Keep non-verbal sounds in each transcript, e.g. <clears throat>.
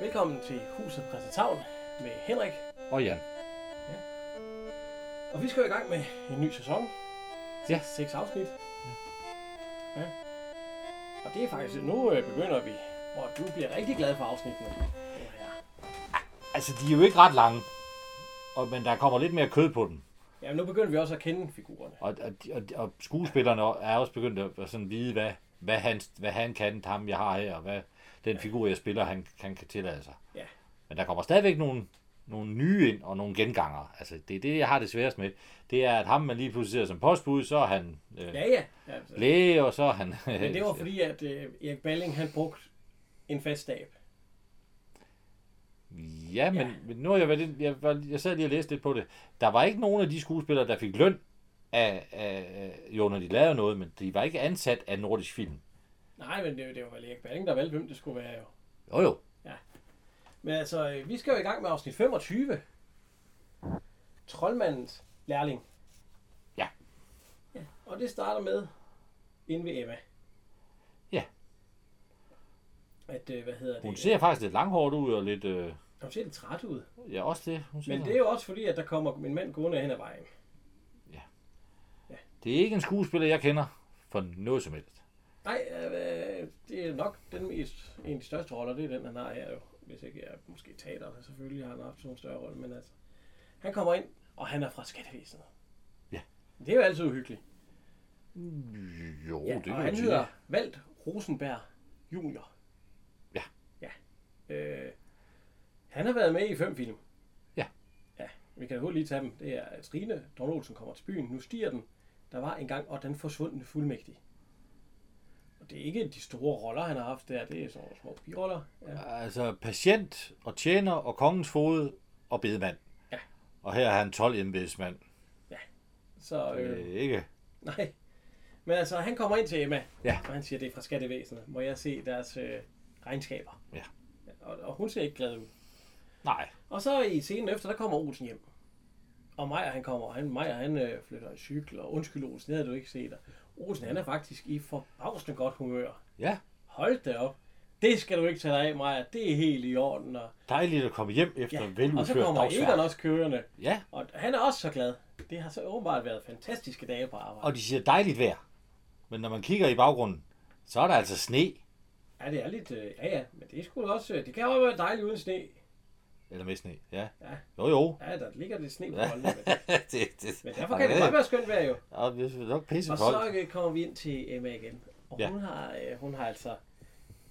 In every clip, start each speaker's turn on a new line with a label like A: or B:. A: Velkommen til Huset Præstetown med Henrik.
B: Og Jan.
A: Og vi skal jo i gang med en ny sæson.
B: Ja.
A: Seks afsnit. Ja. Og det er faktisk... Nu øh, begynder vi, hvor du bliver rigtig glad for afsnittene. Ja.
B: Altså, de er jo ikke ret lange, og, men der kommer lidt mere kød på dem.
A: ja, nu begynder vi også at kende figurerne.
B: Og, og, og, og skuespillerne er også begyndt at at sådan vide, hvad, hvad, han, hvad han kan, ham jeg har her, og hvad den figur, jeg spiller, han, han kan tillade sig.
A: Ja.
B: Men der kommer stadigvæk nogle, nogle nye ind, og nogle genganger. Altså, det er det, jeg har det sværest med. Det er, at ham, man lige pludselig ser som postbud, så er han øh,
A: Ja, ja. ja altså.
B: læge, og så er han...
A: Men det var
B: <laughs>
A: fordi, at øh, Erik Balling, han brugte en fast stab.
B: Ja, men,
A: Ja.
B: ja. men nu har jeg været lidt, jeg, var, jeg sad lige og læste lidt på det. Der var ikke nogen af de skuespillere, der fik løn af, af, af- jo, når de lavede noget, men de var ikke ansat af Nordisk Film.
A: Nej, men det, det var vel Erik Balling, der valgte, hvem det skulle være jo.
B: Jo, jo.
A: Men altså, øh, vi skal jo i gang med afsnit 25. Troldmandens lærling.
B: Ja.
A: ja. Og det starter med inde ved Emma.
B: Ja.
A: At, øh, hvad hedder det?
B: Hun ser faktisk lidt langhårdt ud, og lidt, øh,
A: Hun ser lidt træt ud.
B: ja, også det. Hun ser,
A: Men det er jo også fordi, at der kommer en mand gående hen ad vejen.
B: det er ikke en skuespiller, jeg kender for noget som helst.
A: Nej, øh, det er nok den mest, en af de største roller, det er den, han har her jo. Hvis ikke jeg måske teater, så selvfølgelig har han haft sådan en større rolle, men altså. Han kommer ind, og han er fra skattevæsenet.
B: Ja.
A: Det er jo altid uhyggeligt.
B: Jo,
A: Ja,
B: det
A: det og
B: kan
A: han
B: man sige.
A: hedder Valt Rosenberg Junior.
B: Ja.
A: Ja. Øh, han har været med i fem film.
B: Ja.
A: Ja, vi kan jo lige tage dem. Det er Trine, Don Olsen kommer til byen, nu stiger den. Der var engang, og den forsvundne fuldmægtig. Og det er ikke de store roller, han har haft der. Det er sådan nogle små biroller. Ja.
B: Altså patient og tjener og kongens fod og bedemand.
A: Ja.
B: Og her er han 12 embedsmand.
A: Så, øh,
B: Øh, ikke?
A: Nej. Men altså, han kommer ind til Emma,
B: Ja.
A: og han siger, det er fra skattevæsenet. Må jeg se deres øh, regnskaber?
B: Ja.
A: Og, og hun ser ikke glad ud.
B: Nej.
A: Og så i scenen efter, der kommer Olsen hjem. Og Maja, han kommer, og han, Maja, han øh, flytter en cykel, og undskyld Olsen, det havde du ikke set dig. Olsen, han er faktisk i forbavsende godt humør.
B: Ja,
A: Hold da op. Det skal du ikke tage dig af, Maja. Det er helt i orden. Og,
B: dejligt at komme hjem efter ja.
A: og så
B: veludført
A: kommer Egon
B: dagsværk.
A: også kørende.
B: Ja,
A: Og han er også så glad. Det har så åbenbart været fantastiske dage på arbejde.
B: og de siger dejligt vejr. Men når man kigger i baggrunden, så er der altså sne,
A: Ja, det er lidt... Øh, ja, ja, men det er sgu også... Øh, det kan jo være dejligt uden sne.
B: eller med sne. Ja.
A: Ja.
B: Jo,
A: <laughs>
B: jo.
A: Ja, der ligger lidt sne på
B: Ja.
A: holdet. Men,
B: det, det.
A: men derfor kan det godt være skønt vejr jo.
B: Ja, det er nok pisse
A: Og
B: koldt.
A: så øh, kommer vi ind til Emma igen. Og
B: Ja.
A: hun, har, øh, hun har altså...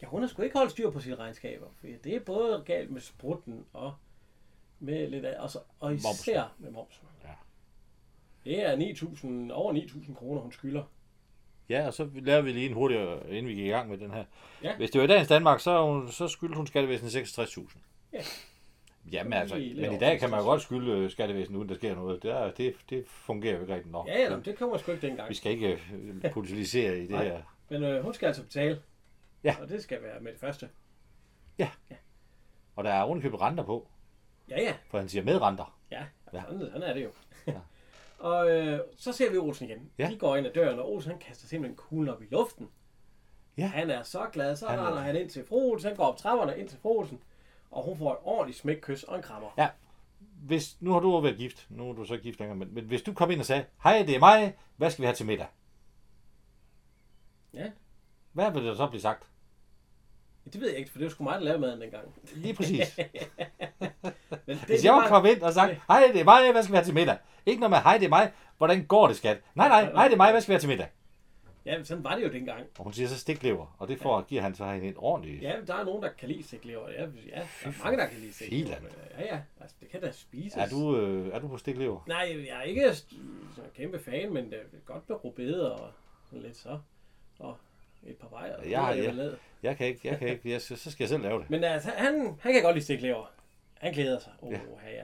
A: Ja, hun har sgu ikke holdt styr på sine regnskaber. For det er både galt med sprutten og med lidt af, og, så, og
B: Momsen.
A: især med momsen.
B: Ja.
A: Det er 9.000, over 9.000 kroner, hun skylder.
B: Ja, og så laver vi lige en hurtigere, inden vi gik i gang med den her.
A: Ja.
B: Hvis det var i dagens Danmark, så, er hun, så skyldte hun skattevæsenet 66.000.
A: Ja.
B: Jamen
A: Det er
B: altså,
A: lige lidt
B: men i
A: over
B: dag kan man jo
A: 60.000.
B: godt skylde øh, skattevæsenet, uden der sker noget. Det, er, det, det fungerer jo ikke rigtig nok.
A: Ja, ja, men det kommer sgu ikke dengang.
B: Vi skal ikke øh,
A: <laughs>
B: politisere i det
A: Nej.
B: her.
A: Men øh, hun skal altså betale.
B: Ja.
A: Og det skal være med det første.
B: Og der er ovenikøbet renter på,
A: Ja, ja,
B: for han siger med renter.
A: Ja, ja.
B: Ja.
A: Sådan, sådan er det jo. <laughs> og øh, så ser vi Olsen igen. Ja.
B: Ja.
A: De går ind ad døren, og Olsen han kaster simpelthen kuglen op i luften.
B: Ja.
A: Han er så glad, så
B: Han er-
A: render han ind til fru Olsen. Han går op trapperne ind til fru Olsen, og hun får et ordentligt smæk kys og en krammer.
B: Ja. Hvis, nu har du været gift, nu er du så ikke gift længere, men, men hvis du kom ind og sagde, hej, det er mig, hvad skal vi have til middag?
A: Ja.
B: Hvad vil der så blive sagt?
A: Det ved jeg ikke, for det var sgu mig, der lavede maden dengang. <laughs>
B: Lige præcis.
A: Men det,
B: Hvis
A: det
B: jeg var
A: var-
B: kommet ind og sagt, hej, det er mig, hvad skal vi have til middag? Ikke noget med, hej, det er mig, hvordan går det, skat? Nej, nej, nej, det er mig, hvad skal vi have til middag?
A: Ja, men sådan var det jo dengang.
B: Og hun siger så stiklever, og det får, giver han så hende en ordentlig...
A: Ja, men der er nogen, der kan lide sæklever. Ja, ja, der er mange, der kan lide sæklever.
B: filan.
A: Ja, ja. Altså, det kan da spises.
B: Er, du, øh, er du på stiklever?
A: Nej, jeg er ikke st- sådan en kæmpe fan, men det er godt med rubede og sådan lidt så. Og et par vejer.
B: Ja, ja.
A: ja.
B: Jeg kan ikke, jeg kan ikke, jeg, så så skal jeg selv lave det.
A: Men altså, han, han kan godt lide stiklever. Han glæder sig. Åh, oh, ja. ja.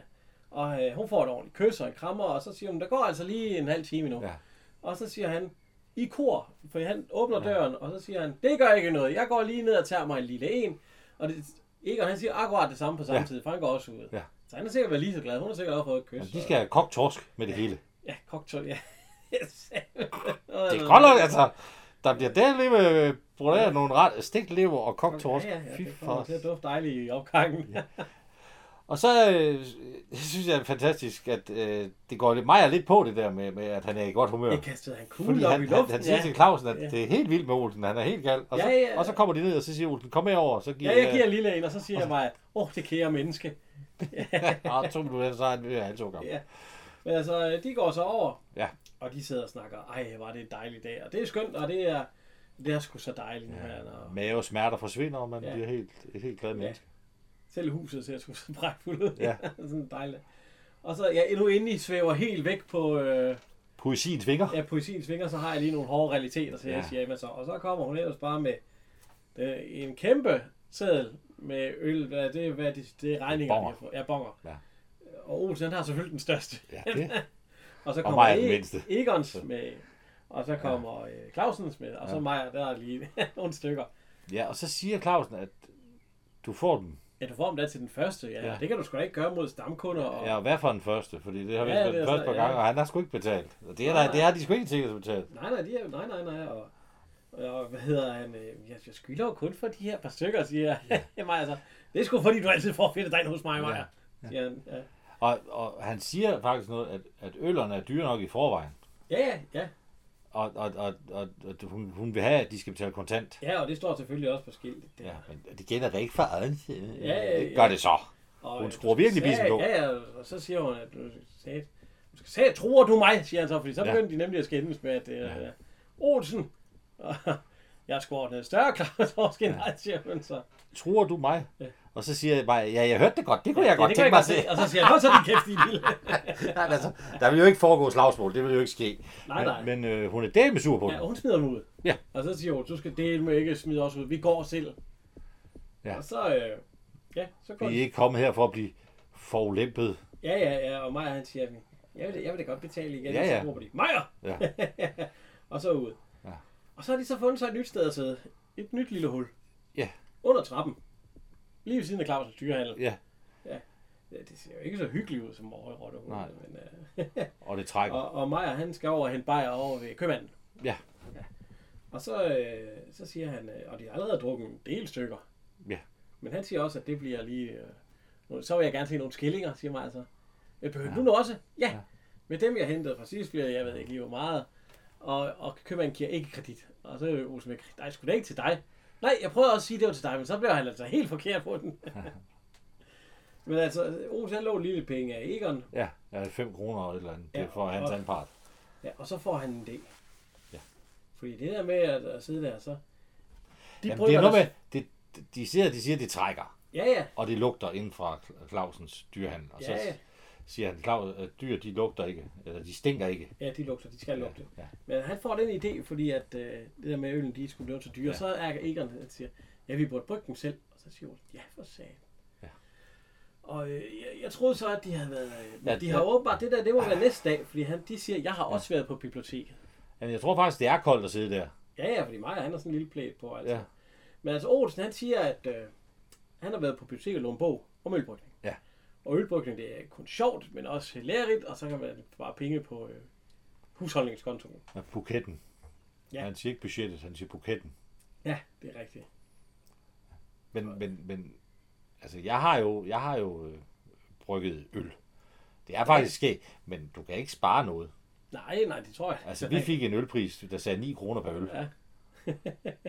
A: Og øh, hun får et ordentligt kys og en krammer, og så siger hun, der går altså lige en halv time nu.
B: Ja.
A: Og så siger han, i kor, for han åbner døren, og så siger han, det gør ikke noget, jeg går lige ned og tager mig en lille en. Og det, Egon, han siger akkurat det samme på samme
B: Ja.
A: ja. tid, for han går også ud.
B: Ja.
A: Så han er sikkert været lige så glad, hun har sikkert også fået et kys.
B: Men de skal have kogt torsk med det hele.
A: <laughs> Ja, cocktail, ja.
B: Det er godt nok, altså. Der bliver derlever broderet nogle ret, stegt lever og kogt torsk.
A: Ja, ja, ja,
B: Fy
A: det kommer
B: for...
A: til at dufte dejligt i opgangen. <laughs> Ja.
B: Og så øh, <laughs> synes jeg, det er fantastisk, at øh, det går lidt, Maja lidt på det der med, med, at han er i godt humør.
A: Det kastede han kuglen
B: Fordi
A: op i
B: han, han,
A: luften.
B: han siger ja. til Clausen, at ja. det er helt vildt med Olsen, han er helt gal. Og, så,
A: Ja, ja.
B: og så kommer de ned, og så siger Olsen, kom herover, og så giver
A: Ja, jeg giver en lille en, og så siger jeg mig, åh, oh, det kære menneske.
B: <laughs> ah, to minutter, så er han ved at have to gange.
A: Ja. Men altså, de går så over,
B: Ja.
A: og de sidder og snakker, ej, var det en dejlig dag, og det er skønt, og det er, det er sgu så dejligt nu her, og
B: Mavesmerter forsvinder, og man
A: Ja.
B: bliver helt, et helt glad menneske.
A: selv huset ser sgu så pragtfuldt ud.
B: Ja.
A: <laughs> Sådan dejligt. Og så, ja, endnu inden I svæver helt væk på, øh,
B: Poesiens vinger.
A: ja, poesiens vinger, så har jeg lige nogle hårde realiteter til
B: Ja.
A: ja. Shema så. Og så kommer hun ellers bare med øh, en kæmpe seddel med øl. Hvad det, hvad det, det er regninger,
B: Bonger.
A: vi har fået. Ja, bonger.
B: Ja.
A: Og Olsen, han har selvfølgelig den største.
B: Ja, det.
A: Og så
B: Og
A: kommer
B: Maja den
A: E-
B: mindste.
A: Egons med, og så kommer ja. Clausens med, og så
B: Ja.
A: ja. Maja, der er lige <laughs> nogle stykker.
B: ja, og så siger Clausen, at du får den.
A: Ja, du får dem da til den første, ja.
B: Ja.
A: ja. Det kan du sgu da ikke gøre mod stamkunder. Og,
B: Ja, og hvad for den første? Fordi det har vi
A: Ja,
B: ja,
A: det er
B: først
A: så-
B: par
A: ja.
B: gange, og han har sgu ikke betalt. Og det er,
A: Nej,
B: der,
A: nej.
B: det har de sgu ikke sikkert betalt.
A: Nej, nej, de er, nej, nej, nej, og, og hvad hedder han? øh, Jeg, jeg skylder jo kun for de her par stykker, siger ja. <laughs> Maja så. Det er sgu fordi, du altid får fedt dig hos mig, Maja. Ja. Ja. Ja.
B: Og, og han siger faktisk noget, at, at øllerne er dyre nok i forvejen.
A: ja, ja,
B: Og, og, og, og, og hun, hun vil have, at de skal betale kontant.
A: ja, og det står selvfølgelig også på skiltet. der.
B: Ja, men det gælder da ikke for egen
A: Ja, ja, ja.
B: Gør det så.
A: Og,
B: Hun
A: øh,
B: skruer virkelig
A: sagde-
B: bissen på.
A: Ja, ja, og så siger hun, at du sagde, du skal sagde, tror du mig, siger han så, fordi så
B: Ja.
A: begyndte de nemlig at skændes med, at det er
B: Ja.
A: ja. Olsen, <laughs> og jeg er sgu ordnet større Claus Torsken, ja. nej, siger hun så.
B: Tror du mig?
A: Ja.
B: Og så siger jeg bare, ja, jeg hørte det godt. Det kunne jeg
A: Ja,
B: godt
A: det kan
B: tænke mig at se.
A: godt se. Og så siger han, "Hold så din kæft, din lille.
B: <laughs> Nej, men altså, der vil jo ikke foregå slagsmål. Det vil jo ikke ske.
A: Nej, nej.
B: Men, men øh, hun er dame sur på
A: Ja,
B: det.
A: hun smider dem ud.
B: Ja.
A: Og så siger hun, du skal dele med ikke smide os ud, vi går selv.
B: Ja.
A: Og så, øh, ja, så går
B: Vi
A: de.
B: er ikke kommet her for at blive forulæmpet.
A: Ja, ja, ja, og Maja han siger, jeg vil, jeg vil da godt betale igen.
B: Ja,
A: Og
B: ja.
A: Så råber de, Maja!
B: Ja.
A: <laughs> og så ud.
B: Ja.
A: Og så har de så fundet sig et nyt sted at sidde. Et nyt lille hul.
B: Ja.
A: Under trappen. Lige ved siden af Clausens dyrehandel.
B: Ja.
A: ja. Ja, det ser jo ikke så hyggeligt ud som over i Rottehul.
B: Nej.
A: Men, <laughs>
B: Og det
A: uh,
B: trækker.
A: og, og Maja, han skal over og hente bajer over ved købmanden.
B: Ja.
A: Og så, øh, så siger han, øh, og de har allerede drukket en del stykker.
B: Ja.
A: Men han siger også, at det bliver lige... Øh, nu- så vil jeg gerne se nogle skillinger, siger mig altså. Jeg behøver ja. du nu også? Ja.
B: Ja.
A: ja. Med dem, jeg hentede fra sidst, bliver jeg ved ikke lige hvor meget. Og, og købmanden giver ikke kredit. Og så er Olsen væk. Nej, skulle det ikke til dig? Nej, jeg prøvede også at sige, at det var til dig, men så blev han altså helt forkert på
B: <laughs>
A: den. men altså, Olsen han lå en lille penge af Egon,
B: Ja, ja 5 kroner eller et eller andet. Det
A: Ja,
B: er for
A: og-
B: hans anpart.
A: ja, og så får han en idé.
B: Ja.
A: Fordi det der med at, at sidde der, så... De
B: Jamen, det
A: brygger
B: er noget
A: deres-
B: med, det, de siger, de siger, det trækker.
A: Ja, ja.
B: Og det lugter inden fra Clausens dyrehandel. Og så
A: Ja, ja.
B: siger han, Claus, at dyr, de lugter ikke. Eller de stinker ikke.
A: Ja, de lugter. De skal ja, lugte.
B: ja.
A: Ja. Men han får den idé, fordi at øh, det der med øllen, de skulle blive så dyre. Ja. Så er Egon, han siger, ja, vi burde brygge dem selv. Og så siger hun, ja, for satan.
B: Ja.
A: Ja. Og øh, jeg, jeg troede så, at de havde været... Øh,
B: Ja,
A: ja, de
B: ja. Ah.
A: har åbenbart, det der, det må være næste dag, fordi han, de siger, jeg har også været på biblioteket.
B: Men jeg tror faktisk, det er koldt at sidde der.
A: Ja, ja, fordi Maja, han har sådan en lille plæt på, altså.
B: Ja.
A: Ja. Men altså, Olsen, han siger, at øh, han har været på biblioteket og lånt en bog om ølbrygning.
B: Ja.
A: Og ølbrygning, det er kun sjovt, men også hilariet, og så kan man bare penge på øh, husholdningskontoen.
B: Og buketten. Ja.
A: Ja.
B: Han siger ikke budgettet, han siger buketten.
A: Ja, det er rigtigt.
B: Men, men, men altså, jeg har jo, jeg har jo øh, brygget øl. Det er faktisk sket, men du kan ikke spare noget.
A: Nej, nej, det tror jeg.
B: Altså, vi fik en ølpris, der sagde 9 kroner per øl.
A: Ja.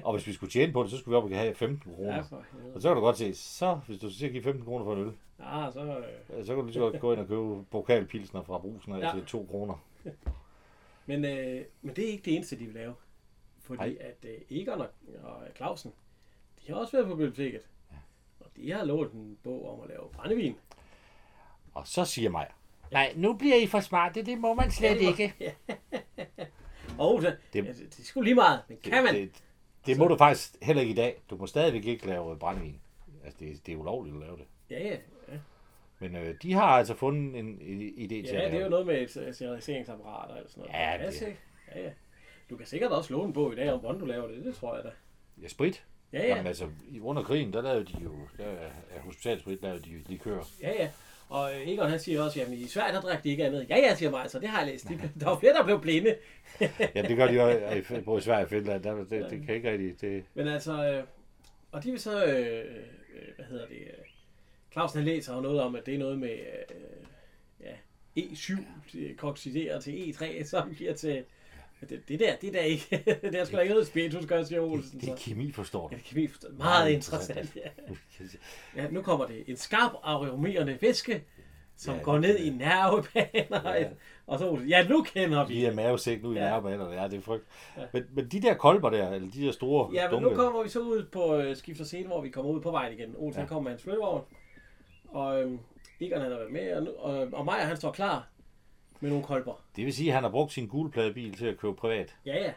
B: Og hvis vi skulle tjene på det, så skulle vi op og have 15 kroner.
A: Ja,
B: Ja.
A: for
B: Og
A: helvede.
B: så kan du godt se, så hvis du siger, give 15 kroner for en øl,
A: Ah, så... Øh.
B: øh, så kan du lige så godt gå ind og købe pokalpilsner fra brusen af ja.
A: Ja.
B: til 2 kroner.
A: Men, øh, men det er ikke det eneste, de vil lave. Fordi
B: Nej.
A: at øh, Egon og, og Clausen, de har også været på biblioteket. Og de har lånt en bog om at lave brændevin.
B: Og så siger Maja, nej, nu bliver I for smarte, det må man slet ikke.
A: <laughs> Og så,
B: Det-
A: det, altså, det er sgu lige meget, men kan man?
B: Det, det, det må du faktisk heller ikke i dag. Du må stadigvæk ikke lave brændvin. Altså, det, det er ulovligt at lave det.
A: Ja, ja. ja.
B: Men øh, de har altså fundet en i- idé til
A: Ja,
B: at
A: det er jo
B: lave
A: noget med et se- serialiseringsapparat og alt sådan noget.
B: Ja, det-
A: se. ja, ja. Du kan sikkert også låne en bog i dag, om hvordan du laver det. Det tror jeg da.
B: Ja, sprit.
A: Ja,
B: Jamen
A: ja. <laughs>
B: altså, i- under krigen, der lavede de jo, der er hospitalsprit, lavede de jo likør.
A: Ja, ja. Og øh, Egon han siger også, at i Sverige der drak de ikke andet. Ja, ja, siger mig, så det har jeg læst. De, <laughs> der var flere, der blev blinde.
B: Ja, det gør de jo øh, i- både i Sverige og Finland. Der, det, det kan ikke rigtig... Det,
A: Men altså, øh, og de vil så, øh, øh, hvad hedder det, øh, Clausen han læser jo noget om, at det er noget med, øh, ja, E E7 det koksiderer til E E3, som giver til, det, det der, det der ikke, <laughs> det der sgu da ikke noget spiritus, gør siger Olsen.
B: det er
A: Så.
B: kemi, forstår du.
A: Ja, det kan vi forstå. Meget interessant, <laughs> ja. ja. nu kommer det en skarp aromerende væske, som
B: Ja,
A: går
B: det-
A: ned i nervebaner.
B: Ja.
A: Ja. Og så Olsen, ja, nu kender vi.
B: <laughs> Vi er mavesæk nu i
A: Ja.
B: nærbanerne. Ja, det er frygt. Men, men de der kolber der, eller de der store
A: Ja, men nu
B: dunke-
A: kommer vi så ud på øh, skifter scene, hvor vi kommer ud på vejen igen. Olsen
B: Ja.
A: ja. kommer med hans flyvevogn, og øhm, Egon han har været med, og, nu, og, og Maja han står klar med nogle kolber.
B: Det vil sige, at han har brugt sin gulpladebil til at købe privat.
A: Ja, ja.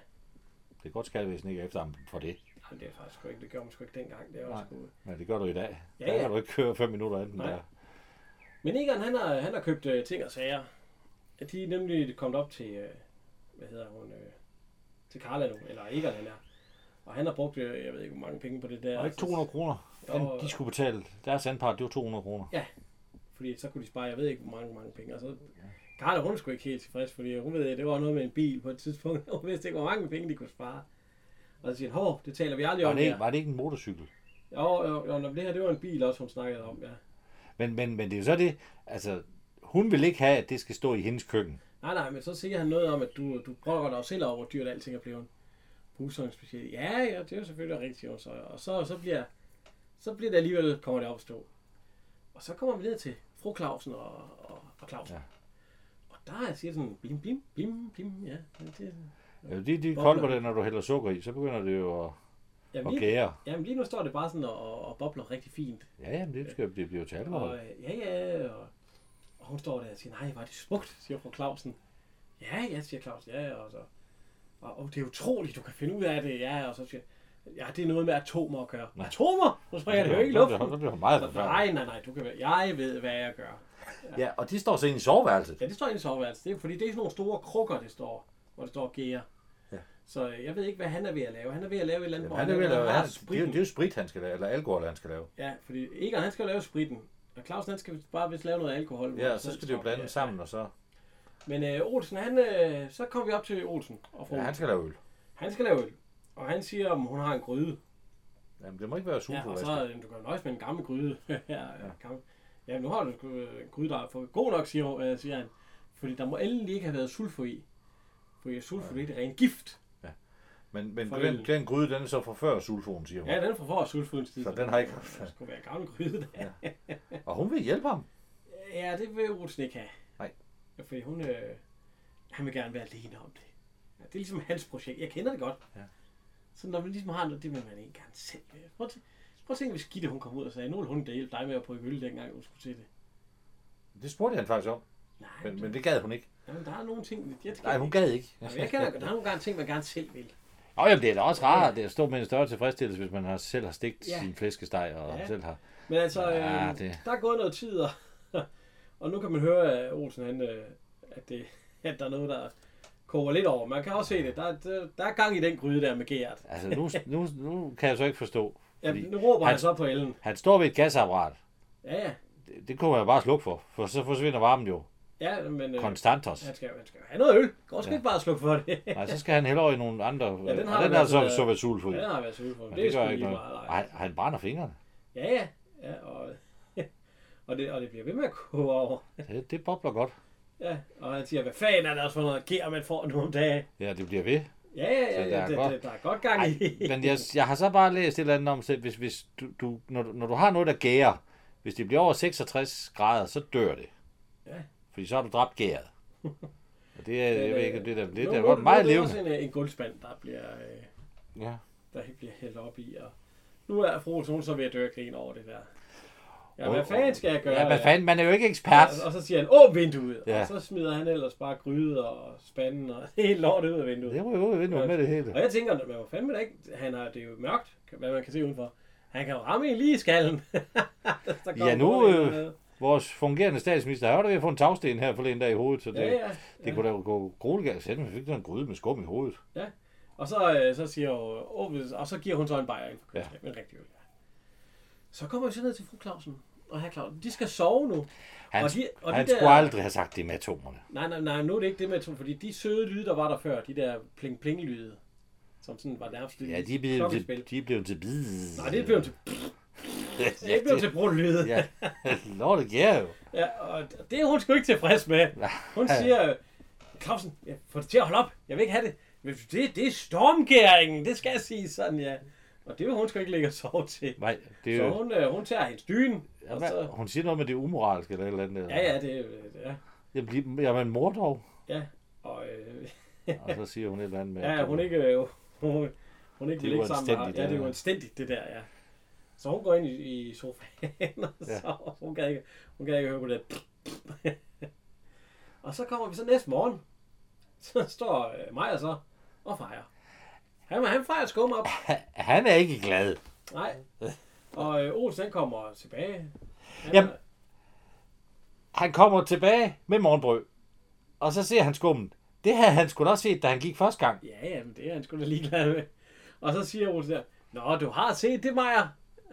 B: Det er godt skattevæsen ikke efter ham for det.
A: Jamen, det er faktisk sgu ikke, det gjorde man sgu ikke dengang. Det er
B: Nej.
A: også sgu...
B: Men det gør du i dag.
A: Ja,
B: Der
A: ja.
B: kan du ikke køre 5 minutter inden
A: Nej.
B: der.
A: Men Egon han har, han har købt øh, ting og sager. Ja, De er nemlig kommet op til, øh, hvad hedder hun, øh, til Carla nu, eller Egon han er. Og han har brugt, øh, jeg ved ikke hvor mange penge på det der.
B: Og ikke 200 kroner.
A: Jo,
B: Den, de skulle betale deres anpart, det var 200 kroner.
A: Fordi så kunne de spare, jeg ved ikke, hvor mange, mange penge. Og så, Carla, hun skulle ikke helt tilfreds, fordi hun ved, at det var noget med en bil på et tidspunkt. <laughs> Hun vidste ikke, hvor mange penge de kunne spare. Og så siger hun, hov, det taler vi aldrig
B: Var
A: om
B: det, ikke,
A: her.
B: var det ikke en motorcykel?
A: Jo, jo, jo, nå, men det her, det var en bil også, hun snakkede om, ja.
B: Men, men, men det er jo så det, altså, hun vil ikke have, at det skal stå i hendes køkken.
A: Nej, nej, men så siger han noget om, at du, du brokker dig jo selv over, hvor dyrt alting er blevet. Husholden specielt. Ja, ja, det er jo selvfølgelig rigtigt, siger hun så. Og så, så bliver, så bliver det alligevel, kommer det op at stå. Og så kommer vi ned til fru Clausen og, og, og Clausen.
B: Ja.
A: Ja. Og der siger sådan, blim, blim, blim, blim, ja. Det,
B: Ja, det er Altså, de
A: Bobler.
B: kolber, der, når du hælder sukker i, så begynder det jo at,
A: Jamen
B: at
A: lige,
B: gære.
A: jamen lige nu står det bare sådan og, og bobler rigtig fint.
B: Ja, jamen, det, skal, det bliver jo til alkohol.
A: Og, øh, ja, ja, og, og hun står der og siger, nej, var det smukt, siger fru Clausen. Ja, ja, siger Clausen, ja, og så. Og, og det er utroligt, du kan finde ud af det, ja, og så siger ja, det er noget med atomer at gøre.
B: Nej.
A: Atomer? Så springer det jo ikke i
B: Så bliver-
A: luften.
B: Så bliver det meget
A: Så,
B: forfærdeligt.
A: nej, nej, nej, du kan være, jeg ved, hvad jeg gør.
B: Ja, og de står så inde i soveværelset.
A: Ja, det står inde i soveværelset. Det er, fordi det er sådan nogle store krukker, det står, hvor det står gære.
B: Ja.
A: Så øh, jeg ved ikke, hvad han er ved at lave. Han er ved at lave et eller andet,
B: Jamen, han er ved at lave,
A: har
B: han, det, er jo, det er jo sprit, han skal lave, eller alkohol, han skal lave.
A: Ja, fordi Egon han skal jo lave spritten, og Clausen han skal bare vist lave noget alkohol.
B: Ja, og så skal det jo blande
A: Ja.
B: sammen, og så...
A: Men øh, Olsen, han, øh, så kom vi op til Olsen og fru.
B: Ja, han skal lave øl.
A: han skal lave øl, og han siger, om hun har en gryde.
B: Jamen, det må ikke være
A: Ja, og
B: supervaske.
A: så, øh, du kan jo nøjes med en gammel gryde. <laughs> ja, ja. gammel. ja, nu har du sgu, øh, en gryde, der er for god nok, siger, øh, siger han. Fordi der må endelig ikke have været sulfo i. Fordi sulfo, det er rent gift.
B: Men, men
A: For
B: den,
A: øl.
B: den gryde, den er så fra før sulfoen, siger hun.
A: Ja, den er fra for sulfoens tid.
B: Så den har ikke haft-
A: Det skulle være en gammel gryde, der. Ja.
B: Og hun vil hjælpe ham.
A: Ja, det vil Olsen ikke have.
B: Nej.
A: Ja, fordi hun, øh, han vil gerne være alene om det. Ja, det er ligesom hans projekt. Jeg kender det godt.
B: Ja.
A: Så når man ligesom har noget, det vil man ikke gerne selv. med. Prøv at, tæ- prøv at tænke, hvis Gitte hun kom ud og sagde, nu vil hun hjælpe dig med at prøve øl, dengang du skulle til det.
B: Det spurgte han faktisk om,
A: Nej,
B: men,
A: det-
B: men det gad hun ikke.
A: jamen, der er nogle ting, jeg,
B: Nej, hun gad ikke.
A: Jamen, jeg kender, der er nogle gange ting, man gerne selv vil.
B: <laughs> Nå, jamen, det er da også rart at stå med en større tilfredsstillelse, hvis man har, selv har stegt
A: Ja.
B: sin flæskesteg og
A: Ja.
B: selv har...
A: Men altså,
B: Ja,
A: ja,
B: det-
A: det... der er gået noget tid, og, og nu kan man høre, at Olsen, han, øh, at, det, at der er noget, der koger lidt over. Man kan også se det. Der, er- der, der er gang i den gryde der med Gert.
B: Altså, nu, nu, nu kan jeg så ikke forstå.
A: Ja,
B: Fordi
A: nu råber han,
B: han-
A: han så på Ellen.
B: Han står ved et gasapparat.
A: Ja, ja.
B: Det, det kunne man jo bare slukke for, for så forsvinder varmen jo
A: Ja, men øh,
B: konstant også.
A: han, skal, jo- han skal jo have noget øl. Det går sgu ikke bare at slukke for det. <laughs>
B: Nej, så skal han hellere over i nogle andre. Ja,
A: den har
B: og den
A: han
B: har
A: altså
B: så,
A: været-
B: så været sulfri.
A: ja,
B: Ja,
A: han har været søge på. Det,
B: Mm. det
A: er
B: gør
A: sgu
B: ikke
A: lige
B: noget.
A: meget.
B: Og
A: nej.
B: han, han brænder fingrene.
A: Ja, ja. ja og, <laughs> og, det, og det bliver ved med at koge over.
B: Det, det bobler godt.
A: Ja, og han siger, hvad fanden er der også for noget gær, man får nu om dagen?
B: Ja, det bliver ved.
A: Ja, ja, ja,
B: Så
A: ja
B: der
A: der,
B: er
A: er det,
B: godt-
A: det, der er godt gang
B: Ej,
A: i.
B: men jeg, jeg har så bare læst et eller andet om, at hvis, hvis du, du, når, du- når du har noget, der gærer, hvis det bliver over 66 grader, så dør det.
A: Ja.
B: Fordi så har du dræbt gæret. Og det
A: <laughs>
B: er,
A: Men,
B: jeg ved
A: øh,
B: ikke, om det er, det,
A: nu-
B: det er
A: nu-
B: godt
A: nu
B: meget
A: det også
B: levende.
A: en, øh, en guldspand, der bliver, øh,
B: Ja.
A: der ikke bliver hældt op i. Og nu er fru Olsen, hun er så ved at dø af grin over det der. Ja,
B: Og-
A: hvad fanden skal jeg gøre?
B: Ja, hvad
A: ja? altså.
B: fanden, man er jo ikke ekspert.
A: Og, og så siger han, åbn vinduet.
B: Ja.
A: Ja. Og så smider han ellers bare gryde og spanden og <laughs> helt lortet ud af vinduet.
B: Det må jo vinde med det hele.
A: Og jeg tænker, man må fandme da ikke, han har, det er jo mørkt, hvad man kan se udenfor. Han kan jo ramme en lige i skallen. <laughs> Der kommer
B: Ja, nu,
A: hovedet ind
B: øh,
A: med.
B: Vores fungerende statsminister, har jo da ved at få en tagsten her forleden dag i hovedet, så det,
A: ja, ja,
B: det kunne da jo gå grueligt. Sæt man fik sådan en gryde med skum i hovedet.
A: ja. Og så, øh, så siger jo, åh, hvis- og så giver hun så en bajer ind for
B: Ja.
A: køleskabet, en rigtig øl. Ja. Så kommer vi så ned til fru Clausen, og herr Claus, de skal sove nu.
B: Han,
A: Og de- og de
B: han
A: der-
B: skulle aldrig have sagt det med atomerne.
A: Nej, nej, nej, nu er det ikke det med atom, fordi de søde lyde, der var der før, de der pling-pling-lyde, som sådan var nærmest ligesom
B: Ja, de er blevet
A: klokkespil.
B: til, de er blevet til bid.
A: Nej, det blev
B: <laughs>
A: til,
B: ja,
A: det blev til brudlyde.
B: ja. Lord yeah.
A: Ja, og det er hun sgu ikke tilfreds med. Hun siger, øh, Clausen, jeg får det til at holde op. Jeg vil ikke have det. Men Det, det er stormgæringen, det skal jeg sige sådan, ja. Og det vil hun sgu ikke ligge og sove til.
B: Nej, det er
A: Så
B: jo...
A: hun, øh, hun tager hendes dyne, og
B: Hvad?
A: så...
B: Hun siger noget med det er umoralsk eller et eller andet.
A: Ja, ja, det øh, ja,
B: Jeg bliver, jamen, mor dog.
A: ja. Og øh,
B: Og så siger hun et eller andet med...
A: ja, ja, hun er ikke... Øh, hun, hun er ikke
B: Det er
A: ligge sammen med ham.
B: uanstændigt,
A: Ja, det er
B: det der.
A: jo anstændigt, det der, ja. Så hun går ind i, i sofaen, <laughs> og
B: Ja.
A: så hun kan ikke, hun kan ikke høre på det. <laughs> og så kommer vi så næste morgen. Så står øh, Maja så og fejrer. Han, han fejrer skum op.
B: Han er ikke glad.
A: Nej. Og øh, Olsen han kommer tilbage. Han,
B: Jamen. Han kommer tilbage med morgenbrød. Og så ser han skummen. Det havde han skulle også set, da han gik første gang.
A: Ja, jamen, det er han sgu da ligeglad med. Og så siger Olsen der, Nå, du har set det, Maja.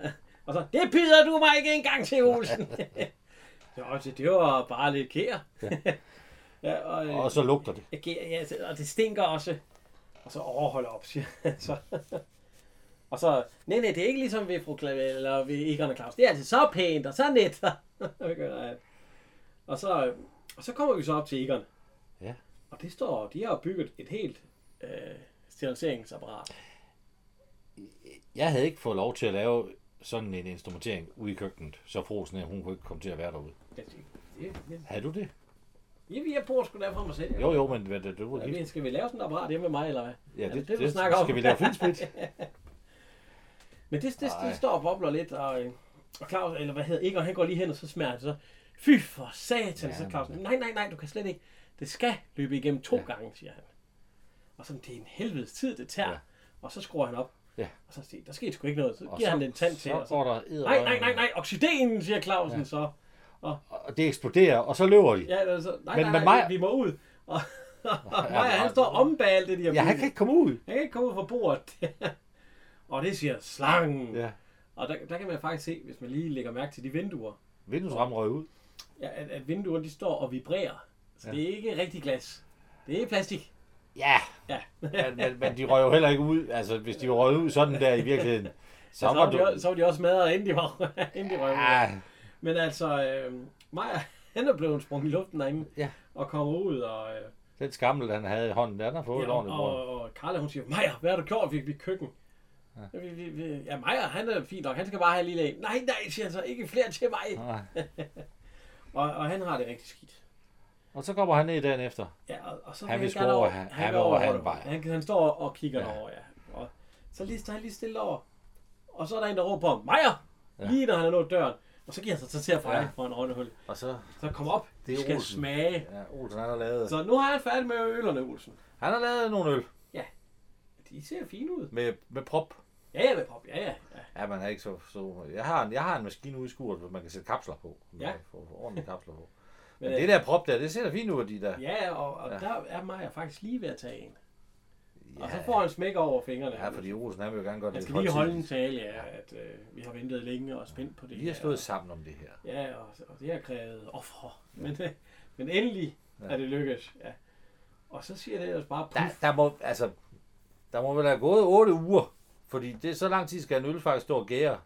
A: <laughs> Og så, det pider du mig ikke engang til, Olsen. <laughs> Nå, det, det var bare lidt kære. Ja. <laughs> ja, og, øh,
B: Og så lugter det.
A: jeg giver, ja, så- og det stinker også. Og så overholder op, siger han så. Og så, nej, nej, det er ikke ligesom ved fru Clavel eller ved Egon og Claus. Det er altså så pænt og så net. <laughs> og, så, og så kommer vi så op til Egon.
B: Ja.
A: Og det står, de har bygget et helt øh, steriliseringsapparat.
B: Jeg havde ikke fået lov til at lave sådan en instrumentering ude i køkkenet, så frosen her, hun kunne ikke komme til at være derude.
A: Jeg tænkte, det- det-
B: Havde du det?
A: Jamen, jeg bruger sgu da for mig selv.
B: Jo, jo, men hvad, du var
A: Jeg
B: gift.
A: ved, Skal vi lave sådan et apparat hjemme med mig, eller hvad?
B: Ja,
A: Er
B: det,
A: vi
B: det, det
A: snakker om?
B: skal vi lave
A: <laughs>
B: filmsplit.
A: Men det, det,
B: Ej.
A: det står og bobler lidt, og, øh, og Claus, eller hvad hedder Egon, han går lige hen, og så smager det så. Fy for satan,
B: Ja,
A: ja, så
B: men-
A: Claus, nej, nej, nej, du kan slet ikke. Det skal løbe igennem to ja. gange, siger han. Og sådan, det er en helvedes tid, det tager.
B: Ja.
A: Ja. Og så skruer han op.
B: Ja.
A: Og så siger der skete sgu ikke noget. Så
B: Og
A: giver
B: så-
A: han den tand
B: så
A: til. Og
B: går
A: så,
B: der eddermame-
A: nej, nej, nej, nej, oxidenen, siger Clausen ja. så.
B: Og det eksploderer, og så løber de.
A: Ja, altså, nej,
B: Men-
A: nej,
B: men
A: nej,
B: Maja-
A: vi må ud. <laughs> Og, og
B: Ja,
A: Maja,
B: det er-
A: han står ombalet det, de har
B: Ja, han
A: bygget.
B: kan ikke komme ud.
A: han kan ikke komme ud fra bordet. <laughs> og det siger slangen.
B: Ja.
A: Og der, der kan man faktisk se, hvis man lige lægger mærke til de vinduer,
B: Vinduesrammen røg ud.
A: ja, at, at vinduerne de står og vibrerer. Så ja. det er ikke rigtig glas. Det er plastik.
B: Ja,
A: Ja.
B: <laughs> men, men, men de røg jo heller ikke ud. Altså, hvis de røg ud sådan der i
A: <laughs>
B: virkeligheden, så
A: Så, så,
B: var
A: var
B: du...
A: de, også- så var de også smadret, inden de var <laughs> inden de røg. ud.
B: Ja,
A: Men altså, øh, Maja, <laughs> han er blevet sprunget i luften derinde.
B: Ja.
A: Og kommer ud, og, øh,
B: den skammel, han havde i hånden, den har fået
A: ja,
B: ja, et ordentligt brød.
A: og, og Carla, hun siger, Maja, hvad har du gjort ved, ved køkken? Ja. Vi, vi, vi, ja, Maja, han er fint nok. Han skal bare have en lille en. Nej, nej, siger han så. Ikke flere til mig.
B: Nej.
A: Og, og han har det rigtig skidt.
B: Og så kommer han ned dagen efter.
A: Ja, og, og så
B: Han vil sgu
A: gerne
B: over- han- han
A: vil
B: vil over
A: hvor
B: han
A: du-
B: vej.
A: Han, han står og kigger
B: Ja.
A: ja. derover, ja. Og så lige, står han lige stille over. Og så er der en, der råber på ham, Meyer! Ja. Lige når han er nået døren. Og så giver han sig så til at fejle
B: Ja.
A: ja. for en røgnehul.
B: Og så...
A: Så kom op,
B: Det
A: det
B: er
A: skal
B: Olsen.
A: Olsen. smage.
B: Ja, Olsen, han har lavet...
A: Så nu har han færdig med ølerne, Olsen.
B: Han har lavet nogle øl
A: De ser fine ud.
B: med, med prop.
A: Ja, ja, med pop. Ja, ja. ja.
B: Ja, man er ikke så... så jeg, har en, jeg har en maskine ude i skuret, hvor man kan sætte kapsler på. Man
A: Ja.
B: kan få få ordentlige kapsler
A: <laughs>
B: på. Men
A: Men,
B: det
A: øh,
B: der prop der, det ser da fint ud af de der.
A: Ja, og, og
B: Ja.
A: ja. der er Maja faktisk lige ved at tage en. Ja. Og så
B: Ja,
A: får han smæk over fingrene.
B: ja fordi Olsen, han vil jo gerne godt
A: jeg
B: lidt
A: skal lige holde en
B: højtidligt.
A: tale, ja, at øh, vi har ventet længe og er spændt på det.
B: Vi
A: her,
B: har stået
A: og-
B: sammen om det her.
A: Ja, og, og det har krævet offer. Men, <laughs> øh, men endelig
B: Ja.
A: ja. er det lykkedes. Ja. Og så siger det ellers bare
B: Der,
A: puff.
B: der, må, altså, der må vel have gået 8 uger, fordi det er så lang tid, skal en øl faktisk stå og gære.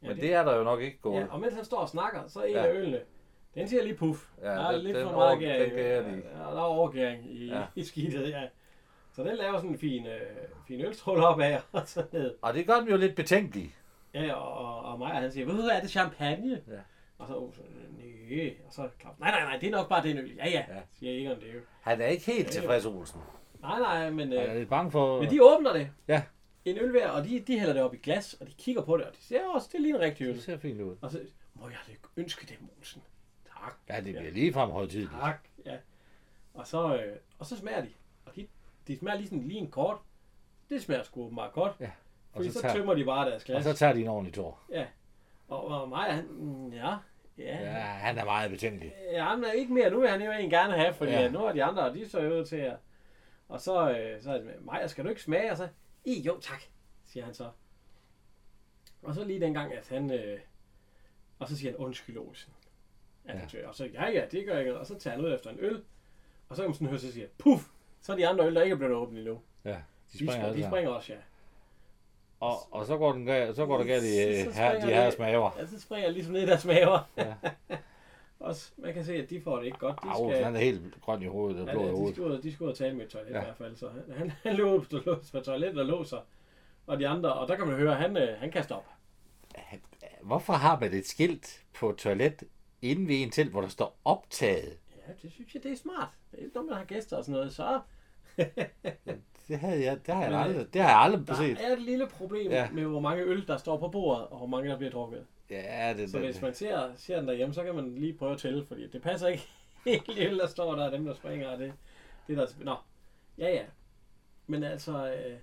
B: Men
A: Ja,
B: det,
A: det-
B: er der jo nok ikke gået.
A: Ja, og mens han står og snakker, så er en
B: Ja.
A: af ølene, den siger lige puff.
B: Ja,
A: Ja, der er
B: den-
A: lidt
B: den
A: for
B: over-
A: meget
B: den
A: gæring.
B: gærer
A: Ja,
B: lige.
A: der er overgæring i,
B: Ja.
A: ja. <laughs> i skidtet, ja. Så den laver sådan en fin, øh, fin ølstråle op af, <laughs> og så ned.
B: Og det gør dem jo lidt betænkelige.
A: Ja, og, og Maja han siger, ved du hvad, er det champagne?
B: Ja.
A: Og så, oh, så nej, og så Claus, nej, nej, nej, det er nok bare den øl. Ja, ja,
B: Ja.
A: ja. siger Egon, det er jo.
B: Han er ikke helt
A: Ja,
B: tilfreds, Olsen.
A: Nej, nej, men...
B: Han
A: Øh,
B: er lidt bange for...
A: Men de åbner det.
B: Ja.
A: En øl hver, og de, de hælder det op i glas, og de kigger på det, og de siger også, det er lige en rigtig øl.
B: Det ser fint ud.
A: Og så, må jeg ikke ønske det, Mogensen? Tak.
B: Ja, det bliver ligefrem højtidligt.
A: Tak, ja. Og så, øh, og så smager de. Og de, de smager lige, sådan, lige en kort. Det smager sgu meget godt.
B: Ja, og
A: Fordi
B: så
A: så,
B: tager-
A: tømmer de bare deres
B: Og
A: glas.
B: så tager de en ordentlig tår.
A: Ja. Og, og mig, han, mm, ja, ja.
B: Ja, han er meget betænkelig.
A: ja. han er ikke mere. Nu vil han jo egentlig gerne have, fordi
B: Ja.
A: ja. nu er de andre, og de så ud til at... Og så, øh, så er det, Maja, skal du ikke smage? Og så, "I, jo tak, siger han så. Og så lige dengang, at han, øh, Og så siger han, undskyld, Olsen. Ja. Og så, ja, ja, det gør jeg ikke. Og så tager han ud efter en øl. Og så kan man sådan høre, så siger, puff, så er de andre øl, der ikke er blevet åbnet endnu.
B: Ja, de
A: De
B: springer,
A: springer,
B: alle
A: de
B: sammen.
A: springer også, ja.
B: Og, og så går, den, gal- så går der galt i øh,
A: Så- så
B: her, de
A: springer
B: her
A: det-
B: smager.
A: Ja, så springer jeg ligesom ned i deres maver. <laughs>
B: Ja.
A: også, man kan se, at de får det ikke godt. De
B: Au,
A: skal,
B: han er helt grøn i hovedet og
A: Ja,
B: blå i
A: de,
B: hovedet.
A: skulle, de skulle ud og tale med et toilet ja.
B: Ja.
A: i hvert fald, så han, han, han løb ud på lås- på toilettet og låser. Og de andre, og der kan man høre, at han, øh, han kaster op.
B: Hvorfor har man et skilt på et toilet inden ved en til, hvor der står optaget?
A: Ja, det synes jeg, det er smart. Det er, når man har gæster og sådan noget, så <laughs>
B: Det, havde jeg, det, har, jeg
A: Men, øh,
B: aldrig, det har jeg aldrig
A: der
B: set.
A: er et lille problem ja.
B: Ja.
A: med, hvor mange øl, der står på bordet, og hvor mange, der bliver drukket.
B: Ja, det,
A: Så
B: det,
A: hvis man ser, ser den derhjemme, så kan man lige prøve at tælle, fordi det passer ikke <laughs> helt de øl, der står der, og dem, der springer, og det, det er der... Nå, ja ja. Men altså, øh,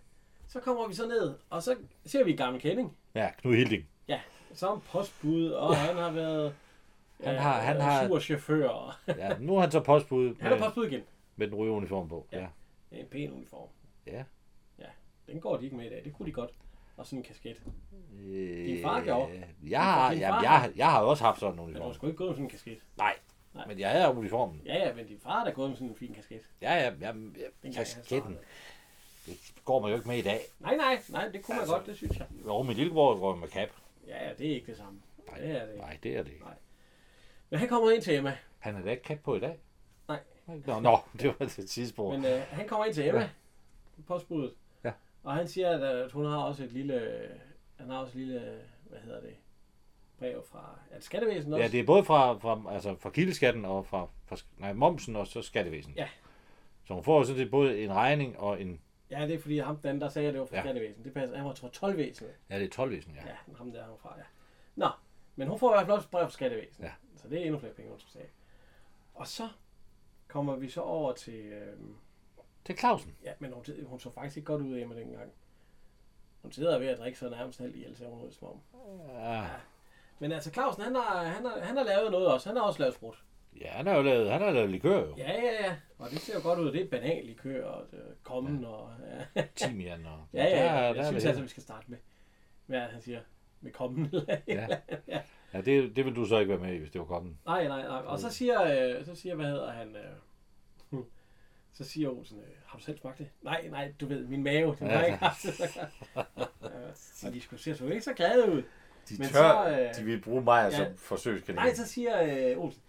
A: så kommer vi så ned, og så ser vi gammel kending.
B: ja, Knud Hilding.
A: Ja, som postbud, og han har været
B: Han
A: øh,
B: har- han har-
A: sur chauffør. og-
B: Ja, nu er han så postbud
A: Han er
B: med,
A: postbud igen.
B: med den røde uniform på.
A: Ja.
B: Ja.
A: Det er en pæn uniform.
B: ja.
A: Den går de ikke med i dag, det kunne de godt. Og sådan en kasket.
B: Din
A: far gjorde.
B: Jeg har,
A: Din far
B: jamen,
A: har.
B: jeg, jeg har også haft sådan en
A: Men du
B: uniform.
A: har sgu ikke gået med sådan en kasket.
B: Nej,
A: Nej.
B: men jeg havde uniformen.
A: Ja, ja, men din far er da gået med sådan en fin kasket.
B: Ja, ja, jamen, ja,
A: Dengang han
B: kasketten.
A: startede.
B: Det går man jo ikke med i dag.
A: Nej, nej, nej, det kunne man
B: Altså.
A: godt, det synes jeg.
B: Jo, min lillebror går med cap.
A: Ja, ja, det er ikke det samme.
B: Nej,
A: Det er det ikke.
B: Nej, det er det ikke.
A: Nej. Men han kommer ind til Emma.
B: Han er da ikke cap på i dag.
A: Nej.
B: Nå, nå det var det tidsspor.
A: Men øh, han kommer ind til Emma. Postbuddet.
B: Ja.
A: Og han siger, at, øh, at hun har også et lille... øh, Han har også et lille... øh, Hvad hedder det? Brev fra... Er det skattevæsenet også?
B: Ja, det er både fra, fra, altså fra kildeskatten og fra, fra nej, momsen og så skattevæsenet.
A: Ja.
B: Så hun får jo sådan set både en regning og en...
A: Ja, det er fordi ham den der sagde, at det var fra ja.
B: Ja.
A: skattevæsenet. Det passer. Han var tror 12 væsenet.
B: Ja, det er 12 væsen, ja.
A: Ja, ham der han var fra, ja. Nå, men hun får i hvert fald også et brev fra skattevæsenet.
B: Ja.
A: Så det er endnu flere penge, hun skal tage. Og så kommer vi så over til... Øhm,
B: Til Clausen.
A: ja, men hun, hun så faktisk ikke godt ud hjemme dengang. Hun sidder ved at drikke så nærmest halv ihjel, ser hun ud som om.
B: Ja,
A: Men altså, Clausen, han har, han, har, han har lavet noget også. Han har også lavet sprut.
B: ja han har jo lavet, han har lavet likør jo. Ja.
A: Ja, ja, ja. Og det ser jo godt ud. Det er banal i køer og øh, kommen ja. og... Ja.
B: Timian og...
A: Ja, ja, ja.
B: Der,
A: Jeg
B: der,
A: synes
B: der,
A: altså, vi skal starte med, hvad er det, han siger, med kommen. Eller, <laughs> ja.
B: ja det, det ville du så ikke være med i, hvis det var kommet.
A: Nej, nej, nej. Og så siger, øh, så siger hvad hedder han, øh, hm, så siger Olsen, øh, har du selv smagt det? Nej, nej, du ved, min mave, den har
B: Ja.
A: ikke <laughs> haft det. så godt." Øh, og de skulle se så ikke så glade ud.
B: De
A: Men tør- så, øh, de
B: vil bruge mig
A: ja. som
B: forsøgskanin.
A: Nej, så siger øh, Olsen,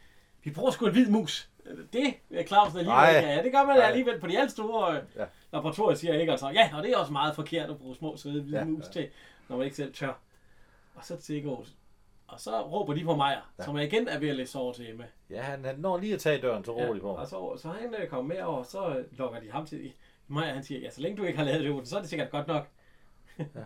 A: vi bruger sgu en hvid mus. Øh, Det er Clausen alligevel
B: Nej.
A: ikke. Ja, det gør man
B: Nej.
A: alligevel på de alt store øh, ja.
B: Ja.
A: laboratorier, siger ikke. Altså, ja, og det er også meget forkert at bruge små søde hvide ja,
B: Ja,
A: mus
B: ja.
A: til, når man ikke selv tør. Og så tænker Olsen, og så råber de på Meyer, ja. som jeg igen er ved at læse over til Emma.
B: Ja, han, han når lige at tage døren, så roligt på
A: Og
B: ham.
A: så, så han øh, kommer med over, og så øh, lokker de ham til. Maja, han siger, ja, så længe du ikke har lavet det, Oden, så er det sikkert godt nok. <laughs>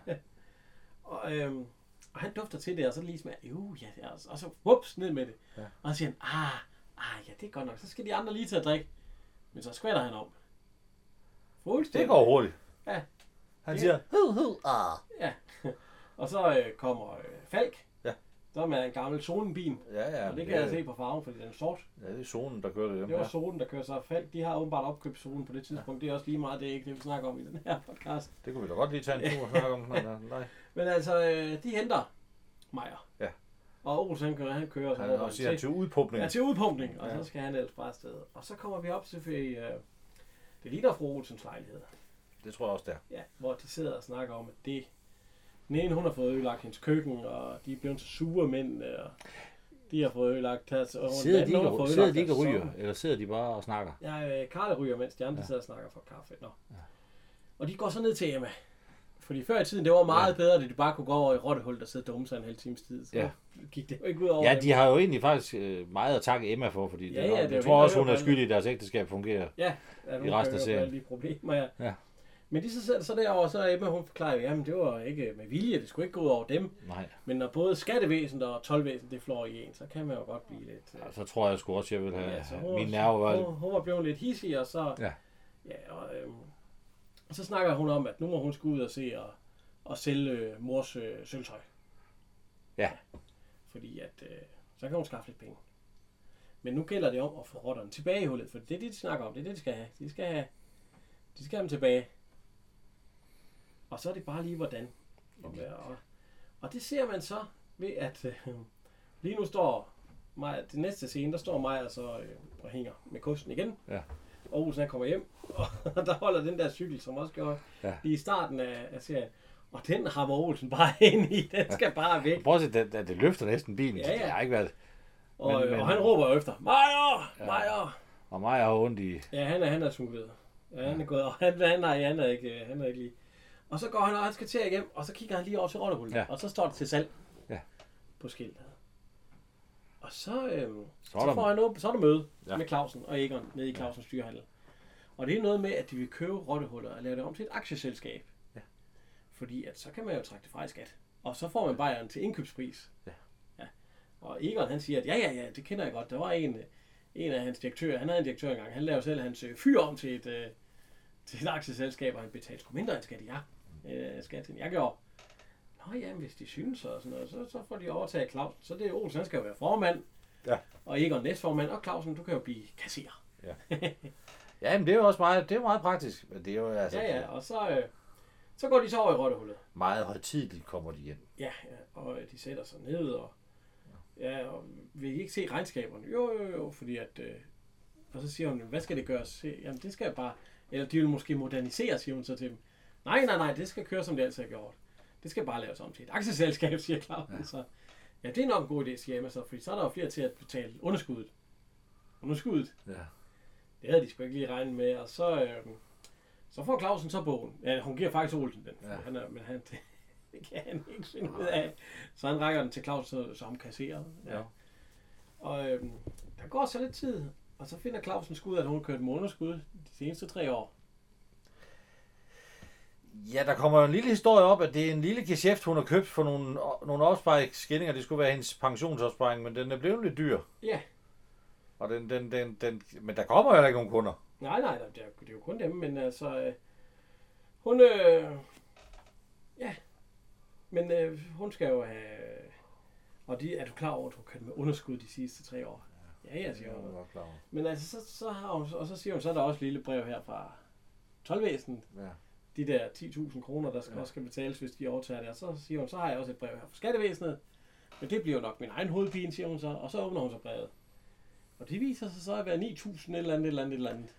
A: og, øhm, og han dufter til det, og så lige smager, jo, ja, det er også- og så whoops, ned med det. Ja. Og så siger han, ah, ah, ja, det er godt nok, så skal de andre lige til at drikke. Men så skvatter han om.
B: Det
A: Fuldstændig.
B: går hurtigt.
A: Ja.
B: Han
A: Det-
B: siger, hu, hu, ah.
A: Ja. og så øh, kommer øh, Falk.
B: Ja.
A: Så med en gammel zonenbil.
B: Ja, ja.
A: og det kan jeg se på farven, fordi den er sort.
B: Ja, det er zonen, der kører det. Dem,
A: Det var
B: ja.
A: zonen, der kører sig Falk. De har åbenbart opkøbt zonen på det tidspunkt. Det er også lige meget, det er ikke det, vi snakker om i den her podcast.
B: Det kunne vi da godt lige tage en tur og snakke
A: <laughs>
B: om. Men, øh, nej.
A: Men altså, øh, de henter Meier.
B: Ja.
A: Og Olsen, han kører, han kører så
B: Han,
A: råber
B: og siger
A: til,
B: til udpumpning.
A: ja, til udpumpning, og
B: Ja.
A: så skal han ellers bare afsted. Og så kommer vi op til øh, det ligner fru Olsens lejlighed,
B: Det tror jeg også, der.
A: ja, hvor de sidder og snakker om, at det den ene, hun har fået ødelagt hendes køkken, og de er blevet så sure mænd, øh, og de har fået ødelagt deres... og den
B: Sidder de
A: anden, hun
B: ikke,
A: har fået
B: og- sidder
A: ødelagt
B: de ikke og
A: deres
B: ryger,
A: sokker.
B: eller sidder de bare og snakker?
A: Ja, øh, Karla ryger, mens de andre ja. sidder og snakker for kaffe. Nå. Ja. Og de går så ned til Emma. Fordi før i tiden, det var meget ja. bedre, at de bare kunne gå over i rottehul, der sidder og dumme sig en halv times tid. Så
B: Ja.
A: ja. gik det jo ikke ud over
B: Ja,
A: dem.
B: de har jo egentlig faktisk øh, meget at takke Emma for, fordi
A: Ja, ja,
B: det, ja,
A: det er
B: jeg
A: jo
B: tror
A: hende,
B: også,
A: der
B: hun er
A: gør det.
B: skyldig i, at deres ægteskab fungerer.
A: Ja, at hun
B: I resten
A: kan
B: af
A: jo
B: serien.
A: gøre de problemer, ja.
B: Ja.
A: Men de så sidder så derovre, så er Emma, hun forklarer, jamen det var ikke med vilje, det skulle ikke gå ud over dem.
B: Nej,
A: Men når både skattevæsenet og tolvvæsenet, det flår i en, så kan man jo godt blive lidt... øh,
B: og så tror jeg sgu også, jeg vil have
A: Ja, så hun,
B: Altså, min nerve var...
A: hun, hun var blevet lidt hissig, og så...
B: Ja.
A: ja og, øhm, og så snakker hun om, at nu må hun skulle ud og se og, og sælge øh, mors øh, sølvtøj.
B: Ja.
A: Fordi at... Øh, så kan hun skaffe lidt penge. Men nu gælder det om at få rotterne tilbage i hullet, for det er det, de snakker om. Det er det, de skal have. De skal have, de skal have dem tilbage. Og så er det bare lige, hvordan. Og, og, og det ser man så ved, at øh, Lige nu står Maja, det næste scene, der står Maja så øh, og hænger med kosten igen.
B: Ja.
A: Og Olsen han kommer hjem, <laughs> og der holder den der cykel, som også gjorde
B: Ja.
A: i starten af, af serien. Og den rammer Olsen bare <laughs> ind i. Den skal bare væk.
B: Prøv at se, det, det, det løfter næsten bilen.
A: Ja, ja.
B: Det har ikke været...
A: Og,
B: Men-
A: men, men,
B: men-
A: og han råber jo efter, Maja! Maja! Ja.
B: Og mig har ondt i...
A: Ja, han er, han er smuglet. Ja, han er gået, og han, han, nej, han er ikke, øh, han er ikke lige. Og så går han, og han skal til at hjem, og så kigger han lige over til Rottebullen,
B: Ja.
A: ja. og så står det til salg
B: Ja.
A: på skiltet. Og så, øhm, så,
B: er der-
A: så, får han op, så er der møde
B: Ja.
A: ja. med Clausen og Egon nede i Clausens dyrehandel. Og det er noget med, at de vil købe Rottehullet og lave det om til et aktieselskab.
B: Ja.
A: Fordi at så kan man jo trække det fra i skat. Og så får man Bayern til indkøbspris.
B: Ja.
A: ja. Og Egon han siger, at ja, ja, ja, det kender jeg godt. Der var en, øh, en af hans direktører, han havde en direktør engang, han lavede selv hans øh, fyr om til et, øh, til et aktieselskab, og han betalte sgu mindre end skat, end jeg, øh, skat, end jeg gjorde. Nå ja, men hvis de synes og sådan noget, så, så får de overtaget Clausen. Så det er Olsen, han skal jo være formand,
B: Ja.
A: og Egon næstformand, og Clausen, du kan jo blive kasserer.
B: Ja, men det er jo også meget, det er jo meget praktisk. Men det er jo altså
A: Ja, ja, og så, øh, så går de så over i rottehullet.
B: meget højtidligt kommer de ind.
A: Ja, ja, og øh, de sætter sig ned, og, ja, og vil I ikke se regnskaberne? Jo, jo, jo, fordi at... Øh, og så siger hun, hvad skal det gøres? Se, Jamen, det skal bare... Eller de vil måske modernisere, siger hun så til dem. Nej, nej, nej, det skal køre, som det altid har gjort. Det skal bare laves om til et aktieselskab, siger Clausen. Ja. Så, ja, det er nok en god idé, siger Emma så, fordi så er der jo flere til at betale underskuddet. Underskuddet?
B: Ja.
A: Det havde de sgu ikke lige regnet med, og så, øh, så får Clausen så bogen. Ja, hun giver faktisk Olsen den,
B: Ja.
A: ja. han er, men han, <laughs> det, det kan han ikke finde ud af. Så han rækker den til Clausen, så han kasserer.
B: Ja.
A: Og øh, der går så lidt tid, og så finder Clausen skud, at hun har kørt med underskud de seneste tre år.
B: Ja, der kommer jo en lille historie op, at det er en lille geschæft, hun har købt for nogle, nogle opsparingsskillinger. Det skulle være hendes pensionsopsparing, men den er blevet lidt dyr.
A: Ja,
B: Og den, den, den, den, men der kommer jo heller ikke nogen kunder.
A: nej, nej, det er, det er jo kun dem, men altså, øh, hun, øh, ja, men øh, hun skal jo have, og de, er du klar over, at hun har kørt med underskud de sidste tre år? Ja, ja, siger hun. Men altså, så, så har hun, og så siger hun, så er der også et lille brev her fra tolvvæsenet.
B: Ja.
A: De der 10.000 kroner, der skal, ja. også skal betales, hvis de overtager det. Og så siger hun, så har jeg også et brev her fra skattevæsenet. Men det bliver jo nok min egen hovedpine, siger hun så. Og så åbner hun så brevet. Og det viser sig så at være 9.000 et eller andet, et eller andet, et eller andet.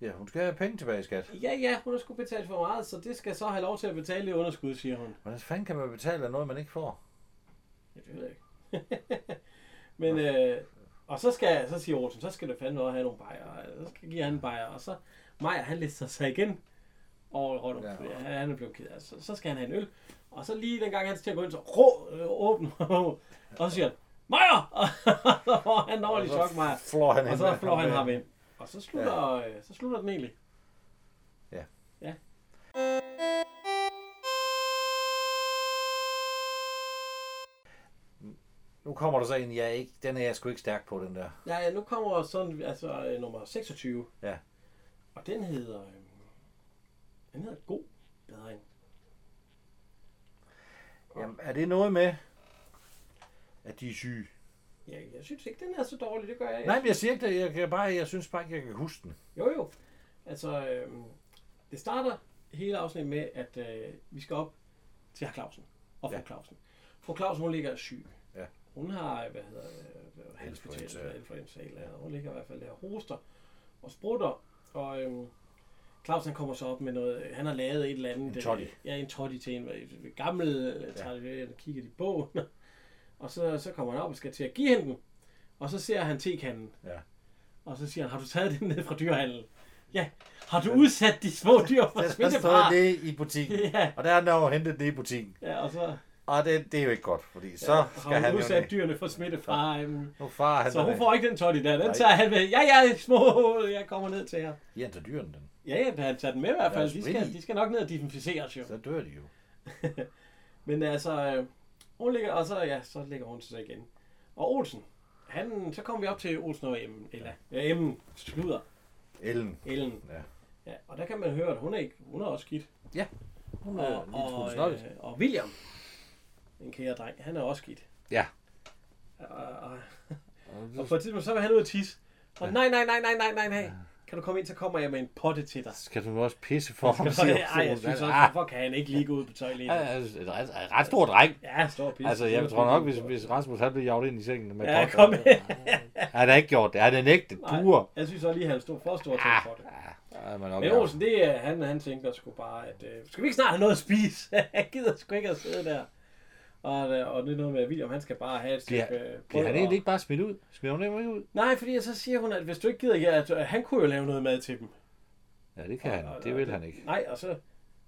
B: ja, hun skal have penge tilbage i skat.
A: Ja, ja, hun har sgu betalt for meget, så det skal så have lov til at betale det underskud, siger hun.
B: Hvordan fanden kan man betale af noget, man ikke får?
A: Ja, det ved jeg ikke. <laughs> Men, øh, og så, skal, så siger Olsen, så skal det fandme også have nogle bajer. Så skal give han en bajer. Og så Maja, han lister sig igen over i Rotterdam.
B: Ja.
A: Ja. Han, han er blevet ked af. det. Så, så skal han have en øl. Og så lige den gang, han skal til at gå ind, så rå, øh, åbner <laughs> og så siger han, Maja! <laughs> Og så får han over i
B: Og så
A: chok, Maja.
B: Flår han
A: Og
B: ind
A: så
B: med
A: flår han
B: med-
A: ham ind. Og så slutter, øh, så slutter den egentlig.
B: Ja.
A: Ja.
B: Nu kommer der så en, jeg er ikke, den er jeg sgu ikke stærk på, den der.
A: Ja, ja, nu kommer sådan, altså øh, nummer 26.
B: Ja.
A: Og den hedder, øh, den hedder God Bedring.
B: Jamen, er det noget med, at de er syge?
A: Ja, jeg synes ikke, den er så dårlig, det gør jeg ikke.
B: Nej, men jeg siger ikke det. Jeg, kan bare, jeg synes bare ikke, jeg kan huske den.
A: Jo, jo. Altså, øh, det starter hele afsnittet med, at øh, vi skal op til herr Clausen og fru
B: Ja.
A: ja. Clausen. Fru Clausen, hun ligger syg.
B: Ja.
A: Hun har, hvad hedder det, øh,
B: Influenza.
A: halsbetændelse, eller influenza, eller andet. hun ligger i hvert fald der og hoster og sprutter, og øh, Clausen han kommer så op med noget, øh, han har lavet et eller andet.
B: En toddy.
A: Øh, ja, en toddy til en, øh, gammel øh, tradition, kigger de i bogen, <laughs> og så, så kommer han op og skal til at give hende den, og så ser han tekanden, og så siger han, har du taget den ned fra dyrehandlen? Ja. Har du udsat de små dyr for
B: Den har stået
A: smittefare?
B: nede i <laughs> butikken.
A: Ja.
B: Og der har han jo hentet det i butikken.
A: Ja, og så
B: Og det, det er jo ikke godt, fordi så
A: ja,
B: skal
A: har
B: han
A: hun
B: jo
A: udsat
B: ned.
A: dyrene for smittefare. øhm,
B: Nu far han
A: Så hun
B: derned.
A: får ikke den toddy der. Den
B: Nej.
A: tager han med. Ja, ja, små, jeg kommer ned til jer.
B: Giver han til dyrene den.
A: Ja, ja, han tager den med i hvert fald.
B: Ja,
A: De
B: sprit
A: skal,
B: i.
A: de skal nok ned og desinficeres jo.
B: Så dør de jo.
A: Men altså, øh, hun ligger, og så, ja, så ligger hun sig igen. Og Olsen, han, så kommer vi op til Olsen og Emmen, eller ja, Emmen, sluder,
B: Ellen.
A: Ellen.
B: Ja.
A: ja. og der kan man høre, at hun er, ikke, hun er også skidt.
B: Hun er
A: Og,
B: en lille smule
A: og,
B: snottet.
A: øh, og William, en kære dreng, han er også skidt.
B: Ja.
A: Og, og,
B: Og
A: og på et tidspunkt, så vil han ud og tisse. Og nej, nej, nej, nej, nej, nej, nej. Kan du komme ind, så kommer jeg med en potte til
B: <laughs>
A: dig.
B: Skal du nu også pisse for ham?
A: Så,
B: siger
A: <laughs> ej, jeg
B: Ole.
A: synes også,
B: Ah,
A: hvorfor kan han ikke lige gå ud på toilettet?
B: han er altså et ret, et ret stor dreng.
A: Ja, stor pisse.
B: Altså, jeg tror nok, hvis, hvis Rasmus han blev jaget ind i sengen med
A: Ja,
B: pot,
A: kom
B: han- Han har ikke gjort det. Han er nægtet. Buer.
A: <laughs> Nej, jeg synes også lige, han stod for stor til for det.
B: Ah, ah, er man nok
A: Men Olsen, det, er- han, han tænker sgu bare, at øh, skal vi ikke snart have noget at spise? <laughs> jeg gider sgu ikke at sidde der. Og, øh, og det er noget med, at William, han skal bare have et stykke
B: Bliver-
A: øh, brød.
B: Bliver han
A: og-
B: egentlig ikke bare smidt ud? Smider hun ikke ud?
A: Nej, fordi så siger hun, at hvis du ikke gider, ja, at, at han kunne jo lave noget mad til dem.
B: Ja, det kan han. Det vil han ikke.
A: Nej, og så,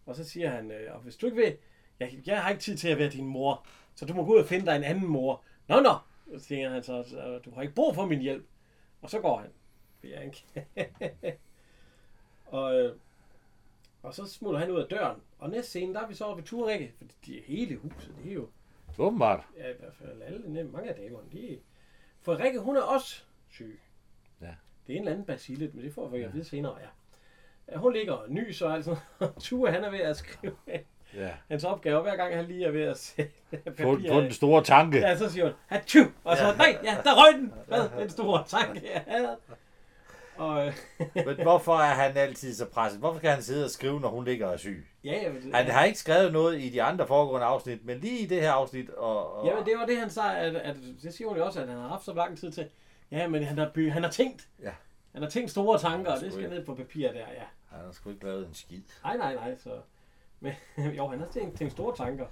A: og så siger han, øh, og hvis du ikke vil, jeg, jeg har ikke tid til at være din mor, så du må gå ud og finde dig en anden mor. Nå, nå, så siger han så, "så du har ikke brug for min hjælp. Og så går han. Fordi han kan- <laughs> og, øh, og så smutter han ud af døren. Og næste scene, der er vi så oppe ved Turrikke, for det er hele huset, det er jo
B: Åbenbart.
A: ja, i hvert fald alle, nem- mange af damerne, de... For Rikke, hun er også syg.
B: Ja.
A: Det er en eller anden basilit, men det får vi ja. at vide senere, ja. ja. Hun ligger og nys og alt sådan noget. <laughs> Ture, han er ved at skrive <laughs>
B: Ja.
A: hans opgave, hver gang han lige er ved at sætte
B: Få,
A: papir
B: få
A: af.
B: den store tanke.
A: Ja, så siger hun, hachu! Og så, nej, ja, der røg den! Hvad? Den store tanke, jeg havde. Og, øh,
C: Men hvorfor er han altid så presset? Hvorfor kan han sidde og skrive, når hun ligger og er syg?
A: ja, ja, men,
C: Han har ikke skrevet noget i de andre foregående afsnit, men lige i det her afsnit, og, og
A: Jamen, det var det, han sagde, at, at det siger hun jo også, at han har haft så lang tid til. Ja, men han har, by, han har tænkt.
C: Ja.
A: Han har tænkt store tanker, og
C: sgu
A: det skal
C: ikke.
A: ned på papir der, ja.
C: han har sgu ikke lavet en skid.
A: Nej, nej, nej. Så. Men, <laughs> jo, han har tænkt, tænkt store tanker.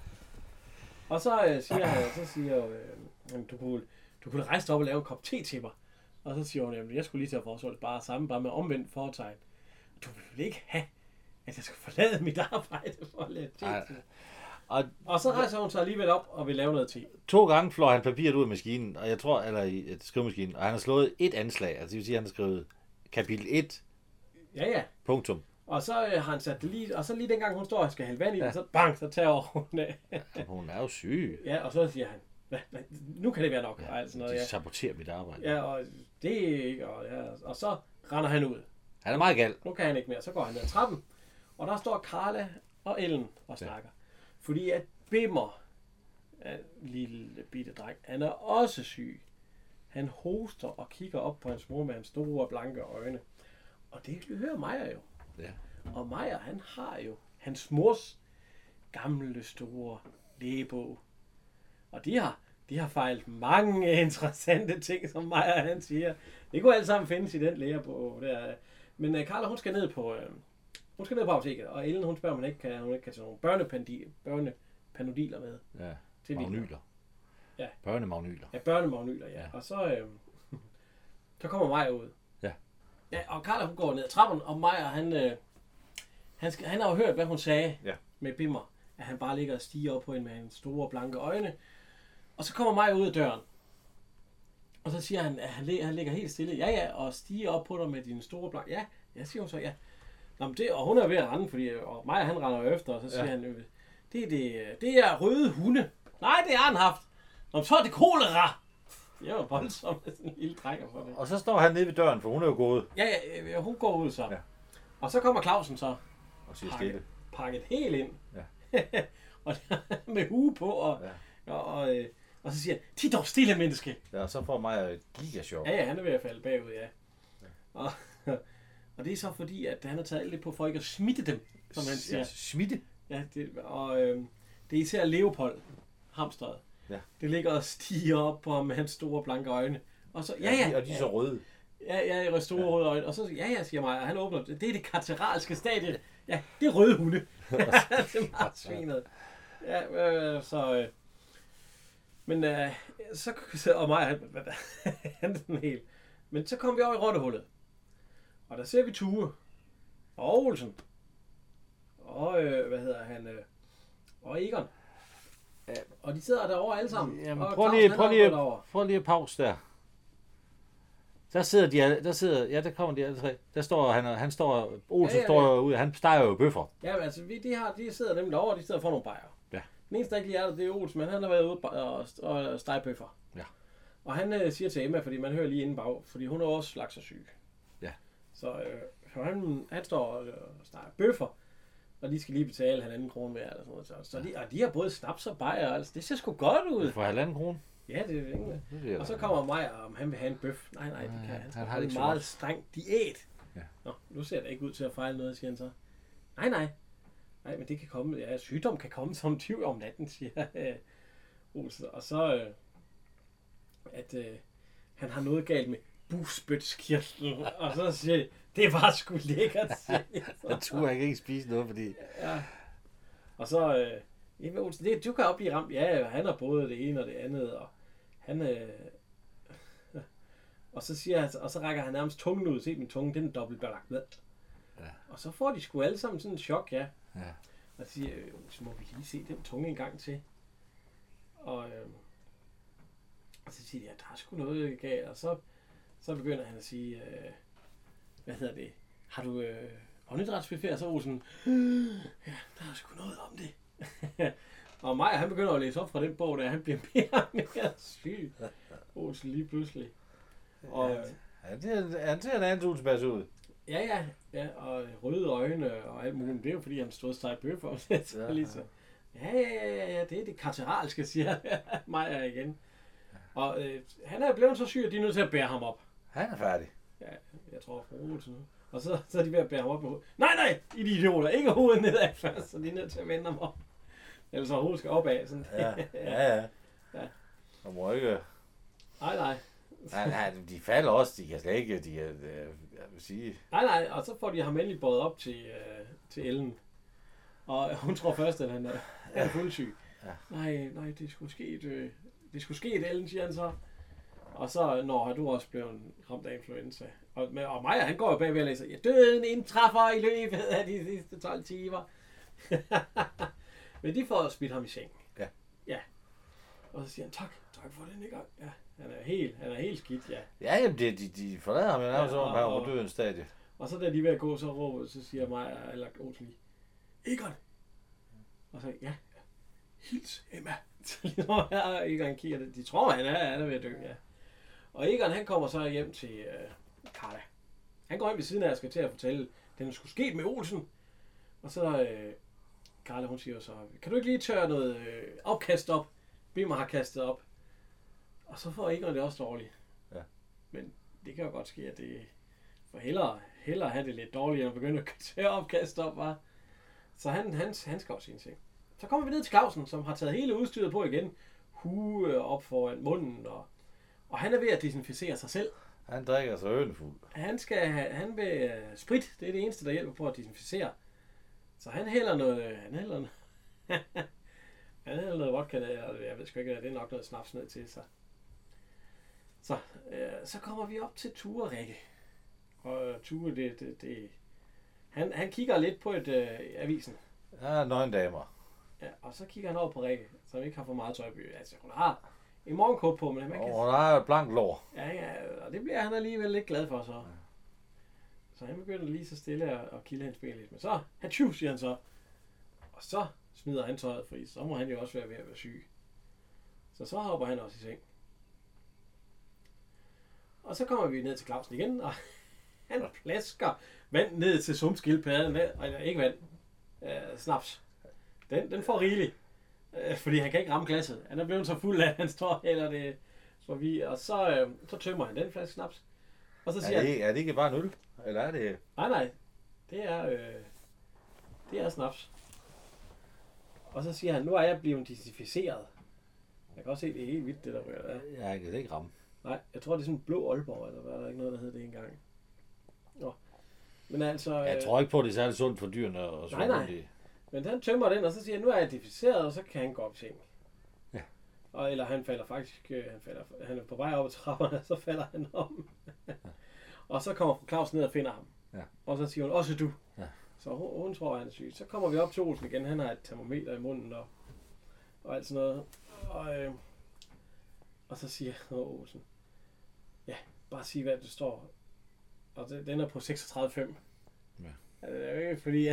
A: Og så øh, siger han, så siger øh, jamen, du, kunne, du kunne rejse dig op og lave en kop te til mig. Og så siger hun, jamen, jeg skulle lige til at foreslå det bare samme, bare med omvendt foretegn. Du vil ikke have, at jeg skal forlade mit arbejde for at lave te
B: Ej.
A: til.
B: Og
A: Og så rejser hun sig alligevel op og vil lave noget te.
B: to gange flår han papiret ud af maskinen, og jeg tror, eller i øh, skrivemaskinen, og han har slået et anslag, altså det vil sige, at han har skrevet kapitel 1,
A: Ja, ja.
B: punktum.
A: Og så øh, har han sat det lige, og så lige dengang hun står og skal hælde vand i ja. så bang, så tager hun af.
B: Og Hun er jo syg. Altså,
A: Ja, og så siger han, "Hva? Hva? nu kan det være nok. Ja,
C: Altså,
A: og alt sådan noget, ja.
B: De saboterer mit arbejde.
A: Ja, og det er ikke, og, ja, og så render han ud.
B: Han er meget gal.
A: Nu kan han ikke mere, så går han ned ad trappen, og der står Karla og Ellen og snakker. Fordi at Bimmer, ja, lille bitte dreng, han er også syg. Han hoster og kigger op på hans mor med hans store, blanke øjne. Og det hører Maja jo.
B: Ja.
A: Og Maja, han har jo hans mors gamle, store lægebog. Og de har, de har fejlet mange <laughs> interessante ting, som Maja han siger. Det kunne alt sammen findes i den lægebog. Der. Men uh, Carla, hun skal ned på... Uh, hun skal ned på apoteket, og Ellen, hun spørger, om hun ikke kan, hun ikke kan tage nogle børnepandi, børnepanodiler med.
B: ja.
A: Til William.
B: Magnyler.
A: Ja.
B: Børnemagnyler.
A: Ja, børnemagnyler, ja.
B: Ja.
A: ja. Og så, øh, så kommer Maja ud.
B: Ja.
A: ja og Carla, hun går ned ad trappen, og Maja, han, øh, han, skal, han har jo hørt, hvad hun sagde
C: Ja.
A: med Bimmer. At han bare ligger og stiger op på hende med hans store, blanke øjne. Og så kommer Maja ud af døren. Og så siger han, at han, lig- han ligger helt stille. Ja, ja, og stiger op på dig med dine store, blanke... Ja, ja, siger hun så, ja. Nå, men det, og hun er ved at rende, fordi og Maja, han render jo efter, og så siger ja. han, øh, det, er det, øh, det er røde hunde. Nej, det har han haft. Nå, men så er det kolera. Jeg var voldsom, at sådan en lille dreng for det.
C: Og så står han nede ved døren, for hun er jo gået
A: Ja, ja, øh, ja, hun går ud så.
C: Ja.
A: Ja. Og så kommer Clausen så,
C: og siger
A: Pakke.
C: stille.
A: pakket helt ind. Ja. <laughs> og med hue på, og, ja. og, og, øh, og så siger han, "Ti dog stille, menneske.
C: Ja, og så får Maja et gigashop.
A: Ja, ja, han er ved at falde bagud, ja. Og, <laughs> og det er så fordi, at han har taget alt det på for ikke at smitte dem, som han siger.
C: Ja, smitte.
A: Ja, det, og øh, det er især Leopold, hamstret.
C: Ja.
A: Det ligger og stiger op på ham med hans store blanke øjne. Og så, ja,
C: Og de-
A: ja,
C: Og de er så røde.
A: Ja, ja, i røde ja. røde øjne. Og så, ja, ja, siger mig, og han åbner, det er det katedralske stadie. Ja, det er røde
B: <laughs>
A: hunde. det er meget svinet. Ja, øh, så... Øh. Men øh, så, så- og mig, han, hvad- hvad- <laughs> han er sådan helt... Men så kom vi over i rottehullet. Og der ser vi Tue. Og Olsen. Og, øh, hvad hedder han? Øh, og Egon. Og de sidder derovre alle sammen.
B: Jamen,
A: og
B: prøv
A: Claus,
B: lige,
A: han er
B: prøv
A: også
B: lige,
A: gået derover.
B: prøv lige at pause der. Der sidder de, alle- der sidder, ja, der kommer de alle tre. Der står han, og- han står, Olsen
A: Ja, ja,
B: står
A: ja.
B: jo ude, han steger jo bøffer.
A: Ja, men altså, vi, de, har, de sidder nemlig derovre, og de sidder for nogle bajer.
B: Ja.
A: Den eneste, der ikke lige er der, det er Olsen, men han har været ude og, og stege bøffer.
B: Ja.
A: Og han øh, siger til Emma, fordi man hører lige inden bag, fordi hun har også lagt sig syg.
B: Ja.
A: Så, øh, så han, han står og øh, steger bøffer, og de skal lige betale halvanden krone hver, eller sådan noget. Så, så de, og de har både snaps og bajer, altså, det ser sgu godt ud.
B: For halvanden krone.
A: Ja, det er ikke
B: Det er
A: Og så
B: da-
A: kommer Maja, om han vil have en bøf. Nej, nej, det kan han.
B: han
A: skal
B: har det
A: holde
B: ikke
A: en
B: så
A: meget
B: godt.
A: streng diæt.
B: Ja.
A: Nå, nu ser det ikke ud til at fejle noget, siger han så. Nej, nej. Nej, men det kan komme. Ja, sygdom kan komme som en tyv om natten, <laughs> siger øh, Olsen. Og så, øh, at øh, han har noget galt med busbøtskirtlen. og så siger de, det var sgu lækkert, siger de
B: <laughs>
A: så.
B: Jeg tror, jeg kan ikke spise noget, fordi...
A: Og så, øh, Jeppe Olsen, det, du kan også blive ramt. Ja, han har både det ene og det andet, og han, øh, <laughs> og så siger han, og så rækker han nærmest tungen ud. Se, min tunge, den er dobbelt belagt med. Ja. Og så får de sgu alle sammen sådan en chok, ja.
B: Ja.
A: Og så siger, øh, så må vi lige se den tunge en gang til. Og, øh, og så siger de, ja, der er sgu noget galt. Og så, så begynder han at sige, øh, hvad hedder det, har du øh, åndedrætsbuffet? Og så er Olsen, der er sgu noget om det. <laughs> og Maja, han begynder at læse op fra den bog, der han bliver mere og mere syg. Olsen lige pludselig. Og, øh,
C: Han ser, han ser en anden Olsenpass ud.
A: ja, ja, ja, og røde øjne og alt muligt. Det er jo fordi, han stod og steg bøf om det. Ja, lige <laughs> så. Ja, ja, ja, ja, det er det kateralske, siger <laughs> Maja igen. Og øh, han er blevet så syg, at de er nødt til at bære ham op.
C: Han er færdig.
A: Ja, jeg tror, fru Olsen nu. Og så, så er de ved at bære ham op med hovedet. Nej, nej, I de idioter. Ikke hovedet nedad <laughs> først, så de er nødt til at vende ham op. Ellers så hovedet skal opad. Sådan.
C: Ja, ja, ja.
A: Ja.
C: Og må ikke...
A: <laughs> Nej, nej.
C: Nej, nej, de falder også. De kan slet ikke... De kan, øh, jeg vil sige...
A: Nej, nej. Og så får de ham endelig båret op til, øh, til Ellen. Og hun tror først, at han er, han er fuldsyg. Ja. Nej, nej, det skulle ske et, øh, det skulle ske et Ellen, siger han så. Og så når du også blevet ramt af influenza. Og, men, og Maja, han går jo bagved og læser, ja, døden indtræffer i løbet af de sidste 12 timer. <laughs> men de får smidt ham i seng.
C: Ja.
A: Ja. Og så siger han, tak, tak for den i gang. Ja, han er helt, han er helt skidt, ja.
C: Ja, jamen, de, de, de forlader ham jo nærmest,
A: Ja,
C: som om han var
A: og-
C: på dødens stadie.
A: Og så da de er ved at gå, så råber, så siger mig, eller Olsen lige, Egon! Og så, ja, hils Emma. <laughs> Så lige når jeg og Egon kigger, det- de tror, han er, han er ved at dø, ja. Og Egon, han kommer så hjem til øh, Carla. Han går ind ved siden af og skal til at fortælle, den skulle ske med Olsen. Og så, øh, Carla, hun siger så, kan du ikke lige tørre noget øh, opkast op? Bimmer har kastet op. Og så får Egon det også dårligt.
C: Ja.
A: Men det kan jo godt ske, at det for hellere, hellere have det lidt dårligt, end at begynde at tage opkast op, var. Så han, han, han skal også i en ting. Så kommer vi ned til Clausen, som har taget hele udstyret på igen. Hue op foran munden, og, og han er ved at desinficere sig selv.
C: Han drikker sig ølfuld.
A: Han skal have, han vil øh, sprit, det er det eneste, der hjælper på at desinficere. Så han hælder noget, øh, han hælder noget, <laughs> han hælder noget vodka, eller jeg ved sgu ikke, det er nok noget snaps ned til sig. Så, øh, så kommer vi op til Ture Rikke. Og øh, Ture, det, det, det han, han kigger lidt på et øh, avisen.
C: Ja, nøgen damer.
A: Ja, og så kigger han over på Rikke, som ikke har for meget tøj på. Altså, hun har en morgenkåb på, men man kan
C: Og hun har et blankt lår.
A: Ja, ja, og det bliver han alligevel lidt glad for så. Ja. Så han begynder lige så stille at, at kilde hans ben lidt. Men så, han tjuv, siger han så. Og så smider han tøjet, fordi så må han jo også være ved at være syg. Så så hopper han også i seng. Og så kommer vi ned til Clausen igen, og <laughs> han plasker vand ned til sumpskildpadden. Eller ikke vand, øh, snaps. Den, den får rigeligt. Øh, fordi han kan ikke ramme glasset. Han er blevet så fuld af, at han står eller det for vi, og så, øh, så tømmer han den flaske snaps. Og så siger
C: Er
A: han,
C: det, er det ikke bare en øl? Eller er det...
A: nej nej, det er, øh, det er snaps. Og så siger han, nu er jeg blevet desinficeret. Jeg kan også se, det er helt vildt, det der rører der.
B: Ja, jeg kan slet ikke ramme.
A: Nej, jeg tror, det er sådan en blå Aalborg, eller hvad? Der er ikke noget, der hed det engang. Nå. Men altså...
B: Jeg
A: øh,
B: tror ikke på, at det er særlig sundt for dyrene og
A: Nej, nej. Men han tømmer den, og så siger han, nu er jeg deficeret, og så kan han gå op i seng.
B: Ja.
A: Og, eller han falder faktisk, øh, han, falder, han er på vej op ad trapperne, <laughs> og så falder han om. og så kommer fru Claus ned og finder ham.
B: Ja.
A: Og så siger hun, også du.
B: Ja.
A: Så hun, hun tror, han er syg. Så kommer vi op til Olsen igen, han har et termometer i munden og, og alt sådan noget. Og, øh, og så siger åh, Olsen, ja, bare sig hvad det står. Og det, den er på 36,5.
B: Ja.
A: Ja, det er jo ikke fordi,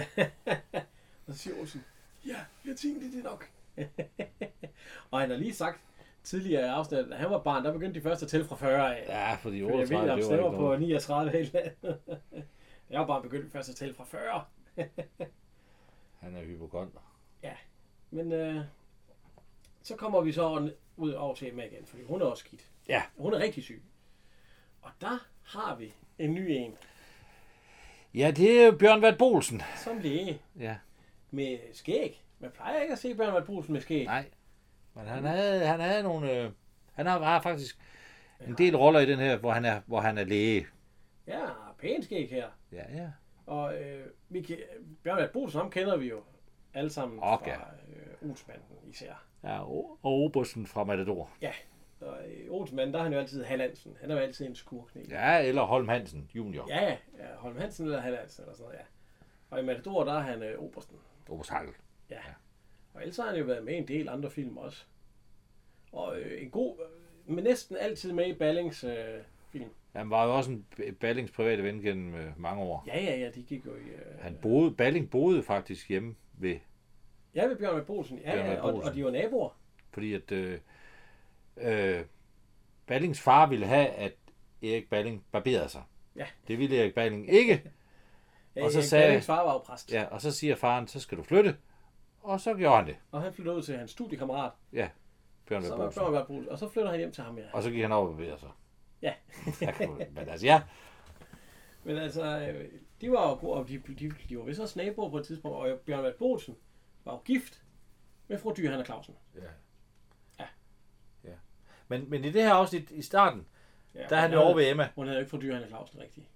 A: <laughs> og så siger Olsen, ja, jeg tænkte det nok. <laughs> og han har lige sagt tidligere i afsnittet, at han var barn, der begyndte de første at tælle fra 40 af.
B: Ja, fordi
A: Fordi jeg
B: 38,
A: ved,
B: det var
A: at
B: ikke
A: stemmer på
B: noget.
A: 39 helt andet. <laughs> jeg var bare begyndt først at tælle fra 40.
B: Han er hypokonter.
A: Men øh, så kommer vi så over- ud over til Emma igen, fordi hun er også skidt.
B: Ja.
A: Hun er rigtig syg. Og der har vi en ny en.
B: Ja, det er jo Bjørn Vart Bolsen.
A: Som læge.
B: Ja.
A: Med skæg. Man plejer ikke at se Bjørn Vart Brugsen med skæg.
B: Nej. Men han havde, han havde nogle... Øh, han har, har faktisk en del roller i den her, hvor han er, hvor han er læge.
A: Ja, pænt skæg her.
B: Ja, ja.
A: Og øh, Mikael, Bjørn Vart Brugsen, ham kender vi jo alle sammen
B: Okay.
A: fra øh, Olsmanden især.
B: ja og og Obersten fra Matador.
A: Ja, og i Olsmanden, der er han jo altid Hallandsen. Han er jo altid en skurknæk.
B: Ja, eller Holm Hansen junior. Ja.
A: Ja, ja, ja. Holm Hansen eller Hallandsen eller sådan noget, ja. Og i Matador, der er han øh, Obersten.
B: Oberst Hagel.
A: Ja. Og ellers har han jo været med i en del andre film også. Og øh, en god, øh, men næsten altid med i Ballings øh, film.
B: Han var jo også en B- Ballings private ven gennem øh, mange år.
A: Ja, ja, ja, de gik jo i... Øh,
B: Han boede, Balling boede faktisk hjemme ved,
A: ja, ved Bjørn Bolsen. Ja,
B: Bjørn
A: ja, og,
B: Bolsen.
A: og de var naboer.
B: fordi at øh, øh, Ballings far ville have, at Erik Balling barberede sig.
A: Ja.
B: Det ville Erik Balling ikke.
A: Ja,
B: Og så
A: Erik
B: sagde-
A: Ballings far var jo præst. Ja.
B: Ja, og så siger faren, så skal du flytte. Og så gjorde han det.
A: Og han flyttede ud til hans studiekammerat,
B: Ja, Bjørn
A: som
B: Vær
A: var
B: Bolsen.
A: Bjørn Vær Bolsen. Og så flytter han hjem til ham, ja.
B: Og så gik han over og bevæger sig.
A: Ja.
B: Men altså,
A: <laughs>
B: ja.
A: Men altså, øh, de var jo gode, og de, de, de var vist også naboer på et tidspunkt. Og Bjørn Vær Bolsen var jo gift med fru Dyr Hanna Clausen.
C: Ja.
A: Ja.
C: ja. Men, men i det her afsnit i starten,
A: Ja,
C: der er han
A: hun
C: jo
A: havde-
C: over ved Emma.
A: Hun havde jo ikke fru Dyr Hanna Clausen rigtigt.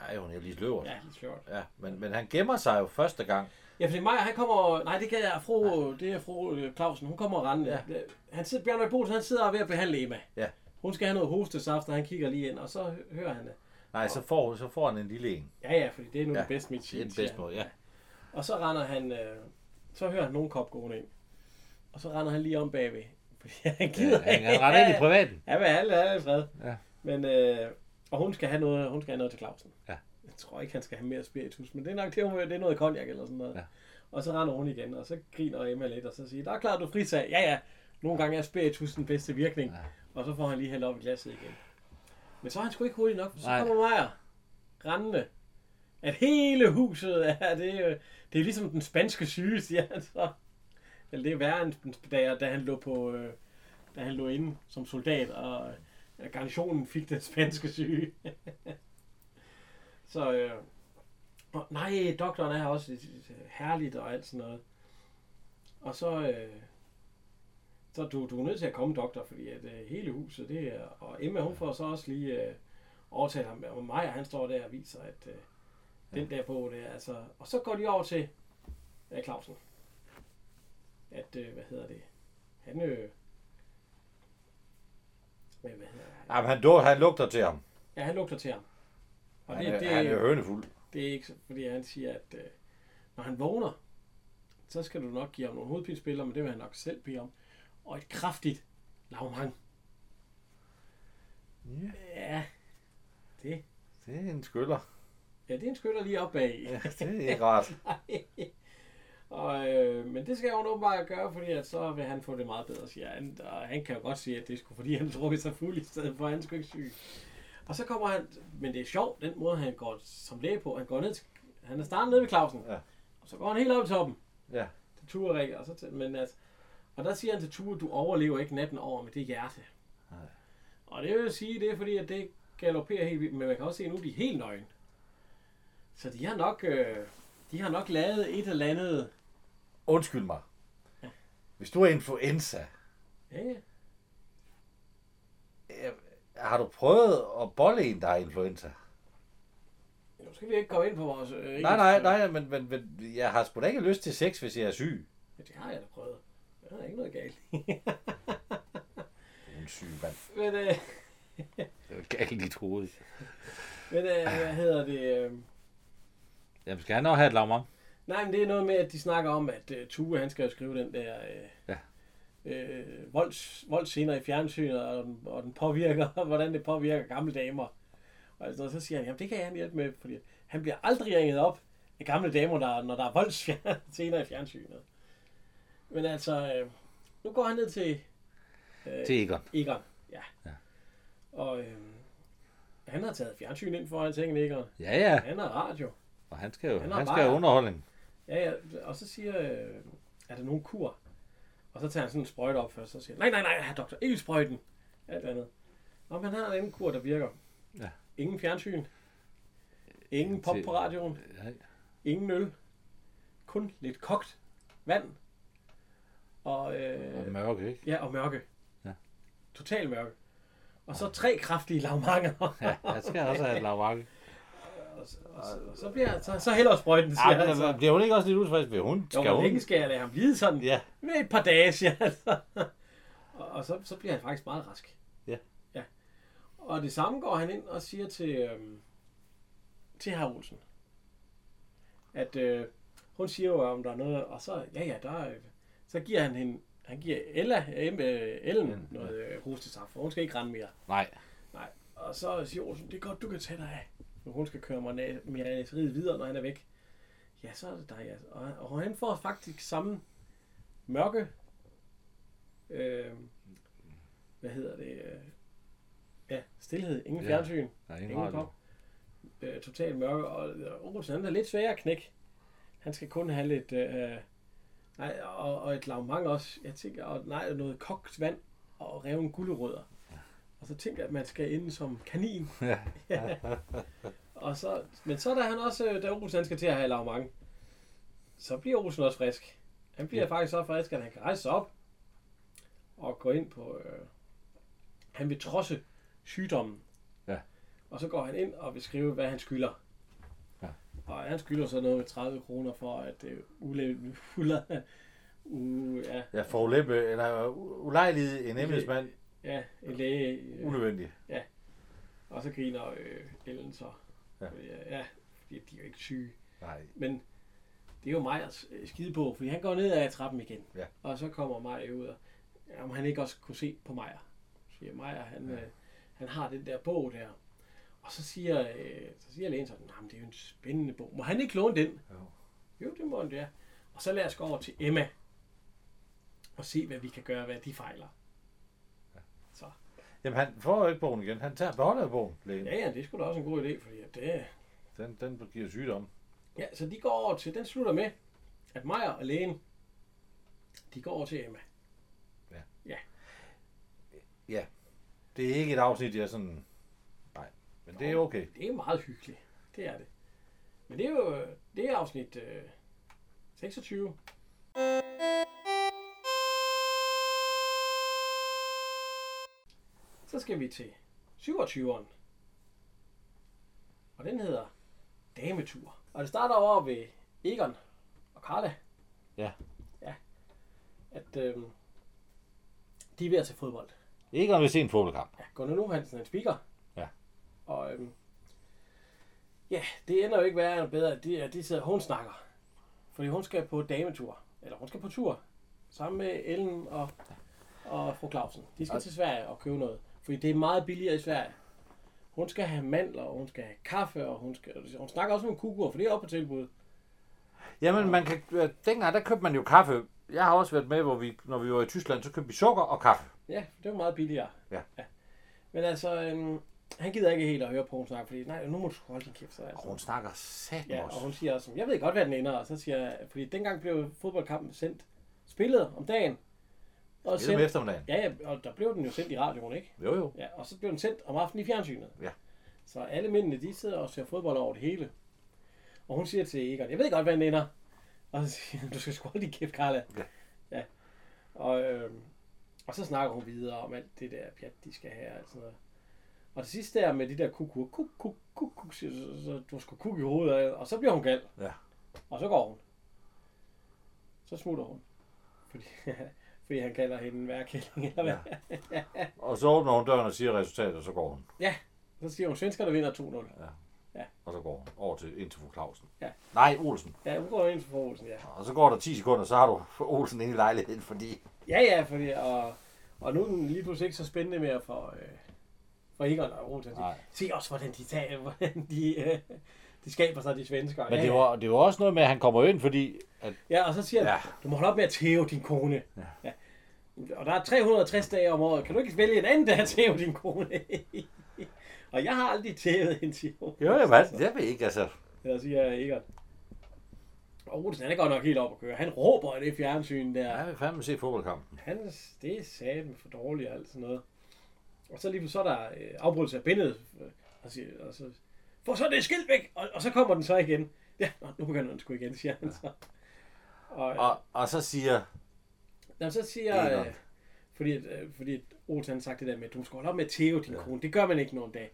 C: Ej, hun er jo lige løver.
A: Ja, lidt sjovt.
C: ja men, men han gemmer sig jo første gang.
A: Ja, fordi Maja, han kommer... Nej, det kan jeg. Fru, det er fru øh, Clausen. Hun kommer rendende. Ja. Han sidder, Bjørn Vejbolsen, han sidder og er ved at behandle Emma.
C: Ja.
A: Hun skal have noget hostesaft, og han kigger lige ind, og så hø- hører han det.
C: Nej, så får, så får han en lille en.
A: Ja, ja, fordi det er nu
C: Ja,
A: ja. det bedste medicin.
C: Det er den
A: siger
C: bedste måde, ja.
A: han. Og så render han... Øh, så hører han nogen kop gående ind. Og så render han lige om bagved. <laughs> Fordi han gider
B: Han, han render ind i privaten.
A: Ja, men alle er i fred.
B: Ja.
A: Men, øh, og hun skal have noget, hun skal have noget til Clausen.
B: Ja.
A: Jeg tror ikke, han skal have mere spiritus, men det er nok det, hun, vil- det er noget konjak eller sådan noget.
B: Ja.
A: Og så render hun igen, og så griner Emma lidt, og så siger, der klarer du frisag. Ja, ja, nogle gange er spiritus den bedste virkning. Ja. Og så får han lige hældt op i glasset igen. Men så er han sgu ikke hurtig nok, for så
B: Nej.
A: kommer Majer rendende. At hele huset er, <laughs> det, er jo- det er ligesom den spanske syge, siger han så. Eller det er værre end den, da, da han lå på, øh, da han lå inde som soldat, og øh, garnitionen fik den spanske syge. <laughs> så, øh, og, nej, doktoren er her også øh, herligt og alt sådan noget. Og så, øh, så du, du er nødt til at komme, doktor, fordi at, øh, hele huset, det er, og Emma, hun får så også lige øh, overtalt ham, og mig, han står der og viser, at øh, den der på, det er altså, og så går de over til øh, Clausen. At, øh, hvad hedder det, han, øh, hvad hvad hedder han?
C: Jamen, han, du, han lugter til ham.
A: Ja, han lugter til ham. Og
C: Han,
A: det,
C: er-
A: det,
C: han er jo hønefuld.
A: det er ikke så- fordi, han siger, at øh, når han vågner, så skal du nok give ham nogle hovedpinespiller, men det vil han nok selv bede om. Og et kraftigt lavmang.
C: Ja.
A: Ja,
C: Det er en skyller.
A: ja, det er en skytter lige op bag.
C: Ja, det er ikke rart.
A: Og, øh, men det skal hun åbenbart gøre, fordi at så vil han få det meget bedre, siger han. Og han kan jo godt sige, at det skulle fordi han <laughs> drukket sig fuld i stedet for, at han skulle ikke syg. Og så kommer han, men det er sjovt, den måde han går som læge på. Han går ned til, han er startet nede ved Clausen.
C: Ja.
A: Og så går han helt op i toppen.
C: Ja.
A: Til Ture, ikke? og så til, men altså, og der siger han til Ture, du overlever ikke natten over med det hjerte.
C: Nej.
A: Og det vil sige, det er fordi, at det galopperer helt vildt, men man kan også se nu, de er helt nøgne. Så de har nok, øh, de har nok lavet et eller andet,
C: Undskyld mig. Hvis du er influenza,
A: ja, ja,
C: øh, har du prøvet at bolle en, der er influenza?
A: Nu skal vi ikke komme ind på vores... Øh,
C: Nej, nej, nej, men, men, men jeg har sgu da ikke lyst til sex, hvis jeg er syg.
A: Ja, det har jeg da prøvet. Der er ikke noget galt. <laughs>
C: Du er en syg mand.
A: men, øh,
B: Det var galt i dit hoved.
A: men øh, hvad hedder det? Øh,
B: Jamen, skal han også have et lavmang?
A: nej, men det er noget med, at de snakker om, at øh, Tue, han skal jo skrive den der... Øh,
B: Ja.
A: Øh, volds, voldscener i fjernsynet, og den, og den påvirker, <laughs> hvordan det påvirker gamle damer. Og altså, så siger han, jamen det kan han hjælpe med, fordi han bliver aldrig ringet op af gamle damer, der, når der er <laughs> voldsscener i fjernsynet. Men altså, øh, nu går han ned til Øh,
B: Til Egon.
A: Egon, ja. ja. Og øh, han har taget fjernsyn ind foran sengen, Egon.
B: Ja, ja.
A: Han har radio.
B: Og han skal jo
A: Han
B: han
A: har
B: han skal jo
A: bajer.
B: underholdning.
A: Ja, ja. Og så siger, øh, er der nogen kur? Og så tager han sådan en sprøjte op først, og så siger han, nej, nej, nej, doktor, ikke sprøjten. Alt andet. Nå, men han har en kur, der virker.
B: Ja. Øh,
A: Ingen fjernsyn. Ingen pop på radioen.
B: Nej.
A: Ingen øl. Kun lidt kogt vand. Og, øh,
B: Og mørk, ikke?
A: ja, og mørke.
B: Ja.
A: Total mørke. Og så tre kraftige
B: <laughs>
A: lavmanger.
B: Ja, han skal også have
A: <laughs>
B: et lavvakke.
A: og, så, og, så, og så, bliver, så, så hælder sprøjten, siger
B: Ja,
A: han. så.
B: men bliver hun ikke også lidt utilfreds ved hun?
A: altså. Jo,
B: Skal
A: hvor
B: hun?
A: længe skal jeg lade ham vide sådan?
B: Ja,
A: Med et par dage, siger han så. <laughs> Og, og så, så bliver han faktisk meget rask.
B: Ja.
A: ja. Og det samme går han ind og siger til, øhm, til herr Olsen, at øh, hun siger jo, om der er noget, og så, ja, ja, der, øh, så giver han hende, han giver Ella, øh, øh, Ellen noget øh, hostesaft, for hun skal ikke rende mere.
B: nej.
A: Nej. Og så siger Olsen, det er godt, du kan tage dig af. Nu hun skal køre miraneriet videre, når han er væk. Ja, så er det dig, ja. Og, og han får faktisk samme mørke... Øh, hvad hedder det? Øh, ja, stillhed. Ingen
B: Ja.
A: fjernsyn.
B: Nej, ingen
A: Ingen
B: radio.
A: pop. Øh, total mørke. Og øh, Olsen, han er lidt sværere at knække. Han skal kun have lidt... Øh, nej, og, og et lavmang også. Jeg tænker, og, nej, noget kogt vand og revne gulerødder. Og så tænker jeg, at man skal ind som kanin.
B: Ja.
A: <laughs> og så, men så er der han også, øh, da Olsen han skal til at have lavmang, så bliver Olsen også frisk. Han bliver ja. faktisk så frisk, at han kan rejse sig op og gå ind på... Øh, han vil trodse sygdommen.
B: Ja.
A: Og så går han ind og vil skrive, hvad han skylder.
B: Ja.
A: Og han skylder så noget med 30 kroner for, at øh, ulev... Ula, u, ja,
C: Jeg får
B: øh,
C: ulempe, eller u- ulejlighed en embedsmand.
A: ja, en læge... øh,
C: Unødvendig.
A: Og så griner øh, Ellen så.
C: Ja.
A: Ja. ja, fordi de er jo ikke syge.
C: Nej.
A: Men det er jo Majers øh, skide på, fordi han går ned ad trappen igen.
C: Ja.
A: Og så kommer Majer ud, og ja, om han ikke også kunne se på Majer. Så siger Majer, han, ja. øh, han har den der bog der. Og så siger, øh, så siger lægen sådan, "Nå, men det er jo en spændende bog. Må han ikke låne den?
C: Jo.
A: Jo, det må han, ja. Og så lad os gå over til Emma og se, hvad vi kan gøre, hvad de fejler.
C: Jamen, han får jo ikke bogen igen. Han tager beholder jo bogen, lægen.
A: Ja, ja, det er sgu da også en god idé, fordi at det,
C: Den, den giver sygdom.
A: Ja, så de går over til, den slutter med, at Maja og lægen, de går over til Emma.
C: Det er ikke et afsnit, jeg sådan... Nej, men det er okay.
A: Det er meget hyggeligt. Det er det. Men det er jo, øh, det er afsnit øh, 26. Så skal vi til 27'eren. Og den hedder Dametur. Og det starter over ved Egon og Karla.
B: Ja.
A: Ja. At øh, de er ved at tage fodbold.
B: Ikke om vi ser en fodboldkamp.
A: Gunnar Nu Hansen er en speaker.
B: Ja.
A: Og øhm, ja, det ender jo ikke værre eller bedre, at de, at de sidder, hun snakker. Fordi hun skal på dametur. Eller hun skal på tur. Sammen med Ellen og, og fru Clausen. De skal til Sverige og købe noget. Fordi det er meget billigere i Sverige. Hun skal have mandler, og hun skal have kaffe, og hun, skal, hun snakker også om kukur, for det er oppe på tilbud.
B: Jamen, man kan, øh, dengang, der købte man jo kaffe. Jeg har også været med, hvor vi, når vi var i Tyskland, så købte vi sukker og kaffe.
A: Ja, det var meget billigere.
B: Ja.
A: ja. Men altså, øhm, han gider ikke helt at høre på, hun snakker, fordi nej, nu må du holde din kæft. Så, altså.
B: Og hun snakker sat
A: Ja, og
B: også.
A: hun siger også, jeg ved godt, hvad den ender. Og så siger jeg, fordi dengang blev fodboldkampen sendt, spillet om dagen. Og
C: Det er om eftermiddagen.
A: ja, ja, og der blev den jo sendt i radioen, ikke?
B: Jo, jo.
A: Ja, og så blev den sendt om aftenen i fjernsynet.
B: Ja.
A: Så alle mændene, de sidder og ser fodbold over det hele. Og hun siger til Egon, jeg ved godt, hvad den ender. Og så siger han, du skal sgu holde din kæft, Carla.
B: Ja.
A: ja. Og, øhm, og så snakker hun videre om alt det der pjat, de skal have og alt sådan noget. Og det sidste der med de der kukur, kuk, kuk, kuk, kuk, siger, så, så, du skal kuk i hovedet af, og så bliver hun gal.
B: Ja.
A: Og så går hun. Så smutter hun. Fordi, <laughs> fordi han kalder hende værkælling, eller hvad?
B: Ja.
A: Ja.
B: Og så åbner hun døren og siger resultatet, og så går hun.
A: Så siger hun, svenskerne vinder 2-0.
B: Og så går hun over til, ind til fru Clausen.
A: Ja.
B: Nej, Olsen.
A: Ja, hun går ind til fru Olsen, ja.
B: Og så går der 10 sekunder, så har du Olsen inde i lejligheden, fordi...
A: Ja, ja, fordi, og, og nu er den lige pludselig ikke så spændende mere for, øh, for Egon og Rosen.
B: Nej.
A: Se også, hvordan de, tager, <laughs> hvordan de, øh, de skaber sig, de svensker.
B: Men
A: ja,
B: det
A: ja.
B: var, det var også noget med, at han kommer ind, fordi... At,
A: ja, og så siger han,
B: Ja.
A: ja. du må holde op med at tæve din kone. Ja. ja. Og der er 360 dage om året. Kan du ikke vælge en anden dag at tæve din kone? <laughs> og jeg har aldrig tævet hende, siger hun.
B: jo, jeg, hvad? jeg ved ikke, altså.
A: Eller siger Egon. Og Olsen, han er godt nok helt op at køre. Han råber i det fjernsyn der.
B: Jeg vil fandme se fodboldkampen.
A: Hans, det er satme for dårligt og alt sådan noget. Og så lige pludselig, så er der øh, afbrydelse af bindet, øh, og, siger, og så for så er det skilt væk, og, og så kommer den så igen. Ja, nå, nu begynder den sgu igen, siger han så. Og, og
C: Og, og så siger...
A: jamen, så siger
C: Egon.
A: øh, fordi, at, øh, fordi at Ota han sagt det der med, du skal holde op med at tæve din kone, det gør man ikke nogen dag.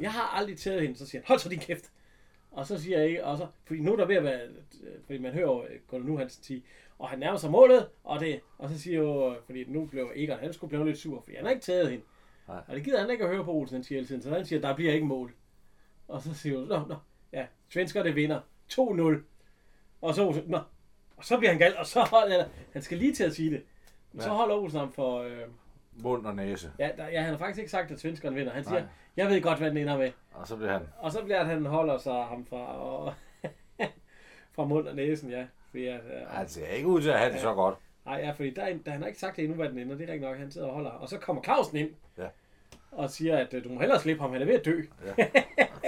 A: Jeg har aldrig tævet hende, så siger han, hold så din kæft. Og så siger jeg ikke, og så, fordi nu er der ved at være, øh, fordi man hører jo øh, Gunnar nu Hansen sige, og han nærmer sig målet, og det, og så siger jo, øh, fordi nu blev Egon, han skulle blive lidt sur, fordi han har ikke taget hende.
C: Nej.
A: Og det gider han ikke at høre på Olsen, han siger hele tiden, så han siger, der bliver ikke mål. Og så siger hun, nå, nå, ja, svensker det vinder, 2-0. Og så Olsen, nå, og så bliver han gal, og så holder han, han skal lige til at sige det. Men så holder Olsen ham for, øh,
C: Mund og næse.
A: ja, der, ja, han har faktisk ikke sagt, at svenskeren vinder. Han siger,
C: Nej.
A: jeg ved godt, hvad den ender med.
C: Og så bliver han...
A: Og så bliver det, at han holder sig ham fra, og <laughs> fra mund og næsen, ja. Fordi, at, øh,
C: Han ser ikke ud til at have det så godt.
A: nej, ja, fordi der, er en- der, han har ikke sagt det endnu, hvad den ender. Det er rigtigt nok, han sidder og holder. Og så kommer Clausen ind
C: Ja.
A: og siger, at øh, du må hellere slippe ham, han er ved at dø. Ja.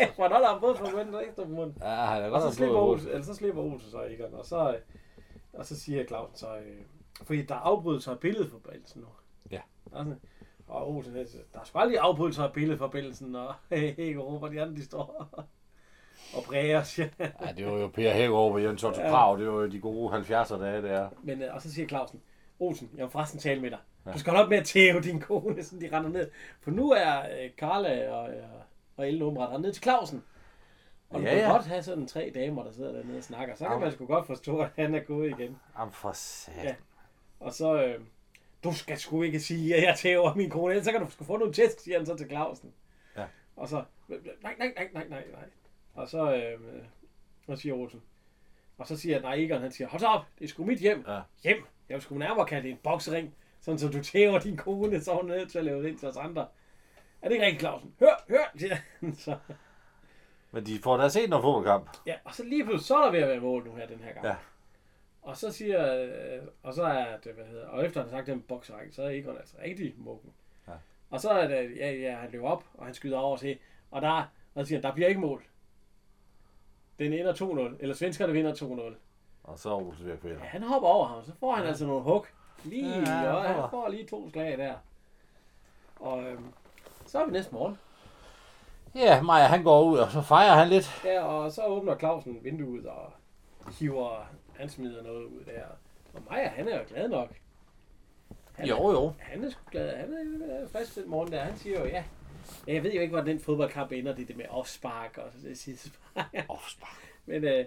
A: <laughs> For han holder ham både på munden og ikke på munden.
B: Ja, han er
A: Og
B: godt
A: så
B: nok blod i
A: slipper
B: hovedet.
A: Olsen, eller så slipper Olsen så Egon, og så, øh, og så siger Clausen så, øh, fordi der er afbrydelser af billedforbindelsen nu.
B: Ja.
A: Der er sådan, og Olsen, han siger, der er sgu aldrig afbrydelser af billedforbindelsen, og <laughs> Egon råber, de andre de står <laughs> og- og bræger, siger han.
B: Ja, det var jo Per Hækkerup og Jens Otto
A: Ja.
B: Krav. Det var jo de gode 70'er dage, det er.
A: Men, øh, og så siger Clausen, Olsen, jeg vil forresten tale med dig. Du skal holde op med at tæve din kone, sådan de render ned. For nu er øh, Carla og, øh, og Ellen Umrat render ned til Clausen. Og du
C: Ja,
A: kan
C: ja.
A: godt have sådan tre damer, der sidder dernede og snakker. Så kan man sgu godt forstå, at han er gået igen.
C: Jamen for
A: Ja.
C: satan.
A: Og så, øh, du skal sgu ikke sige, at jeg tæver min kone, ellers så kan du sgu få nogle tæsk, siger han så til Clausen.
C: Ja.
A: Og så, nej, nej, nej, nej, nej, nej. Og så, øh, og siger Olsen. Og så siger jeg, nej, Egon, han siger, hold så op, det er sgu mit hjem.
C: Ja.
A: Hjem? Jeg vil sgu nærmere kalde det en boksering, sådan så du tæver din kone, så er hun er nødt til at lave det ind til os andre. Er det ikke rigtigt, Clausen? Hør, hør, siger han så.
C: Men de får da set noget fodboldkamp.
A: Ja, og så lige pludselig, så er der ved at være mål nu her den her gang.
C: Ja.
A: Og så siger, øh, og så er det, hvad hedder, og efter han har sagt den boksering, så er Egon altså rigtig mukken.
C: Ja.
A: Og så er det, ja, ja, han løber op, og han skyder over til, og der, og så siger han, der bliver ikke mål. Den ender 2-0, eller svenskerne vinder 2-0.
C: Og så er Olsen ved at
A: Ja,
C: kvælde.
A: han hopper over ham, så får han ja. altså nogle hug. Lige,
C: Ja,
A: ja,
C: han
A: han,
C: hopper.
A: han får lige to slag der. Og øhm, så er vi næste morgen.
B: Ja, Maja, han går ud, og så fejrer han lidt.
A: Ja, og så åbner Clausen vinduet og hiver, han smider noget ud der. Og Maja, han er jo glad nok. Han,
B: Jo, jo.
A: Han er sgu glad. Han er øh, frisk den morgen der. Han siger jo, ja, ja, jeg ved jo ikke, hvordan den fodboldkamp ender. Det er det med offspark og det sidste <laughs> spark.
B: Offspark.
A: Men, øh,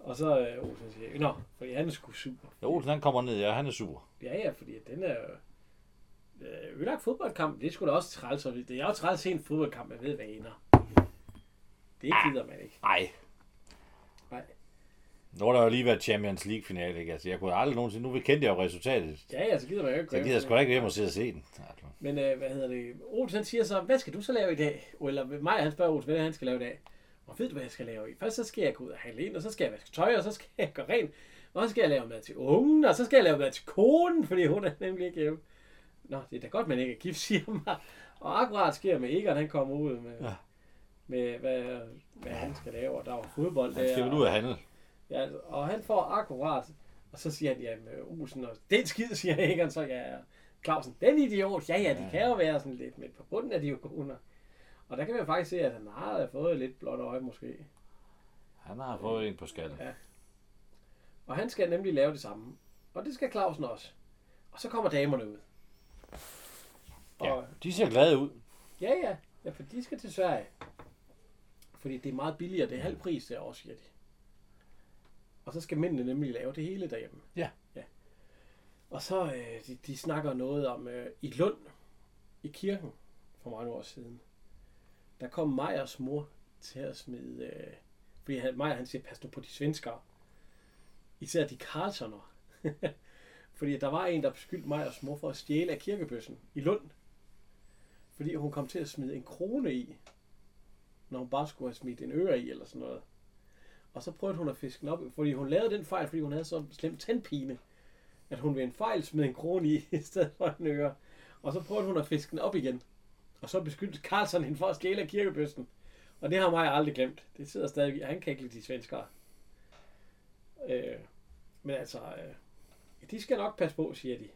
A: og så øh, Olsen siger, jeg, nå, fordi han er sgu super.
B: Ja, Olsen, han kommer ned, ja, han er sur.
A: Ja, ja, fordi at den er jo... Øh, Ødelagt fodboldkamp, det skulle da også træls. og Det er jo træls at se en fodboldkamp, jeg ved, hvad ender. Det gider man ikke.
B: Nej.
A: Nej.
B: Nu har der jo lige været Champions League-finale, ikke? Altså, jeg kunne aldrig nogensinde... Nu ved- kendte jeg jo resultatet.
A: Ja, ja, så gider man jo ikke.
B: Så jeg gider sgu da ikke hjem og sidde og se den. Altså,
A: Men øh, hvad hedder det? Olsen han siger så, hvad skal du så lave i dag? Eller mig, han spørger Olsen, hvad er det, han skal lave i dag? Og ved du, hvad jeg skal lave i? Først så skal jeg gå ud og handle ind, og så skal jeg vaske tøj, og så skal jeg gøre rent. Og så skal jeg lave mad til ungen, og så skal jeg lave mad til konen, fordi hun er nemlig ikke hjemme. Nå, det er da godt, man ikke er gift, siger mig. Og akkurat sker med Egon, han kommer ud med, ja. med hvad, hvad han skal lave, og der var fodbold
B: Han skal
A: der.
B: vel ud og handle.
A: Ja, altså, og han får akkurat, og så siger han, jamen øh, Olsen, og den skid, siger Egon, så ja, Clausen, den idiot, ja, ja, de kan jo være sådan lidt, men på bunden er de jo gode nok. Og der kan man faktisk se, at han har fået lidt blåt øje måske.
B: Han har fået en på skallen.
A: Ja. Og han skal nemlig lave det samme. Og det skal Clausen også. Og så kommer damerne ud. Og,
B: Ja. De ser glade ud.
A: Ja, ja. Ja, for de skal til Sverige. Fordi det er meget billigere. Det er halv pris derovre, siger de. Og så skal mændene nemlig lave det hele derhjemme.
B: Ja.
A: ja. Og så øh, de, de snakker noget om øh, i Lund, i kirken, for mange år siden. Der kom Majers mor til at smide... Øh, fordi han, Majer, han siger, pas nu på de svenskere. Især de Karlssoner. <laughs> fordi der var en, der beskyldte Majers mor for at stjæle af kirkebøssen i Lund fordi hun kom til at smide en krone i, når hun bare skulle have smidt en øre i eller sådan noget. Og så prøvede hun at fiske den op, fordi hun lavede den fejl, fordi hun havde så slem tandpine, at hun ved en fejl smed en krone i, <laughs> i stedet for en øre. Og så prøvede hun at fiske den op igen. Og så beskyldte Carlson hende for at stjæle af kirkebøsten. Og det har mig aldrig glemt. Det sidder stadig, han kan ikke lide de svenskere. Øh, men altså, øh, de skal nok passe på, siger de.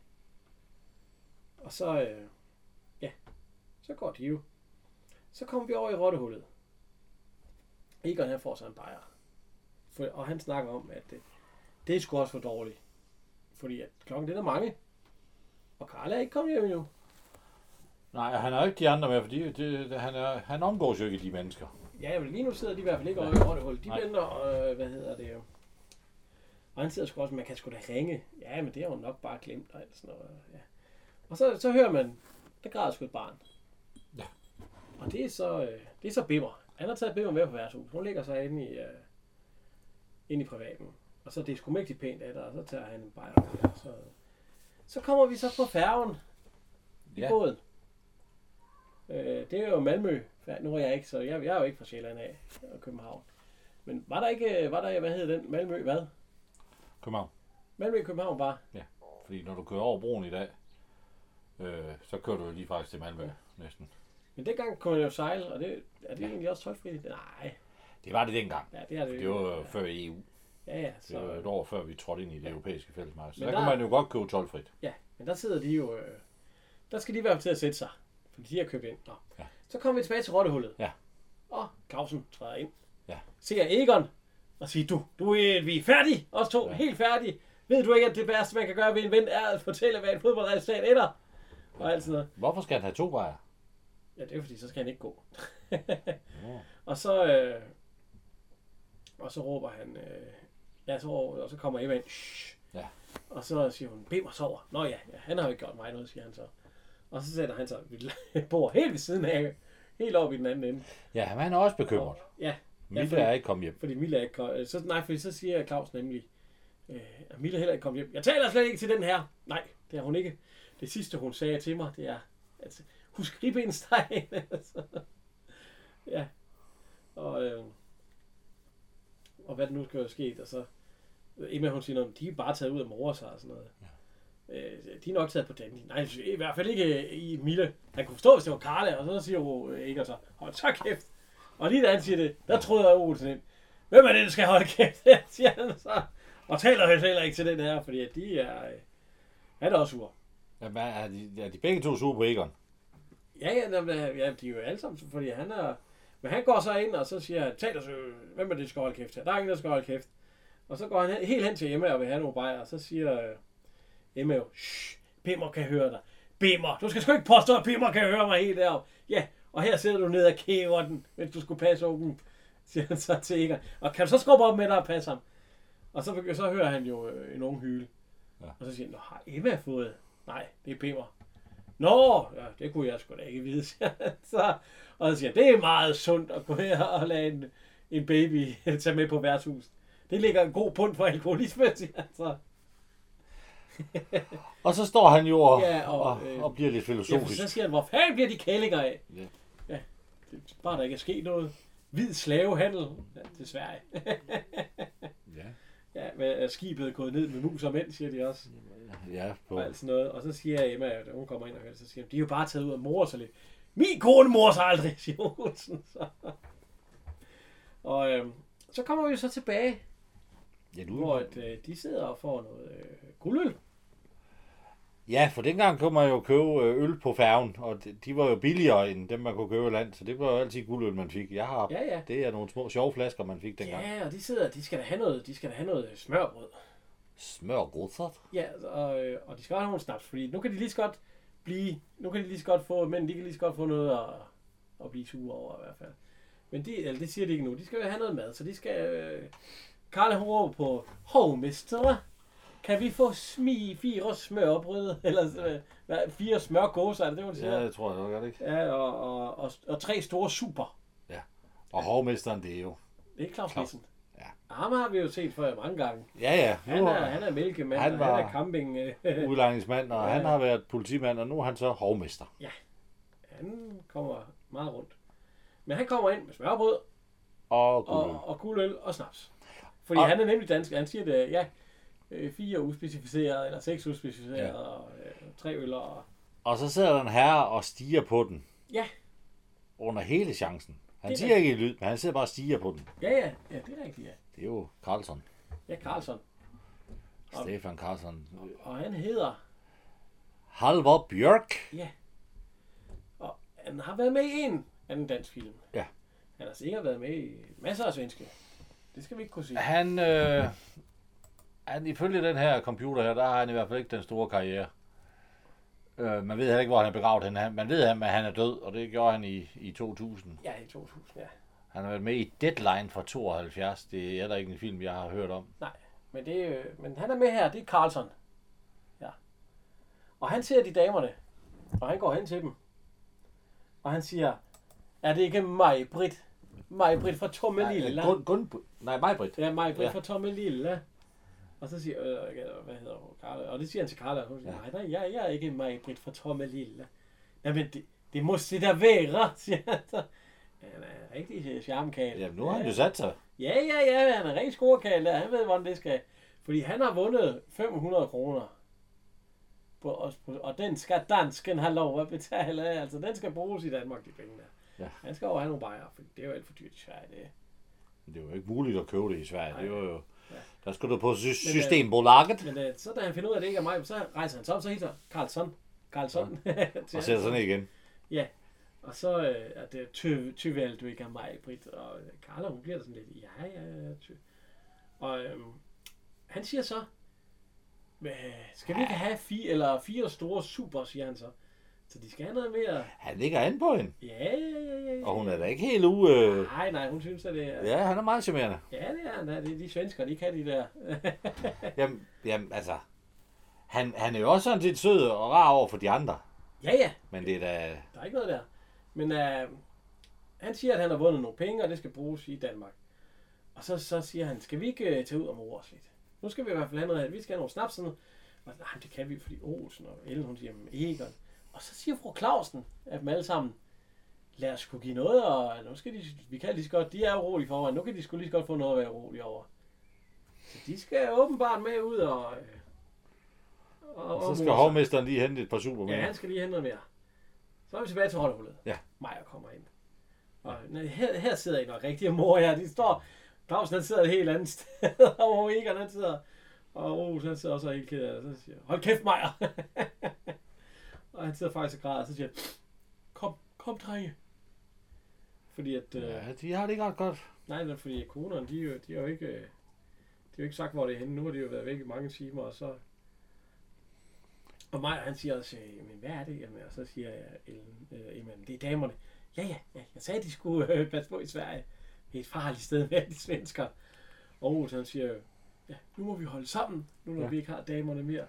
A: Og så, øh, så går de jo. Så kommer vi over i rottehullet. Egon han får sig en bajer. For, og han snakker om, at det, det er sgu også for dårligt. Fordi at klokken den er mange. Og Karl er ikke kommet hjem endnu.
B: Nej, han har jo ikke de andre med, fordi det, det, han, er, han omgås jo ikke de mennesker.
A: Ja, men lige nu sidder de i hvert fald ikke over i Rottehul. De
B: Nej.
A: venter, øh, hvad hedder det jo. Og han sidder sgu også, man kan sgu da ringe. Ja, men det har hun nok bare glemt, og alt sådan noget. Ja. Og så, så hører man, der græder sgu et barn.
B: Ja.
A: Og det er så, øh, det er så Bimmer. Han har taget Bimmer med på værtshus. Hun ligger sig inde i, øh, inde i privaten. Og så er det sgu mægtigt pænt af dig, og så tager han en bajer. Og så, så kommer vi så på færgen i
B: Ja.
A: båden. Øh, det er jo Malmø. Ja, Nu er jeg ikke, så jeg, jeg er jo ikke fra Sjælland af og København. Men var der ikke, øh, var der, hvad hed den? Malmø hvad?
B: København.
A: Malmø København var.
B: Fordi når du kører over broen i dag, øh, så kører du jo lige faktisk til Malmø næsten.
A: Men dengang kunne man jo sejle, og det, er det egentlig også toldfrit? Nej,
B: Det var det dengang.
A: ja, det er det jo.
B: Det var jo før EU.
A: Ja, ja,
B: Det var
A: så,
B: et år før vi trådte ind i det europæiske fællesmarked. Så
A: Men
B: der,
A: der-
B: kunne man jo godt købe tolvfrit.
A: ja. Men der sidder de jo, øh, der skal de være til at sætte sig, fordi de har købt ind. Nå.
B: Ja.
A: Så kommer vi tilbage til rottehullet.
B: Ja.
A: Og Clausen træder ind.
B: Ja.
A: Ser Egon og siger, du, du er, vi er færdige, os to, ja. helt færdige. Ved du ikke, at det bedste, man kan gøre ved en ven, er at fortælle, hvad en fodboldresultat ender? Og alt sådan noget.
B: Hvorfor skal han have to bajer?
A: Ja, det er fordi, så skal han ikke gå. og så... Øh, og så råber han... Øh, ja, så råber, og så kommer Eva ind. Shh.
B: Ja.
A: Og så siger hun, bed mig sover. Nå ja, ja, han har jo ikke gjort mig noget, siger han så. Og så sætter han sig ved <laughs> et bord helt ved siden af. Helt oppe i den anden ende.
B: Ja, men han er også bekymret.
A: Ja,
B: Mille
A: fordi-
B: er ikke kommet hjem.
A: fordi Mille er ikke kom, øh, så, Nej, fordi så siger Claus nemlig, øh, at Mille heller ikke kom hjem. Jeg taler slet ikke til den her. Nej, det er hun ikke. Det sidste, hun sagde til mig, det er, at husk ribbensteg. <laughs> altså. ja. Og, øh, og hvad der nu skal jo ske, og så Emma, hun siger, at de er bare taget ud af mor sig og sådan noget. Øh, de er nok taget på den. Nej, i hvert fald ikke øh, i Mille. Han kunne forstå, hvis det var Karla, og så siger hun øh, ikke, og så, hold så kæft. Og lige da han siger det, der troede jeg Olsen ind. Hvem er det, der skal holde kæft? <laughs> siger han så. Og taler helt heller ikke til den her, fordi at de er... øh, Han er også sur.
B: Jamen, er de, er de begge to sure på Egon?
A: Ja, ja, jamen, øh, ja, de er jo alle sammen, fordi han er... Men han går så ind, og så siger han, taler så, hvem er det, der skal holde kæft her? Der er ingen, der skal holde kæft. Og så går han hen- helt hen til Emma og vil have nogle bajer, og så siger øh, Emma jo, shh, Bimmer kan høre dig. Bimmer, du skal sgu ikke påstå, at Bimmer kan høre mig helt deroppe. Ja, og her sidder du nede og kæver den, mens du skulle passe åben, siger han så til Egon. Og kan du så skubbe op med dig og passe ham? Og så, begy- så hører han jo øh, en ung hyle.
B: Ja.
A: Ja. Og så siger han, nå, har Emma fået? Nej, det er Bimmer. Nå, ja, det kunne jeg sgu da ikke vide, siger han så. Og så siger han, det er meget sundt at gå her og lade en, en baby tage med på værtshus. Det ligger en god pund for alkoholisme, siger han så.
B: Og så står han jo og,
A: Ja,
B: ja,
A: og,
B: og, og,
A: øh,
B: og bliver lidt
A: Ja, for
B: filosofisk.
A: så siger han, hvor fanden bliver de kællinger af?
B: Ja.
A: ja det, bare der ikke er sket noget. Hvid slavehandel ja, til Sverige.
B: Ja,
A: <laughs> ja, men er skibet gået ned med mus og mænd, siger de også.
B: ja på,
A: og alt sådan noget. Og så siger Emma, at hun kommer ind og hører det, så siger hun, de er jo bare taget ud og morer sig lidt. Min kone morer sig aldrig, <laughs> siger Olsen. Så. Og øhm, så kommer vi så tilbage,
B: ja,
A: hvor
B: du,
A: at, øh, de sidder og får noget øh, guldøl.
B: ja, for dengang kunne man jo købe øh, øl på færgen, og de, de var jo billigere end dem, man kunne købe i land, så det var jo altid guldøl, man fik. Jeg har,
A: Ja, ja.
B: Det er nogle små sjove flasker, man fik dengang.
A: Ja, og de sidder, de skal da have noget, de skal da have noget smørbrød.
B: Smør godtert.
A: Ja, og, øh, og de skal også have nogle snaps, fordi nu kan de lige så godt blive, nu kan de lige så godt få, men de kan lige så godt få noget at, at blive sure over i hvert fald. Men de, eller det siger de ikke nu, de skal have noget mad, så de skal, øh, Karla hun råber på, hov mister, kan vi få smi fire smørbrød, <laughs> eller sådan, hvad, fire smørgåser, er det det hun
B: Ja,
A: siger?
B: det tror jeg nok, er det ikke?
A: Ja, og, og, og, og tre store super.
B: Og hovmesteren, det er jo.
A: Det er Claus
B: Claus.
A: Nissen.
B: Ja.
A: Ham har vi jo set før mange gange.
B: Ja, ja.
A: Han
B: Nu
A: er,
B: er
A: han er mælkemand,
B: han
A: han,
B: var-
A: han er camping. <laughs> øh,
B: udlejningsmand, og
A: Ja.
B: han har været politimand, og nu er han så hovmester.
A: han kommer meget rundt. Men han kommer ind med smørbrød
B: Og guldøl.
A: og, og guldøl og snaps. Fordi
B: Mm. Og-
A: og... han er nemlig dansk. Han siger det, ja, øh, fire uspecificerede, eller seks uspecificerede,
B: Ja.
A: ja. og øh, tre øl og...
B: Og så sidder der en herre og stiger på den.
A: Ja.
B: Under hele chancen. Han
A: Det er
B: siger ikke i lyd, men han sidder bare og stiger på den.
A: Ja, ja, ja, det er rigtigt, ja.
B: Det er jo Carlson.
A: Ja, Karlsson. Og-
B: Stefan Carlson.
A: Og han hedder...
B: Halvor Bjørk.
A: Han har været med i en anden dansk film.
B: Ja.
A: Han har sikkert været med i masser af svenske. Det skal vi ikke kunne sige.
B: Han, øh, han, ifølge den her computer her, der har han i hvert fald ikke den store karriere. Øh, man ved heller ikke, hvor han er begravet henne. Han- Man ved, at han er død, og det gjorde han i, i 2000.
A: Ja, i 2000, ja.
B: Han har været med i Deadline fra 72. Det er heller ikke en film, jeg har hørt om.
A: Nej, men, det, øh, men han er med her, det er Carlson. Ja. Og han ser de damerne, og han går hen til dem. Og han siger, er det ikke mig, Britt? Mig, Britt fra Tomme Lilla.
B: Gun, Gun, nej, mig, Britt.
A: Ja, mig, Britt
B: Ja.
A: ja. fra Tomme Lilla. Og så siger, øh, øh, hvad hedder hun, Carla? Og det siger han til Carla, og hun siger, nej, nej, jeg, jeg er ikke mig, Britt fra Tomme Lilla. Jamen, det, det må det da være, <laughs> siger han så. Han er rigtig øh, charmekagel.
B: Jamen, nu har han jo sat sig.
A: Ja, ja, ja, han er rigtig scorekald, og han ved, hvordan det skal. Fordi han har vundet 500 kroner. På, og, og den skal dansken have lov at betale. Altså, den skal bruges i Danmark, de penge der.
B: Ja.
A: Ja. Han skal over have nogle bajere, for det er jo alt for dyrt i Sverige, det.
B: Men Det var jo ikke muligt at købe det i Sverige. Det var jo...
A: Ja.
B: Der skulle du på sy-
A: øh,
B: systembolaget
A: Men øh, så da han finder ud af, at det ikke er mig, så rejser han sig op, så hedder Carlson. Carlson. <laughs>
B: og sætter sådan ned igen.
A: Ja, og så øh, er det ty- tyvel, du ikke er mig, Britt. Og øh, Carla, hun bliver da sådan lidt, ja, ja, ja. Ty. Og øhm, han siger så, "Øh, skal vi ikke have fire, eller fire store super, siger han så. Så de skal have noget mere.
B: Han ligger an på hende,
A: Ja, ja, ja, ja, ja.
B: og hun er da ikke helt ude. Øh...
A: Nej, nej, hun synes, at det er... Ja,
B: Ja, han er meget charmerende.
A: det er han. da. Det er de svensker, de kan de der. <laughs>
B: Jamen, jamen altså, han, han er jo også sådan set sød og rar over for de andre.
A: ja, ja,
B: Men det er da...
A: Der er ikke noget der. Men øh, han siger, at han har vundet nogle penge, og det skal bruges i Danmark. Og så, så siger han, skal vi ikke øh, tage ud og more os lidt? Nu skal vi i hvert fald have noget af det. Vi skal have nogle snaps. Og, sådan noget." og nej, men det kan vi, fordi Olsen og Ellen, hun siger, "Men Egon. Og så siger fru Clausen, at dem alle sammen, lad os skulle give noget, og nu skal de, vi kan lige så godt, de er urolige forvejen, nu kan de skulle lige så godt få noget at være urolige over. Så de skal åbenbart med ud og... øh, og,
B: Så
A: og
B: skal
A: more sig.
B: hovmesteren lige hente et par super
A: Ja,
B: mere.
A: han skal lige hente noget mere. Så er vi tilbage til rollehullet.
B: Ja.
A: Maja kommer ind. Og nej, her, her sidder I nok rigtig mor her. De står... Clausen han sidder et helt andet sted, <laughs> og Egon han sidder... Og Rose han sidder også helt ked af det. Så siger jeg, hold kæft Maja! <laughs> og han sidder faktisk og græder, og så siger jeg, kom, kom drenge. Fordi at... Øh,
B: Ja, de har det ikke ret godt.
A: Nej, det er fordi konerne, de, er jo- de har jo ikke... øh, De har jo ikke sagt, hvor det er henne. Nu har de jo været væk i mange timer, og så... Og Maja, han siger også, øh, men hvad er det? Jamen, og så siger jeg, Ellen, øh, jamen, det er damerne. Ja, ja, ja, jeg sagde, at de skulle øh, passe på i Sverige. Det er et farligt sted med alle de svensker. Og Olsen, han siger, jo, ja, nu må vi holde sammen, nu når ja. vi ikke har damerne mere.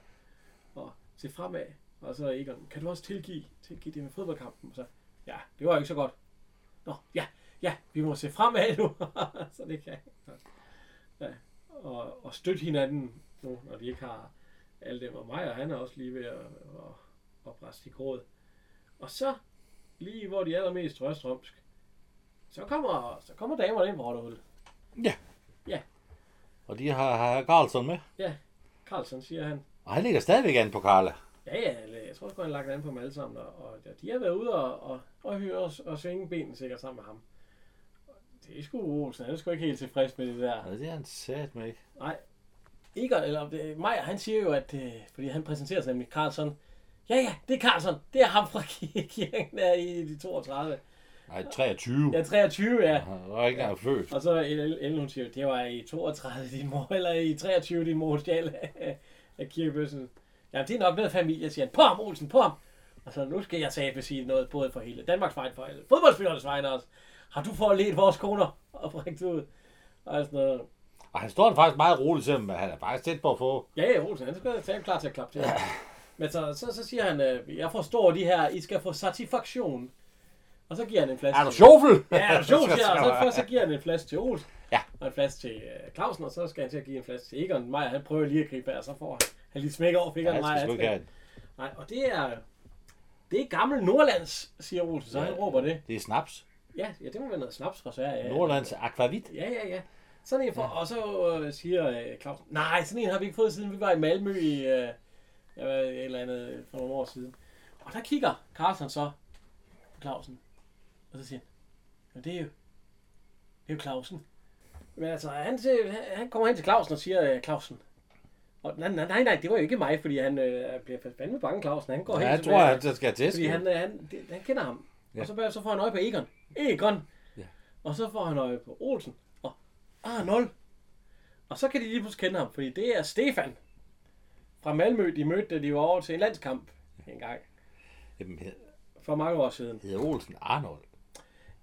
A: Og se fremad. Og så Egon, kan du også tilgive, tilgive det med fodboldkampen? Og så, ja, det var jo ikke så godt. Nå, ja, ja, vi må se fremad nu. <laughs> så det kan jeg. ja. og, og støtte hinanden nu, når de ikke har alle dem og mig, og han er også lige ved at, at, at presse i gråd. Og så, lige hvor de er allermest røstrømsk, så kommer, så kommer damerne ind på Rottehul.
B: Og de har, har Carlson med.
A: Carlsen siger han,
B: Og han ligger stadigvæk an på Carla.
A: ja ja, eller jeg tror sgu han har lagt an på dem alle sammen, og, og de har været ude og, og, og høre os og svinge benene sikkert sammen med ham. Det er sgu Olsen, han er sgu ikke helt tilfreds med det der.
B: Og det er han sat med ikke.
A: Egon, eller øh, Maja, han siger jo, at, øh, fordi han præsenterer sig nemlig Carlson, ja ja, det er Carlson, det er ham fra <laughs> kirken der i de 32.
B: Nej, 23.
A: Ja, 23, ja.
B: Han var ikke engang født.
A: Og så Ellen, Ellen, hun siger, det var i 32, din mor, eller i 23, din mor <laughs> stjal af- af kirkebøssen. Jamen, det er nok noget familie, siger han. På ham, Olsen, på ham! Og så, nu skal jeg sagde sige noget, både for hele Danmarks vegne, for alle fodboldspillernes vegne også. Har du forlet vores koner? Og bringt ud. Og sådan noget.
B: Og han står der faktisk meget roligt, selvom han er faktisk tæt på at få.
A: Ja, ja, Olsen, han skal tage klar til at klappe til. Ja. Men så, så, så siger han, øh, jeg forstår de her, I skal få satisfaktion. Og så giver han en flaske.
B: Er du sjofel?
A: Ja, er du sjov, siger jeg.
B: <laughs>
A: Og så først så giver han en flaske til Ols.
B: Ja.
A: Og en flaske til øh, Clausen, og så skal han til at give en flaske til Egon. Maja, han prøver lige at gribe af, og så får han, han lige smækker over
B: Ja,
A: fingeren.
B: han
A: Maja,
B: skal sgu ikke have den.
A: Nej, og det er... Det er gammel Nordlands, siger Olsen, så
B: Ja.
A: han råber det.
B: Det er snaps.
A: Ja, ja, det må være noget snaps fra Sverige. ja.
B: Nordlands akvavit.
A: Ja, ja, ja. Sådan en for, og så øh, siger øh, Claus, nej, sådan en har vi ikke fået, siden vi var i Malmø i øh, jeg ved, et eller andet øh, for nogle år siden. Og der kigger Carlsen så på Clausen, og så siger han, men det er jo, det er jo Clausen. Men altså, han, til, han- han kommer hen til Clausen og siger, øh, Clausen, og nej, nej, nej, nej, det var jo ikke mig, fordi han øh, bliver fandme bange, Clausen. Han går
B: Ja,
A: hen
B: jeg
A: til-
B: tror, at der skal
A: fordi
B: tæske.
A: han, øh, han, det- han kender ham. Ja.
B: Ja.
A: Og så, bør- så får han øje på Egon. Egon!
B: Ja.
A: Og så får han øje på Olsen og Arnold. Og så kan de lige pludselig kende ham, fordi det er Stefan fra Malmø, de mødte, da de var over til en landskamp en gang
B: Jamen, hed-
A: for mange år siden.
B: hedder Olsen Arnold.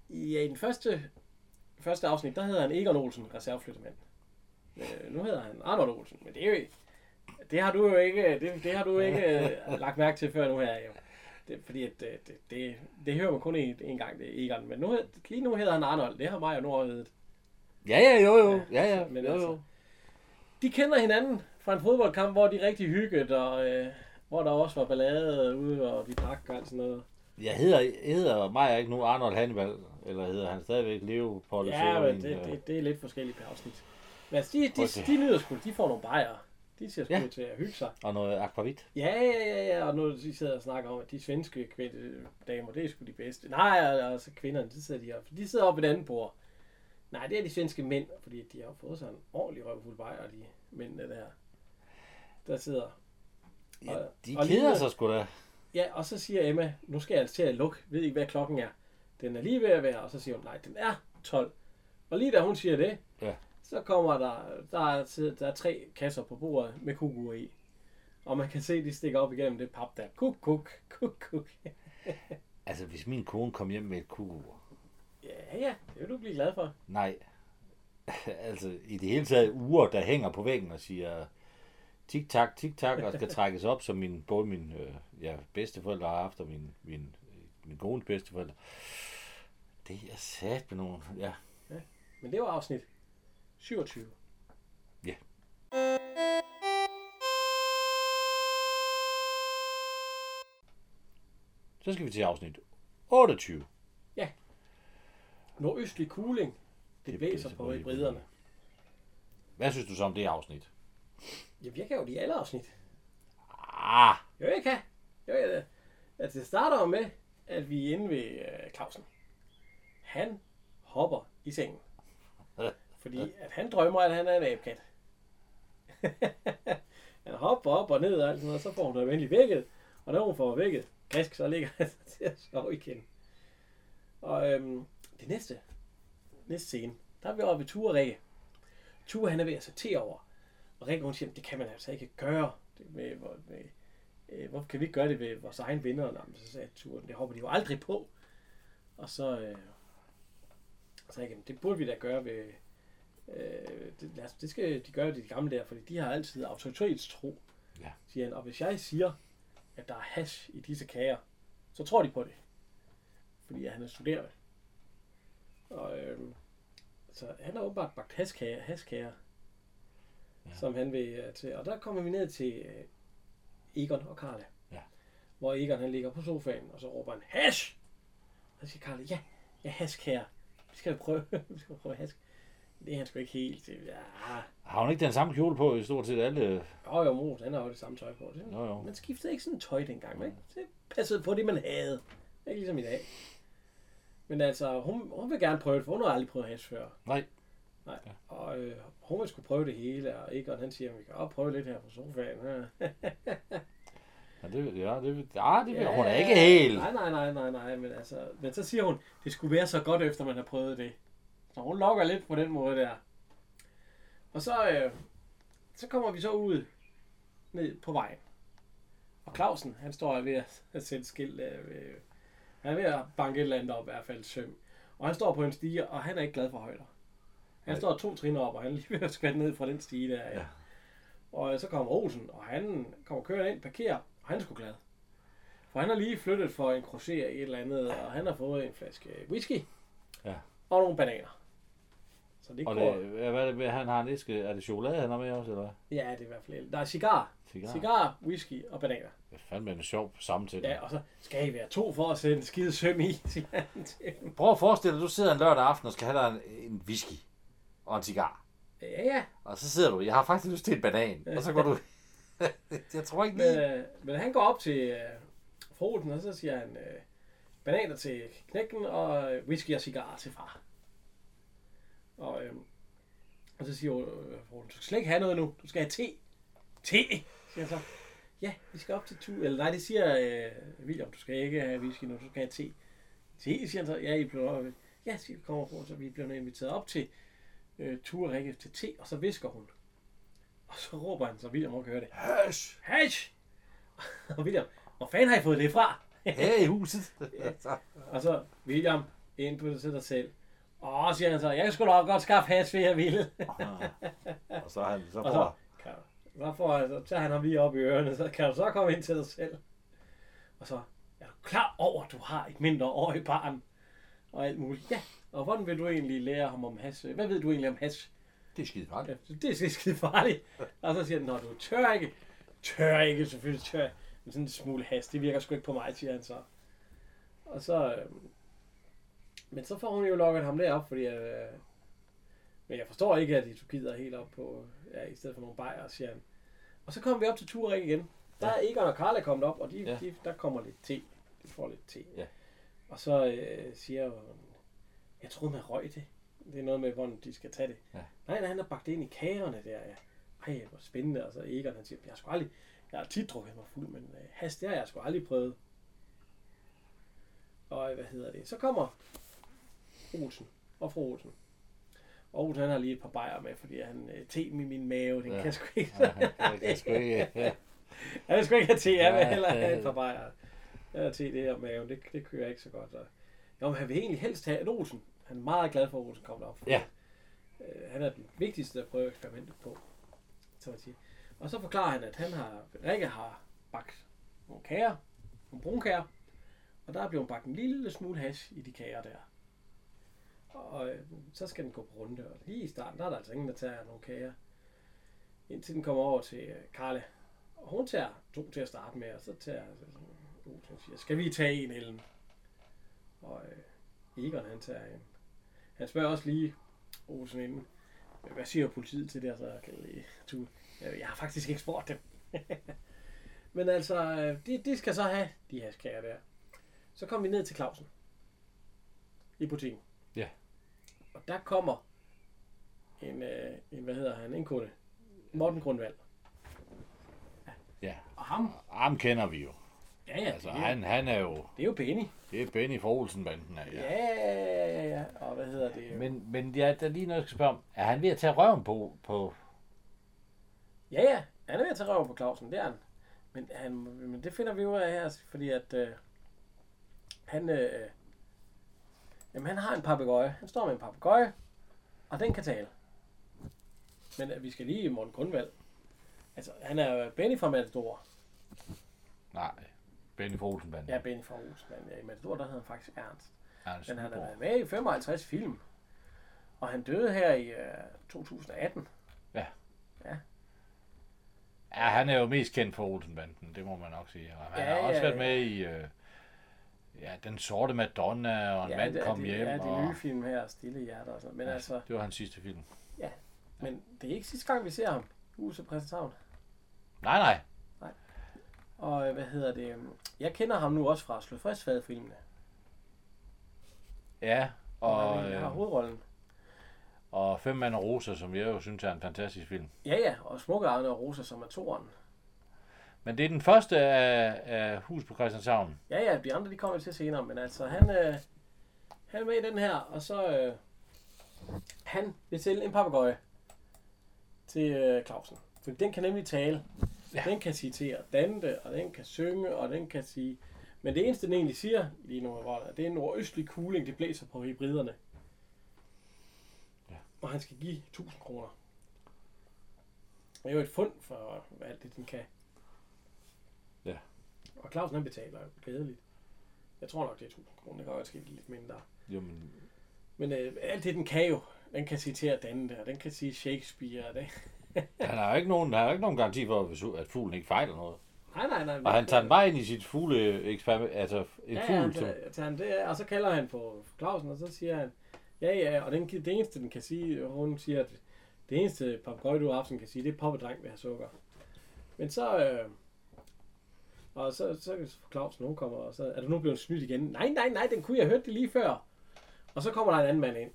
A: Ja, i den første, første afsnit, der hedder han Egon Olsen, reserveflyttemand. Øh, nu hedder han Arnold Olsen, men det er jo ikke- det har du jo ikke, øh, det, det har du ikke
B: <laughs>
A: øh, lagt mærke til før nu her, jo. Det, fordi at, øh, det, det, det, hører man kun en, en gang, det er Egon. Men nu, hed- lige nu hedder han Arnold, det har mig og Nord heddet.
B: Ja, ja, jo, jo. Ja, ja,
A: men
B: jo,
A: altså-
B: jo.
A: De kender hinanden fra en fodboldkamp, hvor de rigtig hyggede, og øh, hvor der også var ballade ude, og de drak og alt sådan noget.
B: Jeg hedder, jeg hedder mig ikke nu Arnold Hannibal, eller hedder han stadigvæk øh, Leo Paul
A: Ja, men det, det, det er lidt forskelligt per afsnit. Men altså, de, de,
B: Okay.
A: de nyder sgu, de får nogle bajere. De ser sgu
B: Ja.
A: ja. til at hygge sig.
B: Og noget akvavit.
A: Ja, ja, ja, ja, og nu de sidder og snakker om, at de svenske kvinde, damer, det er sgu de bedste. Nej, altså kvinderne, de sidder de op. De sidder op ved et andet bord. Nej, det er de svenske mænd, fordi de har jo fået sig en ordentlig røvfuld bajer, de mændene der. Der sidder.
B: Ja,
A: Og-
B: de
A: og
B: keder
A: lige-
B: sig sgu da.
A: Ja, og så siger Emma, nu skal jeg altså til at lukke. Ved ikke, hvad klokken er. Den er lige ved at være, og så siger hun, nej, den er 12. Og lige da hun siger det,
B: Ja.
A: så kommer der, der er, sidder- der er tre kasser på bordet med kukuer i. Og man kan se, at de stikker op igennem det pap der. Kuk, kuk, kuk, kuk.
B: Altså, hvis min kone kom hjem med et kugur.
A: Ja, ja, det vil du blive glad for.
B: Nej. <laughs> altså, i det hele taget uger, der hænger på væggen og siger tik-tak, tik-tak, og skal trækkes op, som min, både min øh, ja, bedsteforældre har haft, og min, min, øh, min kones bedsteforældre. Det er sat med nogen. Ja.
A: Men det var afsnit 27.
B: Ja. Så skal vi til afsnit 28.
A: Nordøstlig kuling. Det,
B: Det
A: det
B: blæser
A: blæser
B: på
A: på hybriderne.
B: Hvad synes du så om det afsnit?
A: Jamen, jeg kan jo de alle afsnit.
B: Ah,
A: Jo, jeg kan. Jo, jeg da. Altså, det starter jo med, at vi er inde ved øh, Clausen. Han hopper i sengen. Fordi at han drømmer, at han er en abkat. <laughs> han hopper op og ned og alt sådan noget, og så får hun da venlig vækket. Og når hun får vækket, kask, så ligger han <laughs> sig til at sove igen. Og øhm, det næste, næste scene, der er vi oppe ved Ture og Rikke. Ture, han er ved at sortere over. Og Rikke, hun siger, det kan man altså ikke gøre. Det med, med, med øh, hvorfor kan vi ikke gøre det ved vores egen vinder? Nå, men så sagde turen, det hopper de jo aldrig på. Og så øh, så sagde jeg, "Jamen, det burde vi da gøre ved, øh, det, lad os, det skal de gøre ved de gamle der, fordi de har altid autoritetstro,
B: Ja.
A: siger han. Og hvis jeg siger, at der er hash i disse kager, så tror de på det. Fordi han er studerende. Og øh, så han har åbenbart bagt hashkager, hashkager ja. som han vil øh, til. Og der kommer vi ned til øh, Egon og Karla.
B: Ja.
A: Hvor Egon han ligger på sofaen, og så råber han, hash! Og så siger Karla, ja, ja, hash her. Vi skal prøve, <laughs> vi skal prøve hash. Det er han sgu ikke helt. Det- Ja.
B: har hun ikke den samme kjole på i stort set alle?
A: Og jo, Mos, han har jo det samme tøj på. Det,
B: Jo, jo.
A: Man skiftede ikke sådan tøj dengang, ikke? Det passede på det, man havde. Ikke ligesom i dag. Men altså, hun, hun vil gerne prøve det, for hun har aldrig prøvet hash før.
B: Nej.
A: Nej. Og øh, hun ville skulle prøve det hele, og Egon han siger, at vi kan også prøve lidt her på sofaen. Ja.
B: Ja, det, ja, det, ja, det ja, hun er ikke helt.
A: Nej, nej, nej, nej, nej, men altså, men så siger hun, det skulle være så godt, efter man har prøvet det. Så hun lokker lidt på den måde der. Og så, øh, så kommer vi så ud ned på vejen. Og Clausen, han står ved at- at sætte skilt, øh, ved, han er ved at banke et eller andet op, i hvert fald søm. Og han står på en stige, og han er ikke glad for højder. Han
B: Nej.
A: står to trin op, og han er lige ved at skvatte ned fra den stige der.
B: Ja.
A: Ja. Og øh, så kommer Olsen, og han kommer kørende ind, parkerer, og han er sgu glad. For han har lige flyttet for en croisser i et eller andet, og han har fået en flaske whisky.
B: Ja.
A: Og nogle bananer. Så det
B: Og
A: går...
B: det, ja, hvad er det, med, han har en æske? Er det chokolade, han har med også, eller hvad?
A: Ja, det er i hvert fald... el. Der er cigar.
B: Cigar. Cigar.
A: Cigar, whisky og bananer.
B: Det er fandme en sjov sammensætning.
A: Ja, og så skal I være to for at sætte en skide søm i, siger han til <laughs> dem.
B: Prøv at forestille dig, du sidder en lørdag aften og skal have dig en, en whisky og en cigar.
A: Ja, ja.
B: Og så sidder du, jeg har faktisk lyst til en banan. Og så går du... <laughs> jeg tror ikke
A: Men,
B: lige...
A: øh, men han går op til øh, froten, og så siger han, øh, bananer til knækken, og øh, whisky og cigarer til far. Og, øh, og så siger øh, froten, du skal slet ikke have noget nu, du skal have te. Te, siger han så. Ja, vi skal op til tu. Eller nej, det siger øh, William, du skal ikke have whisky nu, du skal have te. Te, siger han så. Ja, I bliver op. ja, siger vi kommer på, så vi bliver inviteret op til øh, Turik FTT, og så visker hun. Og så råber han, så William også kan høre det.
C: Høs!
A: Hash! <laughs> Og William, hvor fanden har I fået det fra?
C: Her i huset.
B: <laughs>
A: Og så William ind på til dig selv. Åh, siger han så, jeg kan sgu nok godt skaffe hash, hvis jeg ville.
C: og så, han, så
A: Og
C: får,
A: så, kan du, så, får han, så tager han ham lige op i ørerne, så kan du så komme ind til dig selv. Og så, er du klar over, at du har et mindreårigt barn? Og alt muligt. Ja, og hvordan vil du egentlig lære ham om hash? Hvad ved du egentlig om hash?
C: det er skide godt.
A: Ja, så det er skide farligt. Og så siger han, når du tør ikke. Tør ikke, selvfølgelig tør jeg. Men sådan en smule hast, det virker sgu ikke på mig, siger han så. Og så... Øh, men så får hun jo lukket ham derop, fordi... Øh, men jeg forstår ikke, at de to gider helt op på... Ja, i stedet for nogle bajer, siger han. Og så kommer vi op til Turek igen. Der er Egon og Karla kommet op, og de, ja.
B: Ja.
A: de, der kommer lidt te. De får lidt te.
B: Ja.
A: Og så øh, siger hun, jeg troede, man røg det. Det er noget med, hvordan de skal tage det.
B: Ja.
A: Nej, nej, han har bagt det ind i kagerne der, ja. Ej, hvor spændende. Og så Egon, han siger, jeg har sgu aldrig, jeg har tit drukket mig fuld, men øh, has, det har jeg sgu aldrig prøvet. Og øh, hvad hedder det? Så kommer Olsen og fru Olsen. Og Olsen, han har lige et par bajer med, fordi han øh, te i min mave, den ja.
B: Ja.
A: kan sgu ikke.
B: Ja, det kan sgu ikke. <laughs> Ja.
A: Ja, det skulle ikke have te, jeg vil
B: Ja. øh.
A: hellere have et par bajer. Jeg har te i det her maven, det, det kører ikke så godt. Så. Jo, men han vil egentlig helst have, at Olsen, han er meget glad for, at Olsen kom derop.
B: Ja.
A: Øh, han er den vigtigste at prøve eksperimentet på, så man sige. Og så forklarer han, at han har, Rikke har bagt nogle kager, nogle brunkager, og der er blevet bagt en lille smule hash i de kager der. Og øh, så skal den gå på runde, og lige i starten, der er der altså ingen, der tager nogle kager. Indtil den kommer over til øh, Karla, og hun tager to til at starte med, og så tager Olsen og siger, skal vi tage en, Ellen? Og øh, Egon, han tager en. Han spørger også lige Olsen inden, "Men hvad siger politiet til det, og så kan lige du, øh, jeg har faktisk ikke spurgt dem. <laughs> Men altså, øh, de, de skal så have de her skærer der. Så kom vi ned til Clausen. I butikken.
B: Ja.
A: Og der kommer en, øh, en hvad hedder han, en kunde. Morten Grundvald.
B: ja.
A: Og ham,
B: Ham kender vi jo.
A: ja ja,
B: Altså,
A: det, er,
B: han, han er jo...
A: det er jo Benny.
B: Det er Benny fra Olsenbanden. er,
A: Ja, ja, ja, ja. Og hvad hedder det? Men,
B: Men, men ja, der er lige noget, jeg skal spørge om. Er han ved at tage røven på, på
A: ja, ja. Han er ved at tage røven på Clausen, det er han. Men, han, men det finder vi ud af her, fordi at øh, han, øh, jamen, han har en papegøje. Han står med en papegøje, og den kan tale. Men øh, vi skal lige i Morten Grundvald. Altså, han er jo Benny fra Matador.
B: Nej, Benny fra Olsenbanden.
A: Ja, Benny fra Hus, men øh, i Matador, der hedder han faktisk Ernst.
B: han
A: Men han har
B: Skuldborg.
A: været med i 55 film. Og han døde her i øh, 2018.
B: Ja, han er jo mest kendt for Olsenbanden, det må man nok sige. Og han
A: Ja,
B: ja, har også
A: ja,
B: været
A: ja.
B: med i øh, ja, Den Sorte Madonna, og En ja, Mand
A: det er
B: Kom
A: de,
B: Hjem.
A: Ja, de
B: og,
A: nye film her, Stille Hjerter og sådan noget. Men, altså,
B: Det var hans sidste film.
A: men det er ikke sidste gang, vi ser ham. Huset Præstenshavn.
B: Nej, nej.
A: Og øh, hvad hedder det? øhm, Jeg kender ham nu også fra Slå Friskfad filmene.
B: Ja,
A: Og
B: og,
A: han har
B: øh,
A: hovedrollen.
B: og Fem Mand og Roser, som jeg jo synes er en fantastisk film.
A: Ja, ja. Og Smukke Arne og Rosa, som er toren.
B: Men det er den første af, af Hus på Christianshavn.
A: Ja, ja. De andre, de kommer vi til senere. Men altså, han, øh, han er med i den her. Og så... Øh, han vil sælge en papegøje til øh, Clausen. For den kan nemlig tale. Ja.
B: Ja.
A: Den kan citere Dante, og den kan synge, og den kan sige... Men det eneste, den egentlig siger lige nu, hvor det er en nordøstlig kugling, det blæser på hybriderne.
B: Ja.
A: Og han skal give 1000 kroner. Det er jo et fund for hvad alt det, den kan.
B: Ja.
A: Og Clausen, han betaler jo glædeligt. Jeg tror nok, det er 1000 kroner. Det kan godt ske det er lidt mindre.
B: Jamen,
A: Men øh, alt det, den kan jo. Den kan citere Dante, og den kan sige Shakespeare. Og det.
B: han har jo ikke nogen, han har jo ikke nogen garanti for, at hvis- at fuglen ikke fejler noget.
A: Nej, nej, nej.
B: Og han tager den bare ind i sit fugle eksperiment, altså en
A: ja,
B: fugl,
A: fugl,
B: som,
A: ja, tager han det, og så kalder han på Clausen, og så siger han, ja, ja, og den, kan- det eneste, den kan sige, og hun siger, at det eneste papagøje, du har haft, som kan sige, det er poppedreng vil have sukker. Men så, øh, og så, så Clausen, hun kommer, og så er du nu blevet snydt igen. Nej, nej, nej, den kunne jeg hørte det lige før. Og så kommer der en anden mand ind.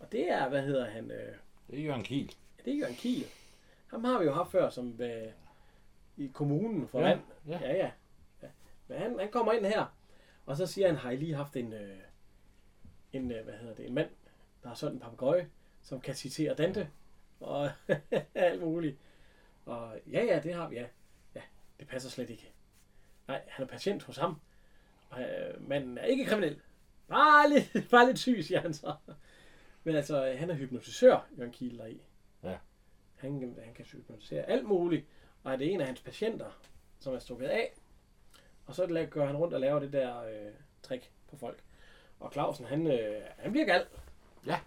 A: Og det er, hvad hedder han, øh,
B: det er Jørgen Kiel.
A: Ja, det er Jørgen Kiel. Ham har vi jo haft før som øh, i kommunen for
B: Ja,
A: land.
B: ja.
A: ja, ja. Men han, han kommer ind her, og så siger han, har I lige haft en, øh, en, øh, hvad hedder det, en mand, der har sådan en papegøje, som kan citere Dante og <laughs> alt muligt. Og ja, ja, det har vi, ja. Ja, det passer slet ikke. Nej, han er patient hos ham. Og, øh, manden er ikke kriminel. Bare lidt, <laughs> bare lidt syg, siger han så. Men altså, øh, han er hypnotisør, Jørgen Kiel er i.
B: Ja.
A: Han, han kan hypnotisere alt muligt. Og er det en af hans patienter, som er stukket af. Og så la- går han rundt og laver det der øh, trick på folk. Og Clausen, han, øh, han bliver gal.
B: Ja.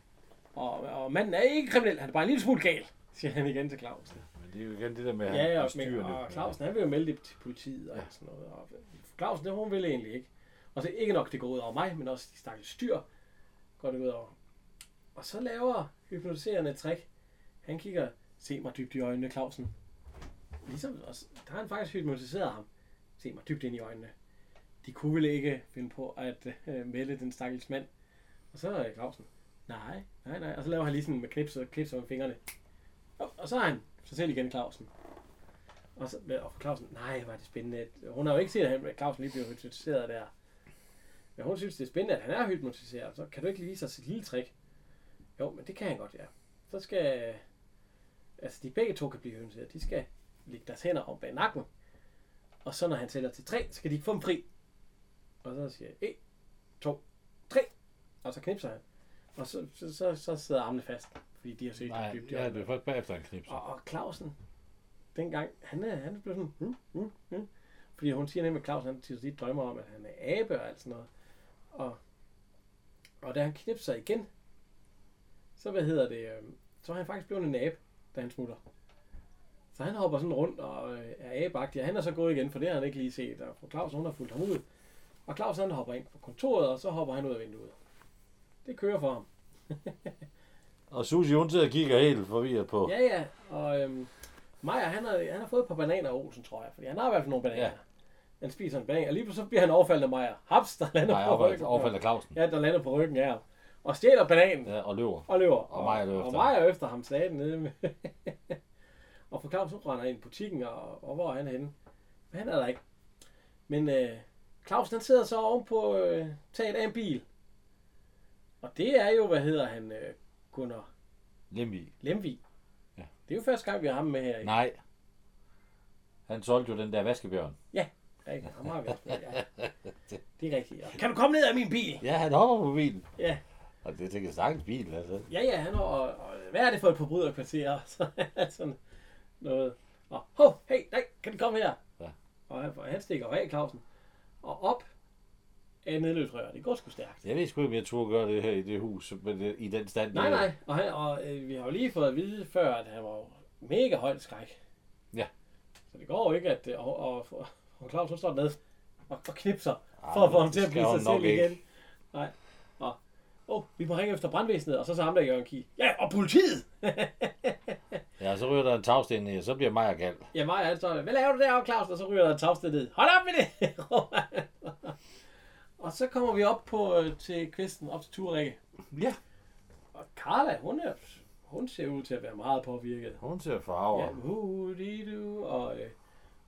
A: Og, og manden er ikke kriminel, han er bare en lille smule gal, siger han igen til Clausen.
B: Men det er jo igen det der med, at han
A: Ja, og, men,
B: styrer
A: og
B: det.
A: Clausen, han vil jo melde det til politiet og ja. sådan noget. Og Clausen, det hun ville egentlig ikke. Og så ikke nok det går ud over mig, men også de stakkels styr går det ud over. Og så laver hypnotiserende et trick. Han kigger, se mig dybt i øjnene, Clausen. Ligesom, og s- der har han faktisk hypnotiseret ham. Se mig dybt ind i øjnene. De kunne vel ikke finde på at øh, melde den stakkels mand. Og så er Clausen, nej, nej, nej. Og så laver han lige sådan med knips og knips med fingrene. Og, og så er han sig selv igen, Clausen. Og, så, og for Clausen, nej, var det spændende. Hun har jo ikke set, at Clausen lige blev hypnotiseret der. Men hun synes, det er spændende, at han er hypnotiseret. Så kan du ikke lige vise os et lille trick? Jo, men det kan han godt, ja. Så skal... Altså, de begge to kan blive hypnotiseret. De skal lægge deres hænder om bag nakken. Og så når han tæller til tre, så skal de ikke få dem fri. Og så siger jeg, 1, 2, 3. Og så knipser han. Og så, så, så, så sidder armene fast, fordi de har set
B: Nej,
A: dybt i
B: ja,
A: øjnene.
B: det er først bagefter en knips.
A: Og, og Clausen, dengang, han, er, han blev sådan, mm, mm, mm. fordi hun siger nemlig, at Clausen han tit tit drømmer om, at han er abe og alt sådan noget. Og, og da han knipser sig igen, så hvad hedder det, øh, så er han faktisk blevet en abe, da han smutter. Så han hopper sådan rundt og øh, er abeagtig, og han er så gået igen, for det har han ikke lige set, og fru Clausen hun har fulgt ham ud. Og Claus han hopper ind på kontoret, og så hopper han ud af vinduet. Det kører for ham.
B: Og Susie, hun sidder og kigger helt forvirret på.
A: Ja, ja. Og øhm, Maja, han har, han har fået et par bananer af Olsen, tror jeg. Fordi han har i hvert fald nogle bananer.
B: Ja.
A: Ja. Han spiser en banan, og lige pludselig bliver han overfaldet af Maja. Haps, der lander
B: Nej,
A: på ryggen.
B: overfalder, overfalder Clausen.
A: Ja, der lander på ryggen af ham. Og stjæler bananen
B: Ja, og løver.
A: og løber.
B: Og Maja løber
A: og, og
B: efter
A: Maja efter ham staten nede med. <laughs> og for Claus, hun render ind i butikken, og, og hvor er han henne? Men han er der ikke. Men øh, Claus, han sidder så oven på øh, taget af en bil. Og det er jo, hvad hedder han, øh, Gunnar
B: Lemvig.
A: Lemvig.
B: Ja.
A: Det er jo første gang, vi har ham med her i
B: Nej. Han solgte jo den der vaskebjørn.
A: Ja, ikke? Ham har vi også med,
B: <laughs>
A: ja. Det er rigtigt. Ja. Kan du komme ned af min bil?
B: Ja, han hopper på bilen.
A: Ja.
B: Og det tænker jeg sagtens bil, altså.
A: Ja, ja, han har... Og, og, hvad er det for et forbryderkvarter? <laughs> Så er sådan noget. Og, ho, hey, nej, kan du komme her?
B: Ja.
A: Og han, og han stikker af, Clausen. Og op af nedløbsrøret. Det går sgu stærkt.
B: Jeg ved sgu ikke, om jeg turde gøre det her i det hus, men øh, i den stand.
A: Nej,
B: øh,
A: nej. Og, han, og øh, vi har jo lige fået at vide før, at han var jo mega højt skræk.
B: Ja.
A: Så det går jo ikke, at... øh, Og, og, og, og Claus, så står dernede og, og knipser. for at få ham
B: det
A: til at
B: skal
A: blive
B: hun
A: sig
B: nok
A: selv
B: ikke.
A: igen. Nej. Og, åh, vi må ringe efter brandvæsenet, og så så ham der Jørgen Kiel. Ja, og politiet! <laughs>
B: Ja, så ryger der en tagsten ned, og så bliver Maja gal.
A: ja, mig er altså sådan, hvad laver du deroppe, Claus? Og så ryger der en tavsted ned. Hold op med det! råber han. <laughs> og så kommer vi op på, øh, til kvisten, op til Turrikke.
B: Ja.
A: Og Carla, hun, er, hun ser ud til at være meget påvirket.
B: Hun ser farver.
A: Ja, hu-di-du, og, øh,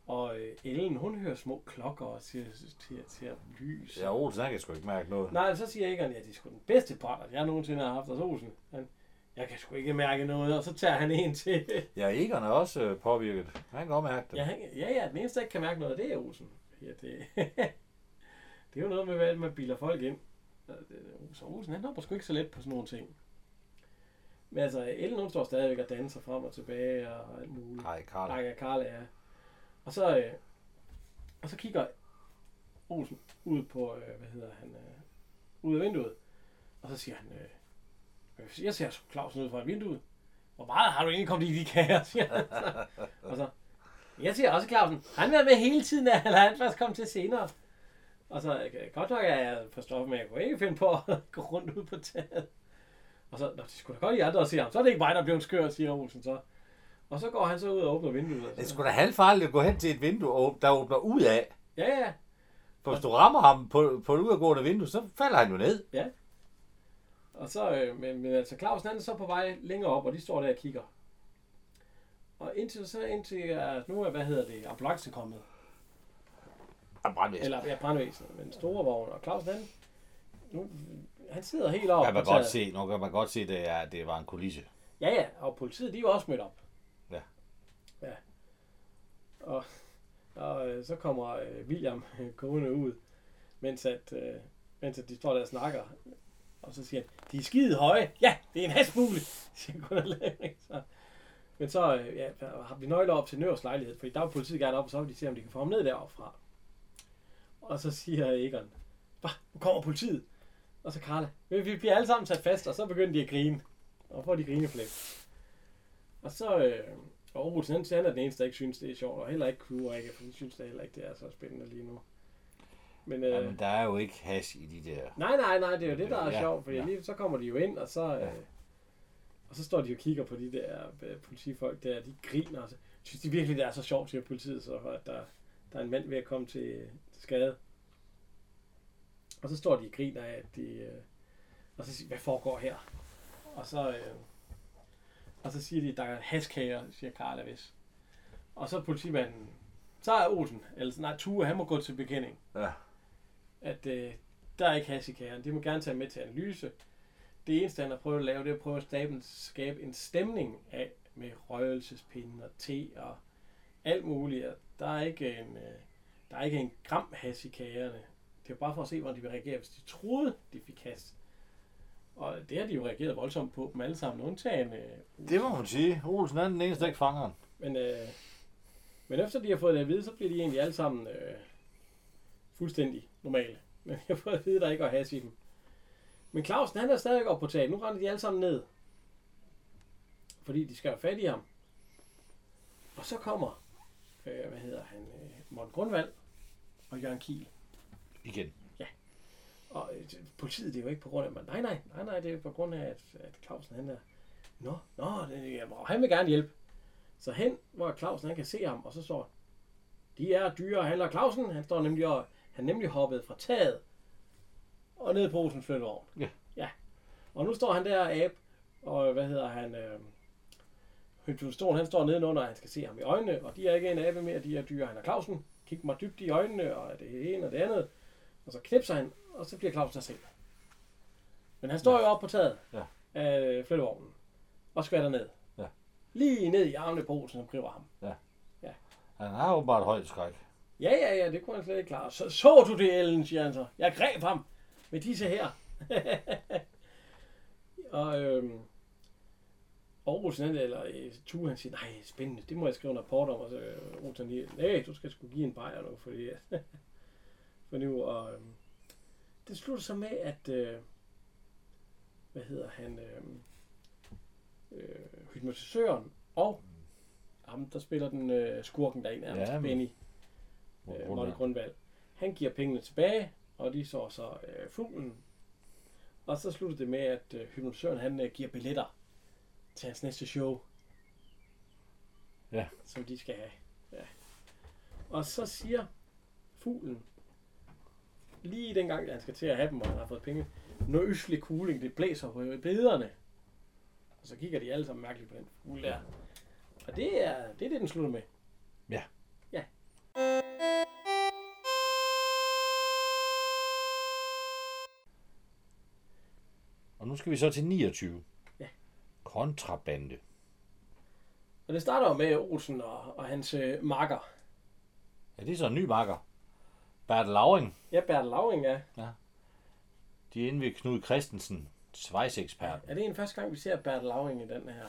A: og øh, Ellen, hun hører små klokker og siger, siger, siger lys.
B: Ja, Olsen, han kan sgu ikke mærke noget.
A: Nej, så siger Egon, ja, det er sgu den bedste potter, jeg nogensinde har haft hos Olsen. Han, jeg kan sgu ikke mærke noget, og så tager han en til.
B: Ja, Egon er også øh, påvirket. Han kan godt mærke det.
A: ja, han, ja, ja, den eneste, der ikke kan mærke noget, det er Olsen. Ja, det, <laughs> det er jo noget med, hvad man biler folk ind. Og det- Så Olsen, han hopper sgu ikke så let på sådan nogle ting. Men altså, Ellen, hun står stadigvæk og danser frem og tilbage og alt muligt.
B: Ah, Nej, Karl.
A: Nakke og Karla, ja. Og så, øh, og så kigger Olsen ud på, øh, hvad hedder han, øh, ud af vinduet. Og så siger han, øh, øh, jeg ser sgu Clausen ud fra vinduet. Hvor meget har du egentlig kommet i de kager, <laughs> siger han så. Og så, jeg siger også Clausen, har han været med hele tiden, eller er han først kommet til senere? Og så, øh, godt nok er jeg på stof, men jeg kunne ikke finde på at gå rundt ud på taget. Og så, Nå, det skulle da godt, I andre at se ham. Så er det ikke mig, der blev en skør, siger Olsen så. Og så går han så ud og åbner vinduet. Og
B: Det
A: så,
B: skulle da halvfarligt at gå hen til et vindue, og- der åbner ud af.
A: ja, ja.
B: For hvis du rammer ham på, på et udadgående vindue, så falder han jo ned.
A: Og så, øh, men, men altså, Clausen han er så på vej længere op, og de står der og kigger. Og indtil så, indtil at nu er, hvad hedder det, ambulancen kommet.
B: Han brændte
A: Eller ja, brandvæsenet, men store vogn. Og Clausen han Nu, han sidder helt op.
B: Kan man godt se, nu kan man godt se, det er, det var en kulisse.
A: Ja, ja, og politiet, de var også mødt op.
B: Ja.
A: Ja. Og, og øh, så kommer øh, William <laughs> øh, gående ud, mens, at, øh, mens at de står der og snakker. Og så siger han, de er skide høje. Ja, det er en hastmule, <laughs> siger Gunnar Lavik så. Men så øh, ja, der har vi nøgler op til Nøvers lejlighed, fordi der var politiet gerne op, og så vil de se, om de kan få ham ned deroppe fra. Og så siger Egon, "Hva? nu kommer politiet. Og så Karla, "Vi- vi bliver alle sammen sat fast, og så begynder de at grine. Og får de grineflæk. Og så, øh, og Aarhus, han, han er den eneste, der ikke synes, det er sjovt, og heller ikke Crew Rikke, for de synes det heller ikke, det er så spændende lige nu. Men, øh,
B: Jamen, der er jo ikke hash i de der.
A: Nej, nej, nej, det er jo det, der er
B: Ja,
A: sjovt, fordi
B: ja.
A: lige, så kommer de jo ind, og så, øh, og så står de og kigger på de der øh, politifolk der, de griner, og så synes de virkelig, det er så sjovt, siger politiet, så at der, der er en mand ved at komme til, øh, til skade. Og så står de og griner af, at de, øh, og så siger, hvad foregår her? Og så, øh, og så siger de, der er haskager, siger Karla Vis. Og så politimanden, så er Olsen, eller nej, Tue, han må gå til bekending
C: Ja.
A: at øh, der er ikke hash i kagerne. De må gerne tage med til analyse. Det eneste, han har prøvet at lave, det er at prøve at staben, skabe en stemning af med røgelsespinde og te og alt muligt. Og der er ikke en, øh, der er ikke en gram hash i kagerne. Det er bare for at se, hvordan de vil reagere, hvis de troede, de fik hash. Og det har de jo reageret voldsomt på, dem alle sammen, undtagen. Øh,
B: Det må man sige. Olsen er den eneste, der ikke fanger den.
A: men, øh, men efter de har fået det at vide, så bliver de egentlig alle sammen øh, fuldstændig normale. <laughs> Men jeg har fået at vide, der ikke er has i dem. Men Clausen, han er stadig oppe på taget. Nu render de alle sammen ned. Fordi de skal have fat i ham. Og så kommer, øh, hvad hedder han, øh, Morten Grundvald og Jørgen Kiel.
B: Igen.
A: Og øh, politiet, det er jo ikke på grund af mig. Nej, nej, nej, nej, det er på grund af, at, at Clausen han er... Nå, nå, det, jamen, og han vil gerne hjælpe. Så hen, hvor Clausen han kan se ham, og så står de er dyre handler Clausen. Han står nemlig og, han er nemlig hoppet fra taget og ned på Olsens flyttevogn.
B: Ja.
A: ja. Og nu står han der og ab, og hvad hedder han, øh, Høntustolen, han står nedenunder, og han skal se ham i øjnene, og de er ikke en abe mere, de er dyre handler Clausen. Kig mig dybt i øjnene, og det ene og det andet. Og så knipser han, og så bliver Clausen sig selv. Men han står jo oppe på taget
B: Ja.
A: af flyttevognen, og skvatter ned.
B: Ja.
A: Lige ned i armene på Olsen, som griber ham.
B: Han har åbenbart højt skræk.
A: Ja, ja, ja, det kunne han slet ikke klare. Så så du det, Ellen, siger han så. Jeg greb ham med disse her. <laughs> og øhm, Aarhus, han, eller øh, Tue, han siger, nej, spændende, det må jeg skrive en rapport om. Og så øh, Olsen lige, nej, du skal sgu give en bajer nu, fordi... <laughs> for nu, og... Øhm, det slutter så med, at... Øh, hvad hedder han? Øh, øh, hypnotisøren og ham, der spiller den øh, skurken der er nærmest,
B: Ja,
A: ja,
B: men-
A: Benny øh, Morten
B: Grundvand.
A: Grundvald. Han giver pengene tilbage, og de så så øh, fuglen. Og så slutter det med, at øh, hypnotisøren han øh, giver billetter til hans næste show.
B: Ja.
A: Som de skal have. Ja. Og så siger fuglen, lige dengang han skal til at have dem, og han har fået penge, når østlig kugling, det blæser på bederne. Og så kigger de alle sammen mærkeligt på den fugl der. Og det er, det er det, den slutter med.
B: Og nu skal vi så til 29.
A: Ja.
B: Kontrabande.
A: Og det starter jo med Olsen og, og hans øh, makker.
B: Ja, det er så en ny marker. Bert Lauring.
A: Ja, Bertel Lauring, ja.
B: De er inde ved Knud Christensen, svejsekspert.
A: Er det en første gang, vi ser Bertel Lauring i den her?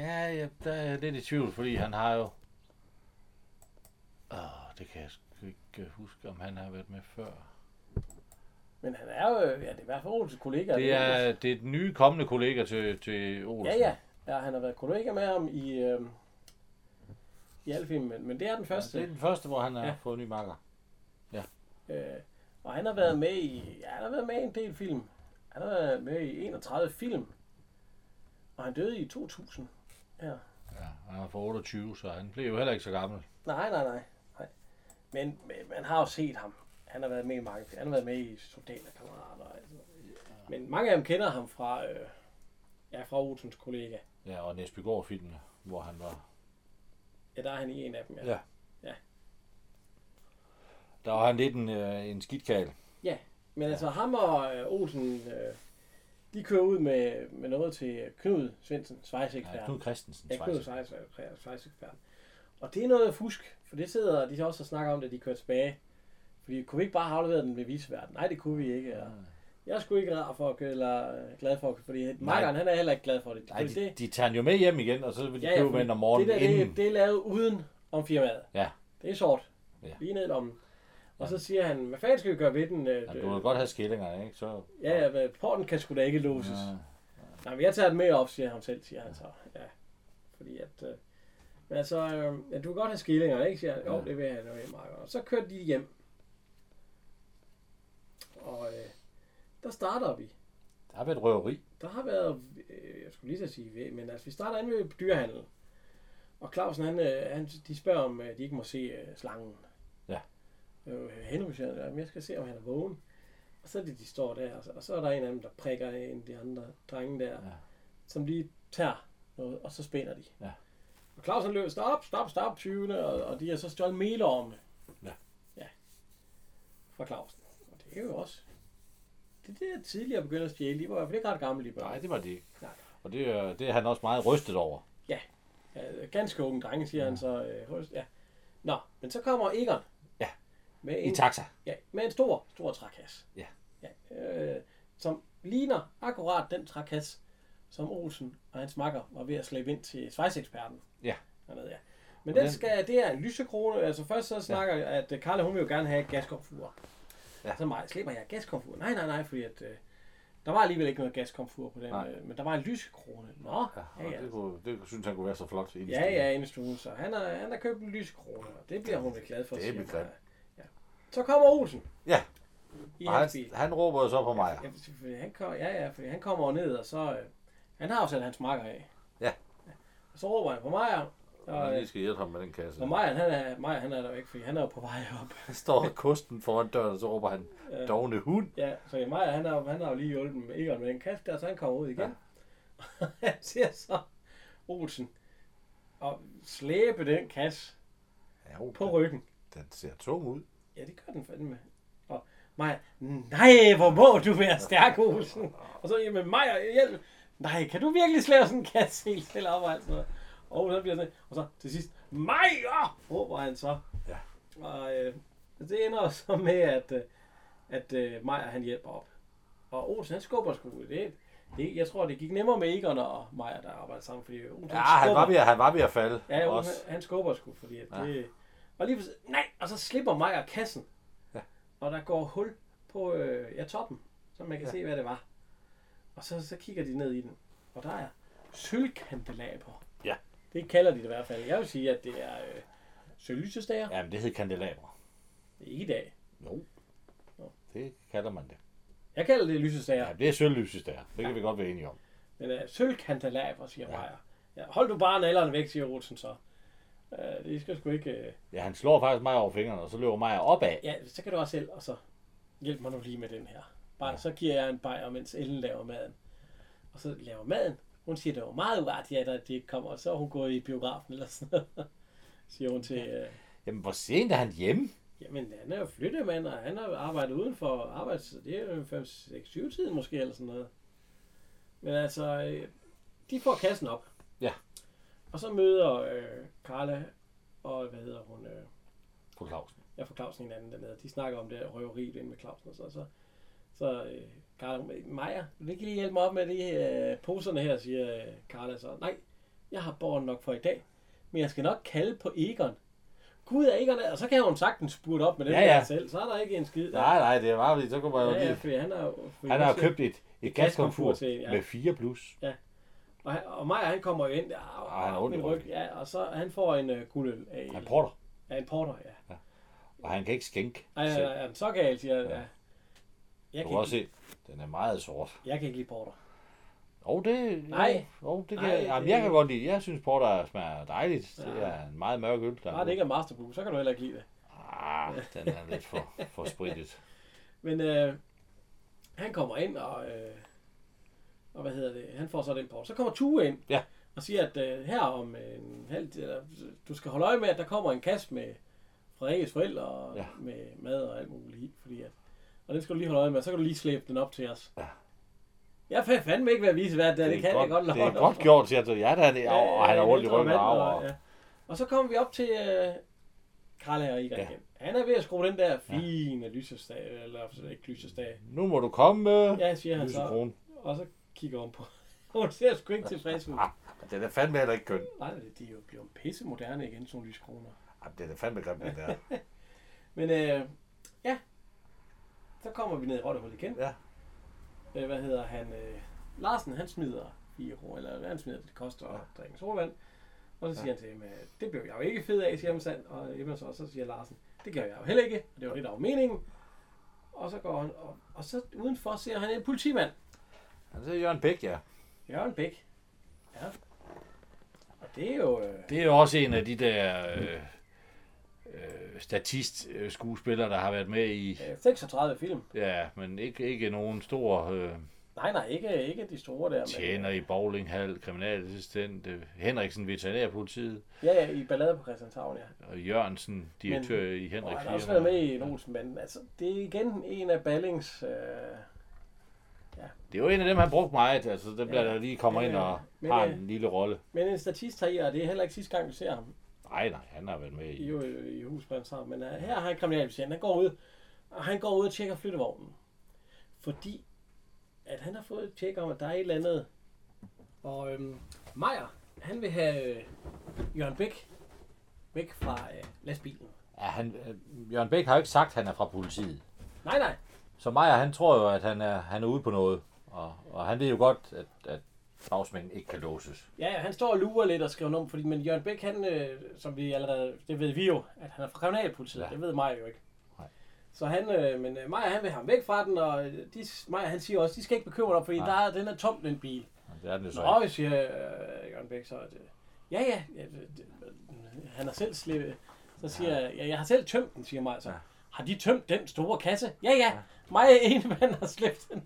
B: Ja, ja, der er jeg lidt i tvivl, fordi han har jo... Åh, det kan jeg sgu ikke øh, huske, om han har været med før.
A: Men han er jo, øh, ja, det er i hvert fald Olsens kollega.
B: Det er, det er den nye kommende kollega til, til
A: Ja,
B: Olsen.
A: ja. ja, han har været kollega med ham i, øh, i alle filmen, men, men det er den første.
B: Det er den første, hvor han har
A: Ja.
B: ja. fået en ny marker.
A: Øh, og han har været med i, ja, han har været med i en del film. Han har været med i 31 film. Og han døde i 2000. Ja.
B: Ja, han er fra 28, så han blev jo heller ikke så gammel.
A: Nej, nej, nej. nej. Men, men man har jo set ham. Han har været med i mange Han har været med i Soldaterkammerater. Altså. Men mange af dem kender ham fra, øh, ja, fra Olsens kollega.
B: Ja, og Næsbygård filmene, hvor han var.
A: Ja, der er han i en af dem, ja.
B: Ja. Der var han lidt en, øh, en skidkal.
A: Ja, Men altså, ham og øh, Olsen, øh, de kører ud med, med noget til Knud Svendsen,
B: Nej,
A: svejsekspert.
B: Knud Christensen.
A: Ja, Knud
B: faktisk.
A: Svejsekspert. Svejsekspert. Og det er noget af fusk, for det sidder de også og snakker om, da de kører tilbage. Fordi kunne vi ikke bare have afleveret den ved visverden? Nej, det kunne vi ikke.
B: Ah.
A: Og jeg er sgu ikke rar for, at køre- eller øh, glad for, fordi makkeren, han er heller ikke glad for det.
B: Nej,
A: Fordi
B: de, de tager den jo med hjem igen, og så vil de ja,
A: Ja, ja,
B: købe
A: fordi
B: den om morgenen
A: det der,
B: inden.
A: Det, det er lavet uden om firmaet.
B: Ja.
A: Det er sort.
B: Ja.
A: Ja. Lige ned i lommen. Og så siger han, hvad fanden skal vi gøre ved den? Øh,
B: Jamen, du må godt have skillingerne, ikke? Så...
A: ja, ja, men porten kan sgu da ikke låses. Ja. Nej, men jeg tager den med op, siger han selv, siger han så. Ja. Fordi at... Øh, men altså, øh, ja, du kan godt have skillingerne, ikke? Siger han, jo,
B: Ja.
A: det vil jeg have, Marker. Og så kørte de hjem. Og øh, der starter vi.
B: Der har været et røveri.
A: Der har været, øh, jeg skulle lige så sige, væ- men altså, vi starter an ved dyrehandel. Og Clausen, han, øh, han, de spørger, om øh, de ikke må se øh, slangen.
B: Ja.
A: Øh, Henry siger, "Jamen, jeg skal se, om han er vågen. Og så er det, de står der, og så, og så er der en af dem, der prikker en af de andre drenge der,
B: Ja.
A: som lige tager noget, og så spænder de.
B: Ja.
A: Og Claus han løber, stop, stop, stop, 20. Og, og de har så stjålet melorme.
B: Ja.
A: Ja. Fra Clausen. Og det er jo også... Det er det, tidligere begynder at stjæle. De var i hvert fald ikke ret gamle, de børn.
B: Nej, det var det ikke.
A: Nej.
B: Og det, øh, det er han også meget rystet over.
A: Ja, ganske unge drenge, siger ja. han så. Øh, hos- ja. Nå, men så kommer Egon.
B: Ja.
A: Med
B: I
A: en,
B: taxa.
A: ja, med en stor, stor trækasse.
B: Ja.
A: ja øh, som ligner akkurat den trækasse, som Olsen og hans makker var ved at slæbe ind til svejseksperten.
B: Ja.
A: Hernede, ja. Men
B: Og
A: den,
B: den-
A: skal, det er en lysekrone. Altså først så snakker ja. at øh, Karla, hun vil jo gerne have et gaskomfur.
B: Ja.
A: Så mig, slipper jeg gaskomfur? Nej, nej, nej, fordi at, øh, der var alligevel ikke noget gaskomfur på den,
B: Nej.
A: øh, men der var en lysekrone. Nå,
B: Ja, ja. Det, kunne, det synes han kunne være så flot. i
A: Ja, ja, inde i stuen. Så han har, han har købt en lysekrone, og det bliver hun vel glad for.
C: Det er
A: siger hun.
C: begrebt.
A: Ja. Så kommer Olsen.
B: Ja.
A: I
B: Og han,
A: hans bil.
B: han råber jo så på mig.
A: Ja, fordi han, kom, ja, ja, fordi han kommer jo ned, og så... Øh, han har jo sat hans makker af.
B: Ja.
A: Og så råber han på Majer, og,
B: Jeg
A: øh,
B: lige skal hjælpe ham med den kasse.
A: og Majer, han er, Majer, han er der jo ikke, fordi han er jo på vej op.
B: Han står kosten foran døren, og så råber han, dogne hund.
A: Ja, så Maja, han har, han har jo lige hjulpet med Egon med den kast der, så han kommer ud igen. Ja. <laughs> han ser så Olsen og slæbe den kasse
C: Ja, jo,
A: på
C: den-
A: ryggen.
C: Den ser tung ud.
A: Ja, det gør den fandme. Og Maja, nej, hvor må du være stærk, Olsen. Og så, jamen Maja, hjælp. Nej, kan du virkelig slæve sådan en kasse helt selv op og alt sådan noget? Og så bliver det, og så til sidst, Maja, råber han så.
B: Ja.
A: Og øh, det ender så med, at, øh, at øh, Maja, han hjælper op. Og Olsen, han skubber sgu det. det jeg tror, det gik nemmere med Egon og Maja, der arbejder sammen, fordi Olsen
B: Ja, han var ved, at- han var ved at falde.
A: Ja, jo,
B: også.
A: han, han skubber sgu, fordi at
B: Ja.
A: ja. det... Og lige pludselig, nej, og så slipper mig af kassen.
B: Ja.
A: Og der går hul på øh, ja, toppen, så man kan ja. se, hvad det var. Og så, så kigger de ned i den, og der er sølvkandelaber.
B: Ja.
A: Det kalder de det i hvert fald. Jeg vil sige, at det er øh, sølvlysestager. Ja.
B: Jamen, det hed kandelabre.
A: Ikke i dag.
B: Jo. Det kalder man det.
A: Jeg kalder det lysestager,
B: Ja, det er sølvlyset der. Det kan vi godt være enige om.
A: men øh, sølvkandelaber, siger ja. Maja. Ja, hold du bare nallerne væk, siger Olsen så. Øh, det skal sgu ikke... Øh,
B: Ja, han slår faktisk mig over fingrene, og så løber mig opad.
A: Ja, så kan du også selv, og så hjælp mig nu lige med den her. Bare, ja. Så giver jeg en bajer, mens Ellen laver maden. Og så laver maden. Hun siger, det var meget uartigt, at de ikke kommer, og så er hun gået i biografen eller sådan noget. <laughs> siger hun til, øh,
B: Jamen, hvor sent er han hjemme?
A: jamen han er jo flyttemand, og han har arbejdet uden for arbejdstid. Det er jo 5-6-7 tiden måske, eller sådan noget. Men altså, øh, de får kassen op.
B: Ja.
A: Og så møder øh, Carla og, hvad hedder hun, øh,
B: Fru Clausen.
A: jeg får Clausen hinanden dernede. De snakker om det her røveri inde med Clausen og så. Så, så øh, Carla, Maja, vil du ikke lige hjælpe mig op med de øh, poserne her, siger øh, Carla så. Nej, jeg har borgen nok for i dag, men jeg skal nok kalde på Egon. Gud er Egon, er- og så kan hun sagtens spurte op med den
B: Ja,
A: ja, ja.
B: ja.
A: der selv. Så er der ikke en skid.
B: Nej, nej, det er bare fordi, så kunne man jo
A: ja, ja,
B: lige...
A: fordi han har jo... fordi
B: Han har
A: hun
B: jo
A: siger-
B: købt et, et
A: gaskomfur
B: gaskomfur
A: til en, ja.
B: med 4 plus.
A: Og, han- og Maja, han kommer jo ind, og,
B: Ah, han har ondt i ryggen.
A: ja, og så han får en øh, guldøl af
B: Han
A: Egon.
B: porter,
A: Ja, en porter, ja.
B: og han kan ikke skænke.
A: Ej,
B: selv.
A: ja, ja, så galt, siger jeg. Ja. Jeg
B: Du
A: kan,
B: kan også
A: ikke,
B: se, den er meget sort.
A: jeg kan ikke lide porter.
B: Og det...
A: Nej.
B: Og det kan,
A: Nej,
B: nej, jamen,
A: det-
B: jeg kan godt lide. Jeg synes, porter smager dejligt. Det
A: Ja.
B: er en meget mørk øl. Der
A: Bare det ikke er Master Blue, så kan du heller ikke lide det.
B: Ah, den er lidt for, for
A: <laughs>
B: spritet.
A: Men øh, han kommer ind, og, øh, og hvad hedder det, han får så den på. Så kommer Tue ind,
B: Ja.
A: og siger, at øh, her om en halv eller, du skal holde øje med, at der kommer en kasse med fra Rikkes forældre, og
B: Ja.
A: med mad og alt muligt i, fordi at, Og den skal du lige holde øje med, så kan du lige slæbe den op til os. Ja. Jeg kan fandme ikke være visevært der, det, det kan
B: godt,
A: jeg godt
B: Det
A: love
B: er
A: dig.
B: godt gjort, siger du. Ja, der er det. Ja, og han er rundt i
A: ældre
B: ryggen.
A: mand,
B: Og,
A: Øh, og- ja. Og så kommer vi op til øh, Karl her igen.
B: Ja.
A: Ja. Han er ved at skrue den der fine ja. lysestag, eller ikke lysestag.
B: Nu må du komme, øh,
A: Ja, siger han så.
B: lysekrone.
A: Og så kigger hun på. <laughs> Hun ser sgu ikke tilfreds ud.
C: Og den er fandme heller ikke køn.
A: Nej, det er jo blevet pisse moderne igen, sådan nogle lyskroner.
C: Jamen, den er fandme grim, den der.
A: Men øh, ja, så kommer vi ned i Rottehul igen.
C: Ja.
A: Øh, hvad hedder han? Øh, Larsen, han smider 4 kroner, eller hvad han smider, det koster at drikke en sodavand. Og så siger ja. han til ham, øh, det blev jeg jo ikke fed af, siger han sand. Og Emma så, og så siger Larsen, det gør jeg jo heller ikke, og det var det, der var meningen. Og så går han, og, og så udenfor ser han en politimand,
B: Han hedder Jørgen Bæk, ja.
A: Jørgen Bæk. Ja. Og det er jo... Øh,
B: Det er jo også en af de der øh, øh, statist-skuespillere, der har været med i...
A: øh, 36 film.
B: Ja, men ikke, ikke nogen stor øh,
A: Nej, nej, ikke, ikke de store der.
B: tjener i bowlinghal, kriminalassistent, øh, Henriksen, veterinærpolitiet,
A: Ja, ja, i Ballade på Christianshavn, ja.
B: og Jørgensen, direktør i
A: Og
B: Henrik
A: han har også været
B: Firma.
A: med i en Olsenbanden. Altså, det er igen en af Ballings... Øh,
B: Det er jo en af dem, han brugte meget. Altså, den bliver
A: Ja.
B: der lige kommer
A: Ja,
B: ind
A: ja.
B: og
A: Men,
B: har
A: øh,
B: en lille rolle.
A: men en statist her i, og det er heller ikke sidste gang, vi ser ham
B: Nej, nej, han har været med
A: i,
B: i...
A: jo, i Husbrands her. Men uh, her har han kriminalbetjent. Han går ud, og han går ud og tjekker flyttevognen. Fordi at han har fået et tjek om, at der er et eller andet. Og øhm, Meier, han vil have øh, Jørgen Bæk væk fra øh, lastbilen.
B: Ja, han, øh, Jørgen Bæk har jo ikke sagt, at han er fra politiet.
A: Nej, nej.
B: Så Maja, han tror jo, at han er, han er ude på noget. Og, og han ved jo godt, at, at bagsmænden ikke kan låses.
A: Ja, ja, han står og lurer lidt og skriver om, fordi men Jørgen Bæk, han, øh, som vi allerede, det ved vi jo, at han er fra kriminalpolitiet. Ja.
B: Ja.
A: Det ved Maja jo ikke.
B: Nej.
A: Så han, øh, men øh, Maja, han vil have ham væk fra den, og øh, de, Maja, han siger også, de skal ikke bekymre dig, fordi
B: Nej.
A: der er, den er tom, den bil.
B: Det er den jo så
A: Nå,
B: ikke.
A: jeg siger øh, Jørgen Bæk så, at, øh, ja, ja, ja det, det, han har selv slippet. Så siger jeg, ja, jeg har selv tømt den, siger Maja så.
B: Ja.
A: Har de tømt den store kasse? Ja, ja, mig en <laughs> mand har slæbt den.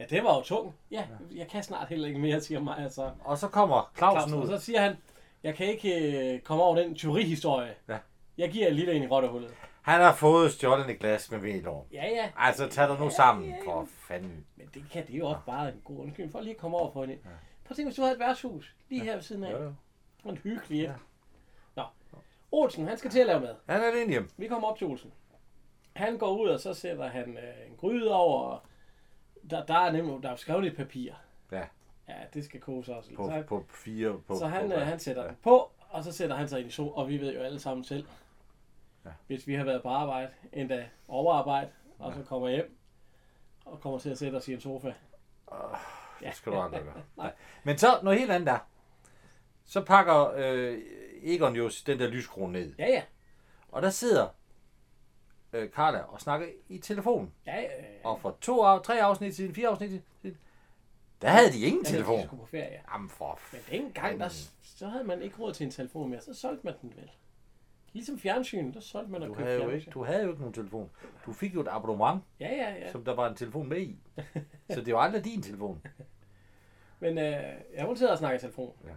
A: Ja, det var jo tung. Ja, jeg kan snart heller ikke mere, siger Maja så.
B: Og så kommer Clausen
A: Clausen, og
B: ud.
A: så siger han, jeg kan ikke øh, komme over den tyverihistorie.
C: Ja.
A: Jeg giver en lille en i rottehullet.
C: Han har fået stjålet et glas med velorm.
A: Ja, ja,
C: Altså, tag dig nu sammen, for fanden.
A: men det kan det er jo også bare en god undskyldning for lige at komme over på en. Ja. Prøv at tænke, hvis du havde et værtshus lige her ved siden af.
B: Ja, ja.
A: Det var en hyggelig ja. Nå, Olsen, han skal til at lave mad.
C: Han er alene hjem.
A: Vi kommer op til Olsen. Han går ud, og så sætter han øh, en gryde over, og der, der er nemlig, der er skrevet lidt papir.
C: Ja,
A: Ja, det skal koges også. lidt.
C: på,
A: så han,
C: på fire... På,
A: så han,
C: på,
A: øh, han sætter den på, og så sætter han sig ind i sol, og vi ved jo alle sammen selv, ja. hvis vi har været på arbejde, endda overarbejde, og så kommer hjem, og kommer til at sætte os i en sofa.
C: Ja. Det skal du aldrig
A: <laughs>
C: gøre. Nej. Men så noget helt andet der. Så pakker øh, Egon jo den der lyskrone ned.
A: Ja, ja.
C: Og der sidder øh, Carla og snakker i telefonen.
A: Ja, øh,
C: Og for to af, tre afsnit siden, fire afsnit siden, der havde de ingen
A: Ja, de
C: telefon.
A: skulle på ferie.
C: Jamen for
A: Men
C: f-
A: dengang, der, så havde man ikke råd til en telefon mere, så solgte man den vel. Ligesom fjernsyn, der solgte man at
C: du
A: købe
C: havde, jo
A: fjernsyn.
C: ikke, du havde jo ikke nogen telefon. Du fik jo et abonnement,
A: Ja, ja, ja.
C: som der var en telefon med
A: <laughs>
C: i. Så det var aldrig din telefon.
A: Men øh, jeg hun sidder og snakker i telefon
C: Ja.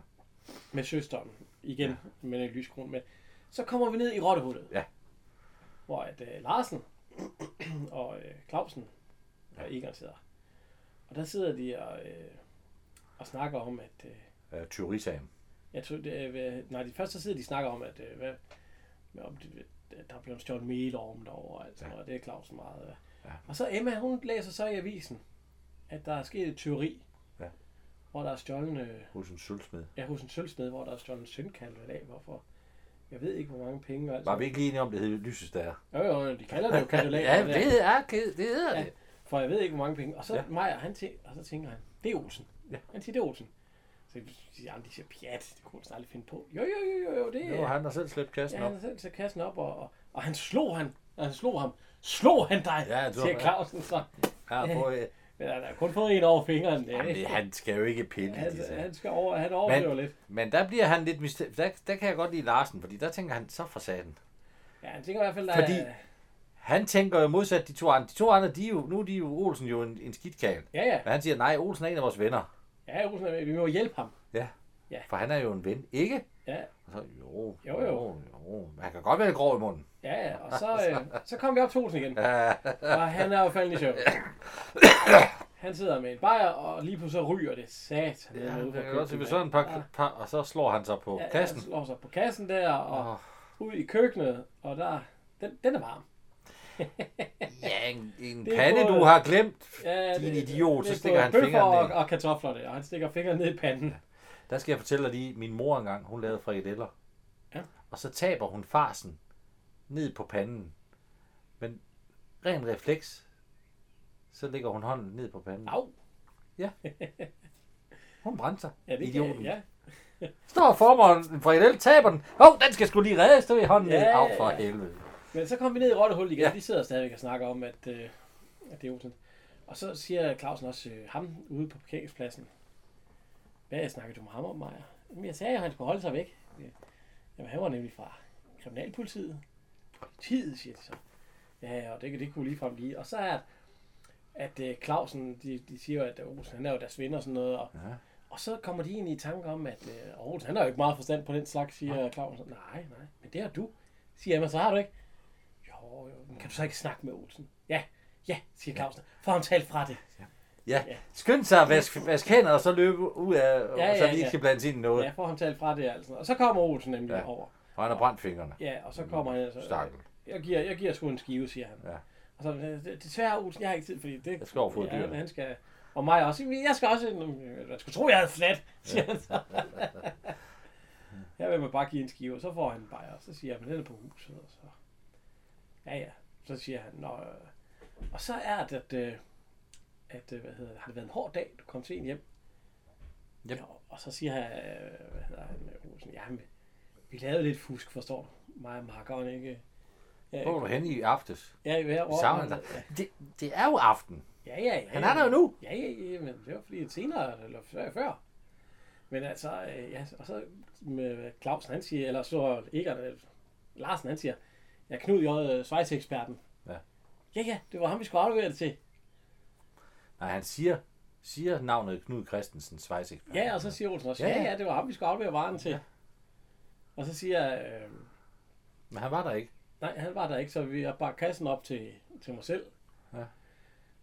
A: med søsteren igen ja. med en lyskron. Men så kommer vi ned i rottehullet.
C: Ja.
A: Hvor at, øh, Larsen <clears throat> og øh, Clausen og Egon sidder. Og der sidder de og, øh, og snakker om, at... Øh,
C: Øh, Tyverisagen.
A: jeg tror, det er, hvad- nej, de første sidder, de snakker om, at øh, hvad, hvad om det, at der er blevet stjålet melorm derovre, altså, ja. og det er Clausen meget. Ja. Og så Emma, hun læser så i avisen, at der er sket et tyveri,
C: Ja.
A: hvor der er stjålet, øh,
C: Hos en sølvsmed.
A: ja, hos en sølvsmed, hvor der er stjålet en søndkalve af, hvorfor? Jeg ved ikke, hvor mange penge. Altså.
C: Var vi ikke lige enige om, det hed Lysestager?
A: Jo, jo, de
C: <laughs>
A: kalder det jo kandelaber.
C: Ja,
A: der.
C: det er, det hedder det.
A: For jeg ved ikke, hvor mange penge. Og så ja.
C: Ja.
A: Maja, han tæ- og så tænker han, det er Olsen. Ja. Han siger, det er Olsen. Så siger han, de siger, pjat, det kunne Olsen aldrig finde på. Jo, jo, jo, jo, jo det er...
C: Jo, han har selv slæbt kassen
A: Ja,
C: op.
A: han selv tager kassen op, og, og, og han slog han, og han slog ham. Slog han dig,
C: Ja,
A: ja,
C: jeg tror,
A: siger
C: ja.
A: Clausen så.
C: Ja, for, øh,
A: Men han har kun fået en over fingeren. Ja.
C: jamen, det- han skal jo ikke pille i
A: Han,
C: det.
A: han, skal over, han overlever
C: Men-
A: lidt.
C: Men der bliver han lidt mistænkt. Der, der kan jeg godt lide Larsen, fordi der tænker han så for saten.
A: Ja, han tænker i hvert fald, der
C: Fordi-
A: er,
C: Han tænker jo modsat de to andre. De to andre, de er jo, nu er de jo Olsen jo en, en skidtkage.
A: ja, ja,
C: Men han siger, nej, Olsen er en af vores venner.
A: ja, Olsen, er med. vi må hjælpe ham.
C: Ja.
A: Ja.
B: For han er jo en ven, ikke?
A: Ja,
B: Og så, jo,
A: Jo, jo.
B: jo, jo. Men Han kan godt være lidt grov i munden.
A: ja, ja. Og så, øh, så kom vi op til Olsen igen.
B: Ja,
A: Og han er jo faldet i søvn. Han sidder med en bajer, og lige pludselig så ryger det sat.
B: ja, han kan godt se, hvis sådan en par, par, og så slår han sig på
A: ja, kassen.
B: kassen.
A: Han slår sig på kassen der, og <laughs>
B: Åh.
A: ud i køkkenet, og der, den, den er varm.
B: Ja, en, en
A: Det er
B: pande,
A: både-
B: du har glemt.
A: Ja,
B: Din idiot, så stikker
A: både
B: han
A: bøffer
B: fingeren ned.
A: og, og kartofler der, og han stikker fingeren ned i panden.
B: Der skal jeg fortælle dig lige, min mor engang, hun lavede frikadeller.
A: Ja.
B: Og så taber hun farsen ned på panden. Men ren refleks, så lægger hun hånden ned på panden.
A: Au!
B: Hun brændte sig.
A: Ja, det
B: Idioten.
A: kan, ja.
B: Står for mig en frikadelle, taber den. Hov, oh, den skal skulle lige reddes, du i hånden ned.
A: Ja, ja,
B: Au,
A: ja.
B: for helvede.
A: Men så kom vi ned i Rottehul igen.
B: Ja.
A: Ja. De sidder stadigvæk og snakker om, at, øh, at det er Olsen. Og så siger Clausen også øh, ham ude på parkeringspladsen. Hvad snakker du med ham om, Maja? Jamen, jeg sagde jo, at han skulle holde sig væk. Øh, Jamen, han var nemlig fra kriminalpolitiet. Politiet, siger de så. Ja, og det, det kunne ligefrem lige. Og så er at øh, Clausen, de, de siger jo, at Olsen, han er jo deres ven og sådan noget. Og, ja. og så kommer de ind i tanke om, at øh, Olsen, han har jo ikke meget forstand på den slags, siger Clausen. Nej, nej, men det har du. Siger jeg, men så har du ikke. Jo, jo, men kan du så ikke snakke med Olsen? Ja, ja, siger Clausen. Få ham talt fra det.
B: Ja, skynd sig at vaske vask hænder, og så løbe ud af,
A: Ja,
B: ja, så
A: ja,
B: vi ikke
A: ja.
B: skal blandes ind i noget.
A: Ja, få ham talt fra det, altså. Og så kommer Olsen nemlig
B: Ja.
A: ja. over.
B: Og han har brændt fingrene.
A: Ja, og så kommer han altså.
B: Stakkel.
A: Jeg giver, jeg giver sgu en skive, siger han.
B: Ja.
A: Og så, "Øh, desværre Olsen, jeg har ikke tid, fordi det...
B: Jeg skal over og fodre
A: ja,
B: dyr.
A: men han skal... Og mig også. "Men Jeg skal også... "Øh, Jeg skulle tro, jeg havde flat, siger han så. <laughs> Her vil man bare give en skive, og så får han en bajer, og så siger han, den er på huset, og så... Ja, ja. Så siger han, Nå, øh. Og så er det, at... Øh, at, øh, hvad hedder det, har det været en hård dag, du kom sent hjem?
B: Yep.
A: Ja, og så siger han, øh, hvad hedder han, øh, Olsen, jamen, vi lavede lidt fusk, forstår du? Mig og makkeren, ikke? Ja,
B: Hvor var du henne i aftes?
A: Ja, i hver år.
B: Savner dig. Det, det er jo aften.
A: Ja, ja, ja.
B: Han er der jo nu.
A: Ja, ja, ja, men det var fordi at senere, eller før, før. Men altså, øh, ja, og så med Clausen, han siger, eller så Egon, øh, Larsen, han siger, jeg Knud J. Schweiz-eksperten.
B: Ja.
A: Ja, ja, det var ham, vi skulle aflevere det til.
B: Nej, han siger, siger navnet Knud Christensen, Schweiz
A: Ja, og så siger Olsen også,
B: Ja,
A: ja,
B: ja.
A: ja, det var ham, vi skulle aflevere varen til. Og så siger, øh,
B: Men han var der ikke.
A: nej, han var der ikke, så vi har bare kassen op til, til mig selv.
B: Ja.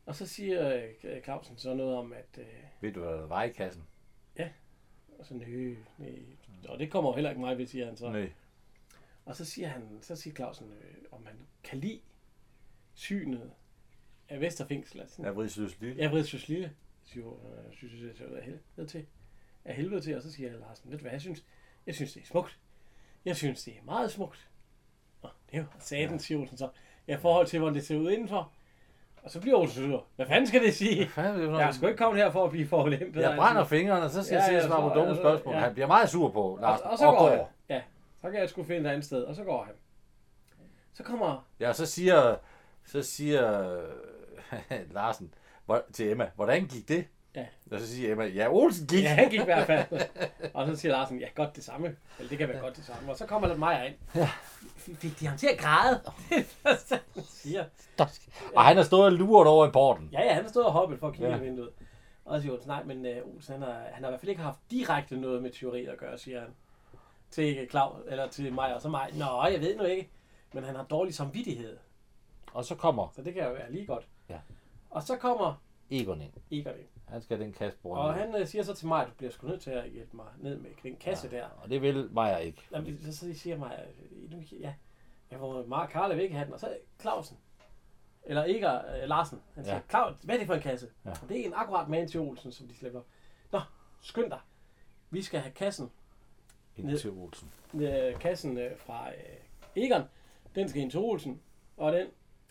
A: Og så siger øh, Clausen så noget om, at... Øh,
B: Ved du, hvad der var i kassen?
A: Og så, nej, nej. Og det kommer jo heller ikke mig ved, siger han så.
B: Nej.
A: Og så siger, han, så siger Clausen, øh, om han kan lide synet af Vesterfængsel. Altså,
B: Jeg vrids løs lille.
A: jeg ved synes lille, siger, øh, synes, jeg, det er af helvede til. Af helvede til, og så siger Larsen, ved du hvad jeg synes? Jeg synes, det er smukt. Jeg synes, det er meget smukt. Nå, det er jo satan, ja. siger Olsen så. Jeg forhold til, hvordan det ser ud indenfor. Og så bliver Olsen sur. Hvad fanden skal det <laughs> sige? Jeg er sgu ikke kommet her for at blive forulæmpet.
B: jeg brænder fingrene, og så skal
A: Ja,
B: jeg se
A: ja,
B: at svare på
A: så-
B: dumme
A: ja, så-
B: spørgsmål.
A: ja.
B: Han bliver meget sur på Larsen.
A: Og, og så går, han. Ja, så kan jeg sgu finde et andet sted, og så går han. Så kommer...
B: Ja, og så siger, så siger <laughs> Larsen hvor- til Emma, hvordan gik det?
A: Ja.
B: Og så siger Emma, ja, Olsen gik.
A: Ja, han gik i hvert fald. og så siger Larsen, ja, godt det samme. Eller det kan være godt det samme. Og så kommer Maja ind. Ja. Fik de ham til at græde? <laughs> Det er det første, han siger.
B: Og han har stået og luret over i porten.
A: Ja, ja, han stod og hoppet for at kigge
B: Ja.
A: ja. i vinduet. Og så siger Olsen, nej, men uh, Olsen, han har, han har i hvert fald ikke haft direkte noget med tyveri at gøre, siger han. Til Klav, eller til mig, og så mig. Nå, jeg ved nu ikke. Men han har dårlig samvittighed,
B: Og så kommer
A: så det kan jo være lige godt.
B: Ja.
A: Og så kommer
B: Egon ind.
A: Egon ind.
B: Han skal have den kasse på
A: Og
B: ham.
A: han øh, siger så til mig, at du bliver sgu nødt til at hjælpe mig ned med den kasse ja. der.
B: Og det vil Maja ikke.
A: Jamen, så, så siger jeg mig, øh, nu- ja, jeg får Mark Karle væk have den, og så Clausen. Eller ikke øh, Larsen. Han siger,
B: Ja.
A: ja. Claus, hvad er det for en kasse?
B: Ja.
A: Ja. Det er en akkurat man til Olsen, som de slipper op. Nå, skynd dig. Vi skal have kassen,
B: Ind til Olsen.
A: øh, kassen øh, fra øh, Egon. Den skal ind til Olsen. Og den.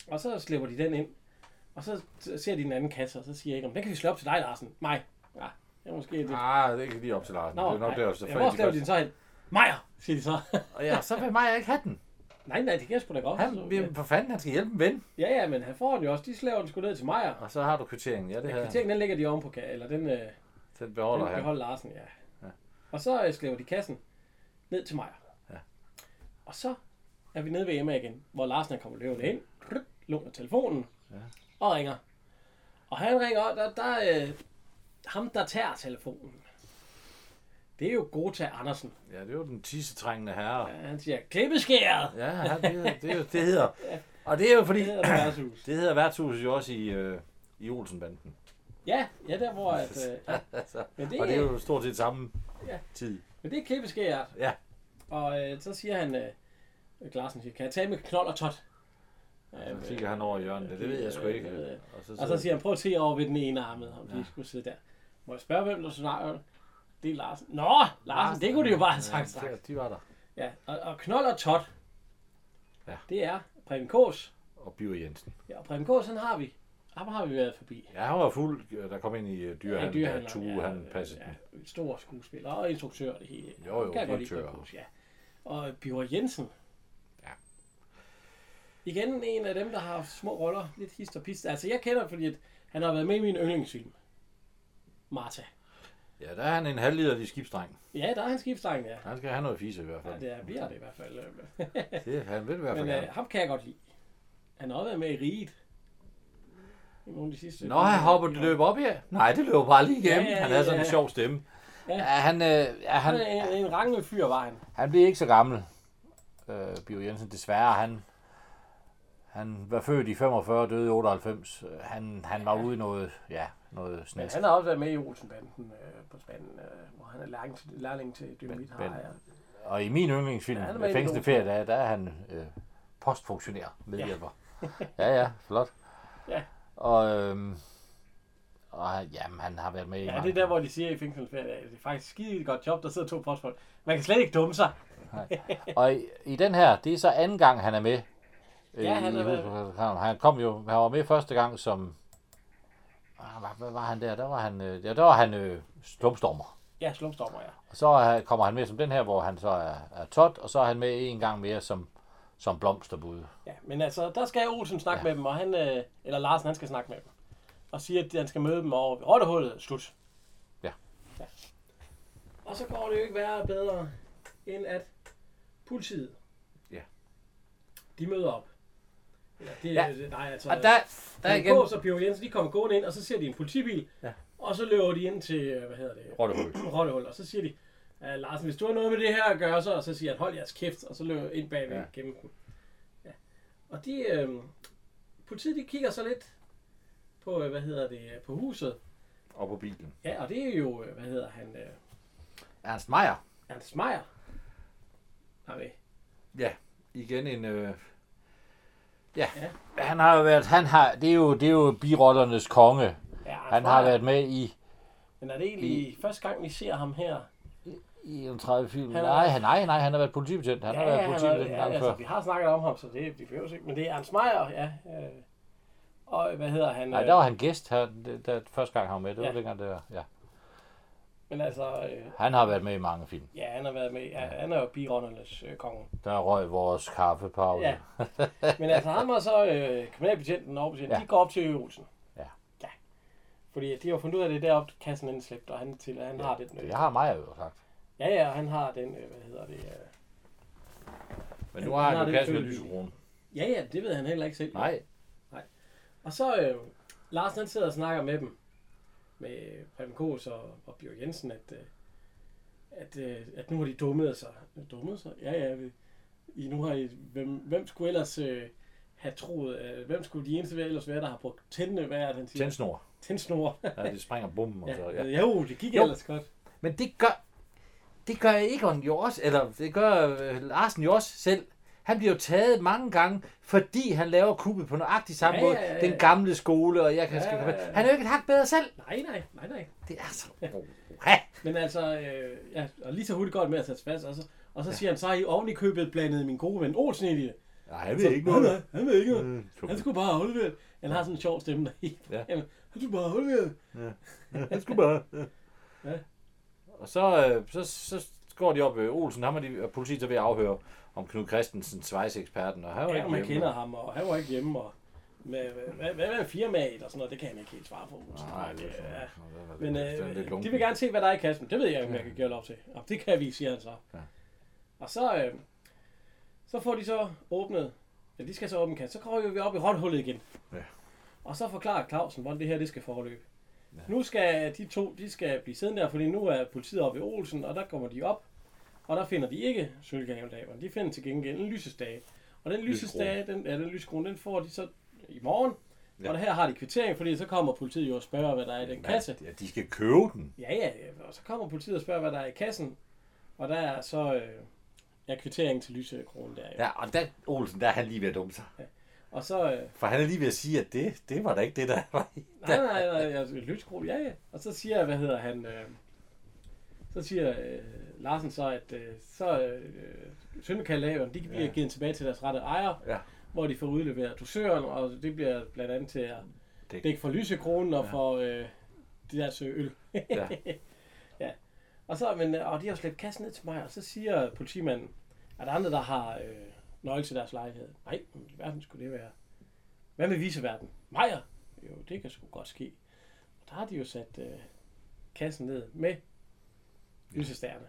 A: Og så slipper de den ind. Og så t- ser de den anden kasse, og så siger Egon, den kan vi slå op til dig, Larsen. Mig. Ja, det er måske det.
B: Ah, det er ikke lige op til Larsen. det altså, er nok der, så
A: ja, hvor skrev de den så hen? Meyer, siger de så. <laughs>
B: Og ja, så vil Maja ikke have den.
A: nej, nej, det kan jeg sgu da godt. forstå.
B: Han, jamen, for fanden, han skal hjælpe en ven.
A: ja, ja, men han får den jo også. De slæver den sgu ned til Meyer.
B: Og så har du kvitteringen. Ja, det
A: Ja.
B: her.
A: Kvitteringen, den lægger de ovenpå, ka- eller den, øh,
B: Den
A: den
B: beholder han.
A: beholder Larsen, ja. Og så øh, slæver de kassen ned til Meyer.
B: Ja.
A: Og så er vi nede ved Emma igen, hvor Larsen er kommet løbende ind, Rrrt, låner telefonen ja. og ringer. Og han ringer, og der, der øh, ham, der tager telefonen, Det er jo Gota Andersen.
B: Ja, det er jo den tissetrængende herre.
A: Ja, han siger, klippeskæret!
B: Ja, han- det, er- det, er jo- det hedder... Og det er jo fordi...
A: Det hedder det værtshus.
B: Det hedder værtshuset jo også i, øh, i Olsenbanden.
A: Ja, ja, der hvor... At, øh, ja.
B: <laughs> Altså,
A: Men
B: og det er
A: det,
B: jo stort set samme
A: Ja.
B: ja. tid.
A: men det er klippeskæret.
B: Ja.
A: Og øh, så siger han, øh, Glarsen siger, kan jeg tage med knold og tot?
B: Og så kigger han over i hjørnet. Det, det ved jeg sgu
A: øh,
B: ikke.
A: det ved jeg.
B: Og så,
A: Og så siger han, prøv at se over ved den ene armede, om ja. de
B: Ja.
A: skulle sidde der. Må jeg spørge, hvem der snakker? Det er Larsen. Nå, Larsen, Larsen Ah, det kunne de jo bare have sagt
B: Ja,
A: straks.
B: De var der.
A: Ja, og, og Knold og Tot,
B: Ja.
A: det er Preben Kås.
B: Og Biver Jensen.
A: Ja, og Preben Kås, han har vi. Ham har vi været forbi.
B: Ja, han var fuld, øh, der kom ind i øh, dyrehandlen, ja,
A: dyrehandler,
B: da Tue,
A: ja,
B: han passede
A: ja,
B: den.
A: en Stor skuespiller og instruktør og det hele.
B: Jo, jo,
A: Kan jeg godt lide
B: direktør.
A: Preben Kaas, ja. Og Bjørn Jensen.
B: Ja.
A: Igen en af dem, der har haft små roller. Lidt hist og pist. Altså, jeg kender ham, fordi at han har været med i min yndlingsfilm. Martha.
B: Ja, der er han en halv liter i skibsdreng.
A: Ja, der er han skibsdrengen, ja.
B: Han skal have noget fise i hvert
A: ja
B: fald.
A: det er, bliver det i hvert fald. øh.
B: Det, han vil i hvert fald
A: Men øh,
B: gerne.
A: ham kan jeg godt lide. Han har også været med i Riget. I nogle af de sidste...
B: Nå, han hopper det løber op, ja. Nej, det løber bare lige igennem.
A: øh, Ja,
B: Ja,
A: ja,
B: ja, han havde sådan
A: ja.
B: en sjov stemme.
A: Ja.
B: Ja. han, øh, ja,
A: Han
B: han,
A: er en, en rangende fyr, var han.
B: han blev ikke så gammel, øh, Bio Jensen, desværre. Han, han var født i 45 døde i 98. Øh, Han, han var ude i noget, ja, noget
A: Men
B: snæst.
A: han har også været med i Olsenbanden øh, på Spanden, øh, hvor han er lærling til, lærling til Dynamit
B: Ben-
A: har jeg.
B: Og i min yndlingsfilm,
A: Ja, han er med i
B: ja, Fængsende
A: nogle-
B: Ferie, der, der er han øh, postfunktionær, medhjælper. Ja. ja, ja, flot.
A: <laughs> Ja.
B: Og, øhm, og han- jamen, han har været med i
A: Ja,
B: mange
A: det er der, hvor de siger i fængselsferien, at det er faktisk skide godt job, der sidder to postfolk. Man kan slet ikke dumme sig.
B: Og i, i den her, det er så anden gang, han er med. øh,
A: Ja, han
B: i
A: er med.
B: Husmandsprogrammet. Han kom jo, han var med første gang som... Ah, Hvad, hvad var han der? Der var han, øh, ja, der var han øh, slumstormer.
A: Ja, slumstormer, ja.
B: Og så er- kommer han med som den her, hvor han så er, er tot, og så er han med en gang mere som, som blomsterbud.
A: ja. Men altså, der skal Olsen snakke ja. med dem, og han, øh, eller Larsen, han skal snakke med dem. Og siger, at han skal møde dem over ved Rottehullet. Slut.
B: Ja.
A: ja. Og så går det jo ikke værre og bedre, end at politiet,
B: Ja.
A: de møder op. Eller det,
B: Ja.
A: ja. nej, altså,
B: Og der, der
A: Der
B: igen...
A: igen. Kås og Pio Jensen, de kommer gående ind, og så ser de en politibil, ja.
B: Ja.
A: og så løber de ind til, øh, hvad hedder det,
B: Rottehul.
A: Rottehul, og så siger de, "Øh, Larsen, hvis du har noget med det her at gøre, så, og så siger han, hold jeres kæft, og så løber ind bagved ja.
B: Ja.
A: gennem den. Ja. Og de, øh, politiet, de kigger så lidt på, øh, hvad hedder det, øh, på huset.
B: Og på bilen.
A: Ja, og det er jo, øh, hvad hedder han, øh,
B: Ernst Meier.
A: Ernst Meier. Nej, ved.
B: Ja, igen en... Øh... Ja.
A: Ja.
B: ja. Han har jo været, han har, det er jo, det er jo birollernes konge.
A: Ja, Ernst
B: Han har
A: Meier.
B: været med i
A: Men er det egentlig første gang, vi ser ham her?
B: I en 30
A: Han
B: film. Han
A: er-
B: nej, han, nej, nej, han har været politibetjent. Han ja, har været politibetjent
A: han
B: en
A: har-
B: gang
A: ja,
B: før.
A: Altså, vi har snakket om ham, så det vi behøver ikke. Men det er Ernst Meier, ja. Øh, og hvad hedder han?
B: Nej,
A: øh,
B: der var han gæst her, det- der, første gang han var med. Det var
A: Ja.
B: ja. dengang, det var, ja.
A: Men altså, øh,
B: Han har været med i mange film.
A: ja, han har været med. Ja, han er jo birollernes øh, konge.
B: Der røg vores kaffepause.
A: Ja.
B: Ja. <laughs>
A: Men altså, ham og så øh, kriminalbetjenten og overbetjenten, ja.
B: Ja.
A: de går op til Olsen.
B: Ja.
A: ja. Fordi de har fundet ud af det deroppe, kassen er indslæbt, og han, til, han har den. Øh,
B: Det har mig jo sagt.
A: ja, ja, og han har den, øh, hvad hedder det? Øh,
B: Men
A: nu har han jo kasse med
B: lyserone.
A: ja, ja, det ved han heller ikke selv.
B: Nej,
A: Og så øh, Larsen han sidder og snakker med dem, med Preben Kås og, og Bjørn Jensen, at, øh, at, øh, at nu har de dummet sig. Dummet sig? Ja, ja. Vi, I, nu har I, hvem, hvem skulle ellers øh, have troet, øh, hvem skulle de eneste være ellers være, der har brugt tændende, hvad er det, han siger?
B: tændsnor.
A: Tændsnor.
B: Ja, det springer bum. Og så,
A: ja. <laughs>
B: ja.
A: ja, jo, det gik
B: Jo.
A: ellers godt.
B: Men det gør, det gør Egon jo også, eller det gør øh, Larsen jo også selv. Han bliver jo taget mange gange, fordi han laver kuppet på nøjagtig samme
A: Ja,
B: ja,
A: ja,
B: måde.
A: ja, ja.
B: Den gamle skole, og jeg kan...
A: Ja, ja, ja.
B: Han er jo ikke et hak bedre selv.
A: Nej, nej, nej, nej.
B: Det er altså- så... Ja.
A: Men altså, øh, ja, og lige så hurtigt går det med at tage fast, og så, og så siger han, så har I oven i købet blandet min gode ven Olsen ind i det.
B: Nej, han
A: Så- Nej, nej, han ved ikke noget. Mm.
B: Øh,
A: Han skulle bare have afleveret. Han har sådan en sjov stemme, der <laughs> helt... Ja.
B: Ja.
A: Han skulle bare have afleveret.
B: Han skulle bare.
A: Ja.
B: Og så, øh, så, så går de op ved Olsen, ham er de, og politiet er ved at afhøre om Knud Christensen, svejseksperten, og han var
A: Ja,
B: ikke
A: man
B: hjemme.
A: kender ham, og han var ikke hjemme, og med, hvad, hvad med firmaet og sådan noget, det kan han ikke helt svare på.
B: Nej, det er sådan.
A: Ja.
B: Ja.
A: Men
B: Det er lidt
A: øh, de
B: lunken.
A: vil gerne se, hvad der er i kassen. Det ved jeg ikke, om jeg kan give lov til. Og det kan vi, siger han så.
B: Ja.
A: Og så, øh, så får de så åbnet. Ja, de skal så åbne kassen. Så kommer vi op i rothullet igen.
B: Ja.
A: Og så forklarer Clausen, hvordan det her det skal forløbe. Nu skal de to, de skal blive siddende der, fordi nu er politiet oppe ved Olsen, og der kommer de op, og der finder de ikke sølvgaveldaven. De finder til gengæld en lysestage. Og den lysestage, den, ja, den lyskrone, den får de så i morgen. Ja.
B: Ja.
A: Og der her har de kvittering, fordi så kommer politiet jo og spørger, hvad der er i den kasse.
B: Ja, de skal købe den.
A: Ja, ja, ja, og så kommer politiet og spørger, hvad der er i kassen. Og der er så øh, ja, kvitteringen til lysekronen der. Jo. Ja.
B: Ja, og der, Olsen, der er han lige ved at dumme sig.
A: Og så... Øh,
B: For han er lige ved at sige, at det, det var da ikke det, der <laughs> var i.
A: Nej, nej, nej, nej, altså, lyskro, ja, ja. Og så siger, jeg, hvad hedder han, øh, så siger øh, Larsen så, at øh, så øh, Sønderkaldaverne, de bliver ja. givet tilbage til deres rette ejer,
B: Ja.
A: hvor de får udleveret dusøren, og det bliver blandt andet til at
B: Dæk.
A: dække for lysekronen og ja. for øh, det der sø øl.
B: Ja.
A: <laughs> ja. Og så, men, øh, og de har slæbt kassen ned til mig, og så siger politimanden, at der er andre, der har øh, nøgle til deres lejlighed. Nej, men i verden skulle det være. Hvad med viseverden? Mejer? Jo, det kan sgu godt ske. Og der har de jo sat øh, kassen ned med lysestærne.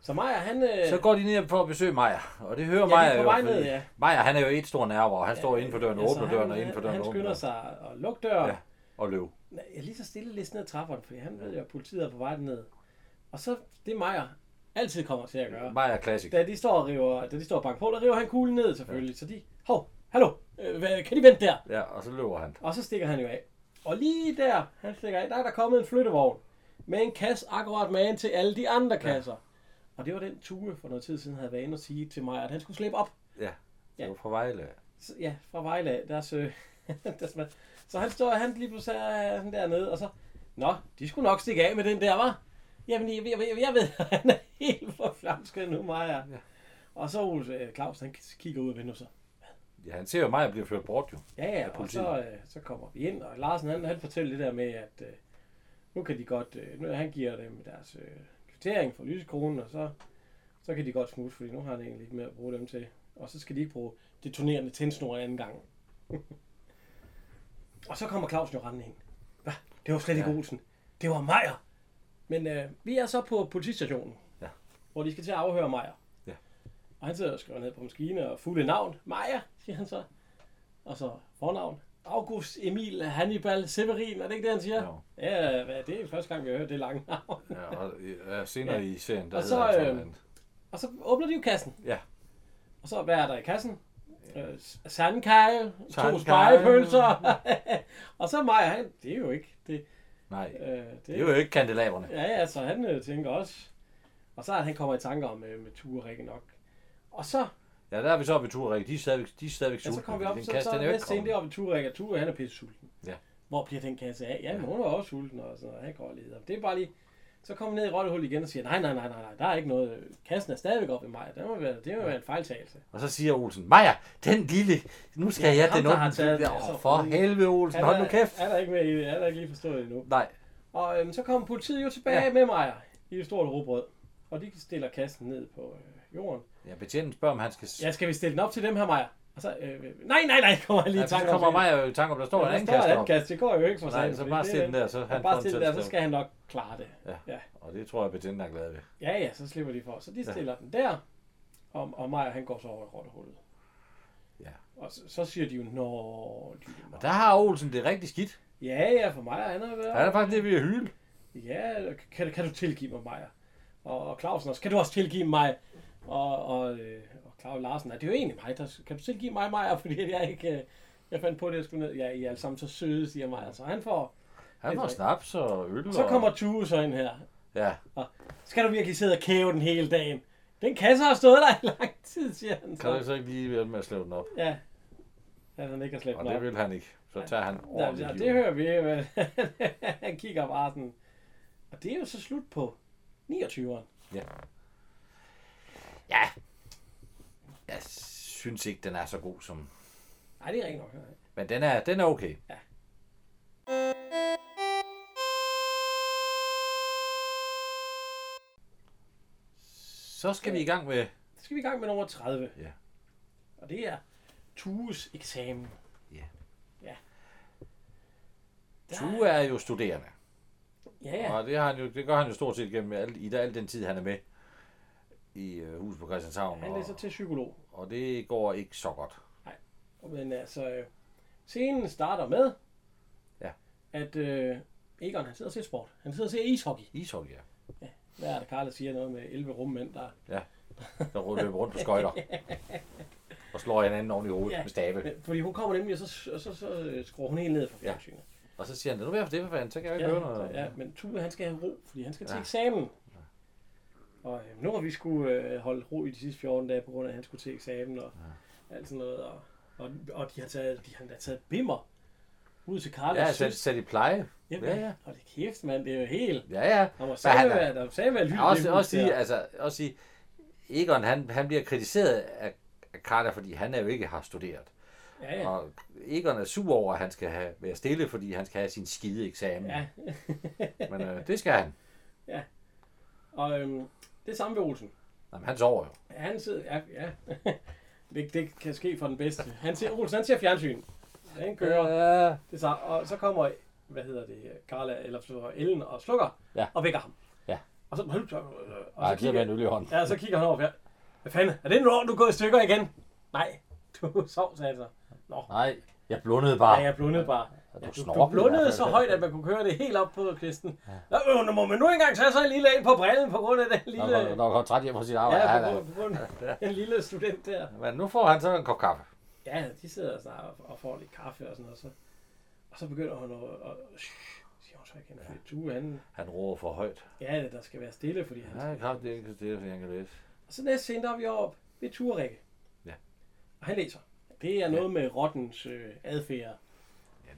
A: Så Meyer, han... Øh,
C: Så går de ned for at besøge Maja, og det hører
A: de er
C: Maja
A: på
C: jo.
A: vej ned,
C: fordi
A: ja.
C: Maja, han er jo et stor nerver, og han står inde for døren og
A: altså,
C: åbner
A: han-
C: døren og inde for døren
A: Han
C: og åbner
A: skynder
C: døren.
A: sig og lukker døren.
B: Ja. Og løb.
A: Nej, jeg lige så stille lidt ned ad trapperne, fordi han ved jo, at politiet er på vej ned. Og så, det Meyer altid kommer til at gøre.
C: Maja er klassik.
A: Da de står og river, da de står og banker på, der river han kuglen ned selvfølgelig. Så de, hov, hallo, øh, hvad, kan de vente der?
C: Ja, og så løber han.
A: Og så stikker han jo af. Og lige der, han stikker af, der er der kommet en flyttevogn. Med en kasse akkurat med til alle de andre kasser. Og det var den Tue for noget tid siden havde været inde og sige til mig, at han skulle slippe op.
B: Ja.
A: Ja.
B: Det var fra Vejle.
A: Så- ja, fra Vejle af, deres, <laughs> øh, deres mand. Så han står, han lige pludselig er sådan dernede, og så, nå, de skulle nok stikke af med den der, var. Jamen, jeg, jeg, jeg, jeg ved, <laughs> han er helt forflamsket nu, Maja. Ja. Og så Ole øh, Claus, han kigger ud af vinduet så.
B: Ja, han ser jo mig, at bliver ført bort jo.
A: Ja, ja, og
B: politiet.
A: så, øh, så kommer vi ind, og Larsen, han, han fortæller det der med, at øh, nu kan de godt, øh, nu, han giver dem deres øh, kvittering for lysekronen, og så, så kan de godt smutte, fordi nu har han egentlig ikke mere at bruge dem til. Og så skal de ikke bruge det turnerende tændsnor en anden gang. <laughs> og så kommer Clausen jo rendende ind. Hva? Det var slet ikke Olsen. Det var Meier. Men øh, vi er så på politistationen,
B: Ja.
A: hvor de skal til at afhøre Meier.
B: Ja.
A: Og han sidder og skriver ned på maskine og fulde navn. Meier, siger han så. Og så fornavn. August Emil Hannibal Severin, er det ikke det, han siger?
B: Jo.
A: Ja, hvad, det er første gang, vi har hørt det lange navn. <laughs>
B: Ja, og ja, senere ja. i serien, der
A: Og
B: og
A: så,
B: hedder han
A: øh,
B: sådan, at-
A: Og så åbner de jo kassen.
B: Ja.
A: Og så, hvad er der i kassen? Øh, s- sandkage, to
B: Sandkage.
A: spejepølser. <laughs> og så Maja, han, det er jo ikke det.
B: Nej,
A: Øh, det,
B: det er jo ikke kandelaberne.
A: Ja, ja, så han øh, tænker også. Og så er han kommer i tanker om øh, med Ture rigtig nok. Og så,
B: Ja, der er vi så ved Turik. De er stadigvæk, de er stadigvæk
A: ja, så
B: sultne,
A: kommer vi
B: fordi
A: op,
B: den
A: så,
B: kasse,
A: så
B: den er
A: er
B: jo
A: næste
B: ikke
A: scene, det
B: kommet.
A: er op i Ture, ikke? Og Ture, han er pisse sulten.
B: Ja.
A: Hvor bliver den kasse af? Ja, men hun er også sulten og sådan noget. Han går lidt. Det er bare lige, så kommer han ned i rottehul igen og siger, nej, nej, nej, nej, nej, der er ikke noget. Kassen er stadigvæk oppe i mig. Det må være, det må være en fejltagelse.
B: Og så siger Olsen, Maja, den lille, nu skal jeg
A: ham,
B: den
A: der har
B: onde.
A: taget-
B: Ja,
A: altså,
B: åh, for
A: Olsen.
B: helvede, Olsen, hold nu
A: er,
B: kæft.
A: Er der ikke med i det? Er der ikke lige forstået endnu?
B: Nej,
A: Og øhm, så kommer politiet jo tilbage ja. med mig i et stort rugbrød. Og de stiller kassen ned på øh, jorden.
B: ja, betjenten spørger, om han skal... Ja,
A: Ja, skal vi stille den op til dem her, Maja? Og så, øh, nej, nej, nej, kommer jeg lige i
B: så
A: tanke om
B: kommer
A: det.
B: Maja jo i tanke om, der står
A: Ja,
B: en
A: der
B: anden
A: står
B: kasse
A: en anden
B: deroppe.
A: kast. Det går jo ikke for
B: Nej, så bare stil den der, så han får
A: Bare
B: en
A: stil den der, så
B: tilstand.
A: skal han nok klare det.
B: Ja.
A: ja.
B: Og det tror jeg, betjenten er glad ved.
A: Ja, ja, så slipper de for. Så de stiller ja. den der, og, og Maja, han går så over i rottehullet.
B: Ja.
A: Og så, så siger de jo, nå, lille
B: Og
A: Maja."
B: der har Olsen det rigtig skidt.
A: Ja, ja, for Maja, han har
B: Han
A: været...
B: er faktisk lige ved at hyle.
A: Ja, kan, kan du tilgive mig, Maja? Og, og Clausen også, kan du også tilgive mig? Og, og, øh, og Claus Larsen, er det er jo egentlig mig, der, kan du tilgive mig, Maja? <laughs> Fordi jeg ikke... øh, Jeg fandt på det, at jeg skulle ned. Ja, I er alle sammen så søde, siger Maja. Så han får...
B: Han
A: Det er
B: var
A: rigtigt.
B: snaps og øl.
A: Så
B: og-
A: kommer Tue så ind her.
B: Ja,
A: Skal du virkelig sidde og kæve den hele dagen? Den kasse har stået der i lang tid, siger han
B: kan du
A: så.
B: så ikke lige hjælpe med at slå den op?
A: Ja. Altså, han ikke har slæbt
B: Og
A: den op.
B: det vil han ikke. Så tager han
A: Ja,
B: ordentligt
A: ja,
B: liv.
A: det hører vi. <laughs> Men han kigger bare sådan. Og det er jo så slut på 29'eren.
B: Ja. Jeg synes ikke, den er så god som...
A: Nej, det er rigtig nok. nej.
B: Men den er, den er okay. Så skal vi i gang med...
A: Så skal vi i gang med nummer 30.
B: Ja.
A: Og det er Tues eksamen.
B: Tue er jo studerende.
A: Ja,
B: Ja.
A: ja.
B: Og det, har han jo, det gør han jo stort set gennem alt, i al den tid, han er med i øh, huset på Christianshavn.
A: Han
B: Og,
A: læser til psykolog.
B: og det går ikke så godt.
A: Men altså, øh, scenen starter med,
B: Ja.
A: at øh, Egon, han sidder og ser sport. Han sidder og ser ishockey.
B: Ishockey, ja.
A: Hvad er det, Karla siger noget med 11 rummænd, der...
B: Der løber rundt på
A: <laughs>
B: skøjter. og slår hinanden oven i hovedet
A: Ja.
B: med stave.
A: Fordi hun kommer nemlig, og så, så, så, så øh, skruer hun helt ned for
B: Ja.
A: fjernsynet.
B: Og så siger han, nu er jeg for det, for fanden, så kan jeg jo ikke høre noget.
A: ja, men Tue, han skal have ro, fordi han skal til
B: Ja.
A: eksamen. Og øh, nu har vi skulle øh, holde ro i de sidste 14 dage, på grund af, at han skulle til eksamen og alt sådan noget. Og, og, og de har taget, de har endda taget bimmer ud til Karla.
B: Ja, sat, sat i pleje.
A: Jamen,
B: Ja,
A: ja,
B: ja.
A: ja. Og det kæft, mand, det er jo helt...
B: Ja, ja.
A: Der må
B: Men han
A: sagde
B: er-
A: være, der sagde være
B: Ja, også, også sige, altså, også sige, Egon, han, han bliver kritiseret af, af Carter, fordi han er jo ikke har studeret.
A: Ja, ja.
B: Og Egon er sur over, at han skal have, være stille, fordi han skal have sin skide eksamen.
A: ja.
B: Men øh, det skal han.
A: Og øhm, det er samme ved Olsen.
B: Jamen, han sover jo.
A: Han sidder... Ja, ja. <laughs> det, det kan ske for den bedste. Han ser, Olsen, han ser fjernsyn. Den kører.
B: Ja,
A: Det er så, og så kommer, hvad hedder det, Carla, eller så Ellen og slukker,
B: Ja.
A: og vækker ham.
B: Ja.
A: Og så, og så,
B: Ej,
A: og så
B: det er med
A: kigger,
B: en øl i hånden.
A: ja, så kigger han over, ja. hvad fanden, er det nu, du er gået i stykker igen? Nej, du sov, sagde han så. Nå,
B: Nej, jeg blundede
A: ja,
B: bare.
A: jeg blundede bare.
B: Og
A: Du, du
B: snorklede i hvert
A: blundede
B: fald.
A: så højt, at man kunne køre det helt op på kvisten. Nå, øh, nu må man nu engang tage sig en lille ind på brillen på grund af den
B: Når
A: lille...
B: han- Når han kom træt hjem fra sit arbejde.
A: Ja,
B: Ja,
A: på
B: ja,
A: grund, på grund af den lille student der.
B: Men nu får han så en kop kaffe.
A: Ja, de sidder og snakker og- og får lidt kaffe og sådan noget. Så. Og så begynder hun at... Og, shh, siger hun så igen, fordi Tue, han,
B: Han roer for højt.
A: ja, der skal være stille, fordi han...
B: Ja, kraft, det er ikke det, han kan læse.
A: Og så næste scene, der er vi op ved Turek.
B: Ja.
A: Og han læser. Det er noget med rottens øh, adfærd.
B: Ja,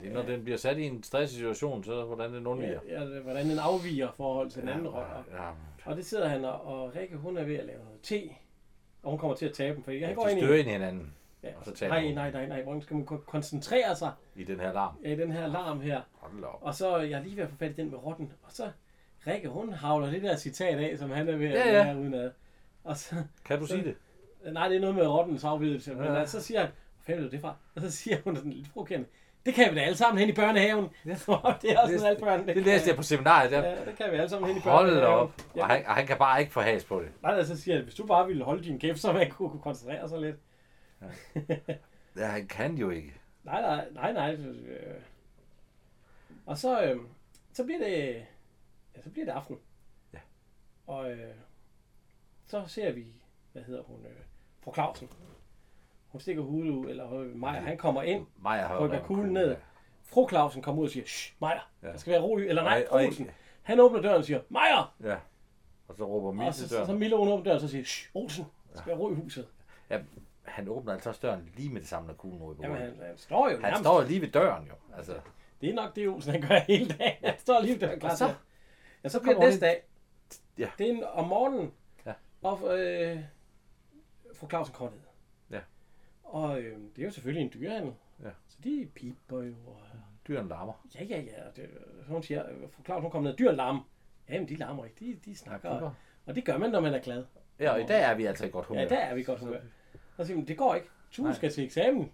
B: det er, når den bliver sat i en stresssituation, så hvordan den
A: Ja,
B: undviger.
A: ja, hvordan den afviger i forhold til den anden rot. Og,
B: Oh, ja,
A: og det sidder han, og, og Rikke, hun er ved at lave noget te. Og hun kommer til at tabe dem, fordi han
B: ja,
A: går
B: de
A: ind i...
B: støder ind i hinanden
A: Ja,
B: og så taber
A: nej,
B: hun.
A: nej, nej, nej. Hvordan skal man kon- koncentrere sig
B: i den her larm.
A: i den her larm her?
B: Hold da op.
A: Og så, jeg er lige ved at få fat i den med rotten. Og så, Rikke, hun havler det der citat af, som han er ved at
B: Ja,
A: ja,
B: ja.
A: ja. lære udenad. Og så,
B: Kan du sige det?
A: nej, det er noget med rottens afvidelse. Men
B: Ja.
A: ja. så siger han, hvor fanden ved du det fra? Og så siger hun sådan lidt provokerende, det kan vi da alle sammen hen i børnehaven. <laughs> Ja. det er også sådan, alle børn.
B: Det læste jeg på seminariet der.
A: Ja, det kan vi alle sammen hen i
B: Hold
A: børnehaven.
B: da op. Og
A: Ja.
B: han, og han kan bare ikke få has på det.
A: Nej, nej, så siger jeg, hvis du bare ville holde din kæft, så man kunne, kunne koncentrere sig lidt.
B: Ja, han kan jo ikke.
A: Nej, nej, nej, nej. øh. Og så, øh, så bliver det, ja, så bliver det aften.
B: Ja.
A: Og øh, så ser vi, hvad hedder hun, øh, fru Clausen. Hun stikker hovedet ud, eller øh, Maja, han kommer ind.
B: Maja har jo
A: Rykker
B: været
A: kuglen
B: cool,
A: ned.
B: ja.
A: Fru Clausen kommer ud og siger, shh, Maja,
B: Ja.
A: der skal være ro i, eller nej,
B: Og- og-
A: Olsen. Han åbner døren og siger, Maja!
B: Ja. Og så råber Mille
A: Og
B: til
A: så, så, så
B: døren.
A: Mille hun åbner døren, og så siger, shh, Olsen, der skal være ro i huset.
B: Ja, han åbner altså også døren lige med det samme, når kuglen rykker
A: Jamen,
B: ud.
A: han, han står jo
B: Han
A: nærmest.
B: står jo lige ved døren jo. Altså,
A: Det er nok det, Olsen han gør hele dagen. Han står lige der klar
B: Og så-
A: til. Ja, så
B: kommer
A: bliver det næste dag.
B: Ja.
A: Det er en, om morgenen.
B: Ja.
A: Og øh, fru Clausen kommer ned.
B: Ja.
A: Og øh, det er jo selvfølgelig en dyrehandel.
B: Ja.
A: Så de piper jo. Og,
B: dyrene larmer.
A: ja, ja, ja. og Det, så hun siger, øh, fru Clausen hun kommer ned. Dyren larmer. Jamen, de larmer ikke. De, de snakker.
B: piper.
A: og det gør man, når man er glad.
B: Ja, og i dag er vi altså i godt humør.
A: Ja, der er vi godt humør. Og så siger man, det går ikke. Tue skal til eksamen.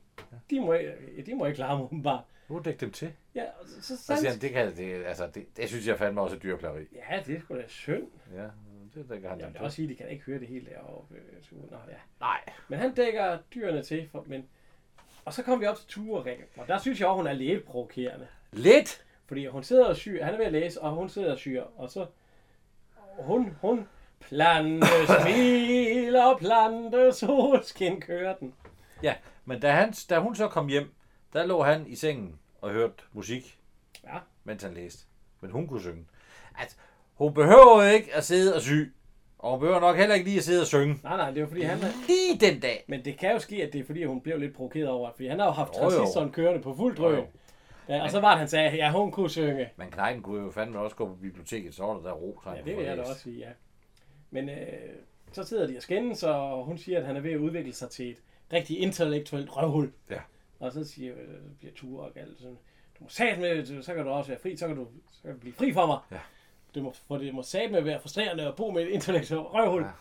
A: De må, ikke- de må ikke larme, åbenbart.
B: Nu dæk dem til.
A: Ja, og så, så,
B: Så siger
A: så,
B: han, det, kan, det, altså, det, det synes jeg fandme også er dyrplageri.
A: Ja, det er sgu da synd.
B: Ja, det dækker han
A: Jeg
B: dem
A: vil
B: til.
A: også sige, at de kan ikke høre det hele deroppe. øh, Tue. Nå, ja.
B: Nej.
A: Men han dækker dyrene til. For, men... Og så kom vi op til Ture, Rikke. og der synes jeg også, hun er lidt provokerende.
B: Lidt!
A: Fordi hun sidder og syr, han er ved at læse, og hun sidder og syr, og så... og Hun, hun
B: <laughs>
A: plantes smil og plantes solskin kører den.
B: Ja, men da, han, da hun så kom hjem, der lå han i sengen og hørte musik,
A: Ja,
B: mens han læste. Men hun kunne synge. Altså, hun behøver jo ikke at sidde og sy. Og hun behøver nok heller ikke lige at sidde og synge.
A: nej, nej, det var fordi han...
B: Lige den dag.
A: Men det kan jo ske, at det er fordi, hun blev lidt provokeret over, det, fordi han har jo haft
B: Jo, jo.
A: transistoren kørende på fuld
B: Jo,
A: drøm.
B: jo.
A: Ja, og så var det, han sagde, ja, hun kunne synge.
B: Men Knejten kunne jo fandme også gå på biblioteket, så var der der ro, så han
A: Ja,
B: kunne
A: det
B: få
A: vil jeg da
B: læst.
A: også sige, ja. Men øh, så sidder de og skændes, og hun siger, at han er ved at udvikle sig til et rigtig intellektuelt røvhul.
B: Ja.
A: Og så siger, øh, bliver Ture og alt sådan, du må sat med, så kan du også være fri, så kan du, så kan du blive fri for mig.
B: Ja.
A: Det må, for det må sat med være frustrerende at bo med et intellektuelt røvhul.
B: Ja.
A: Ja.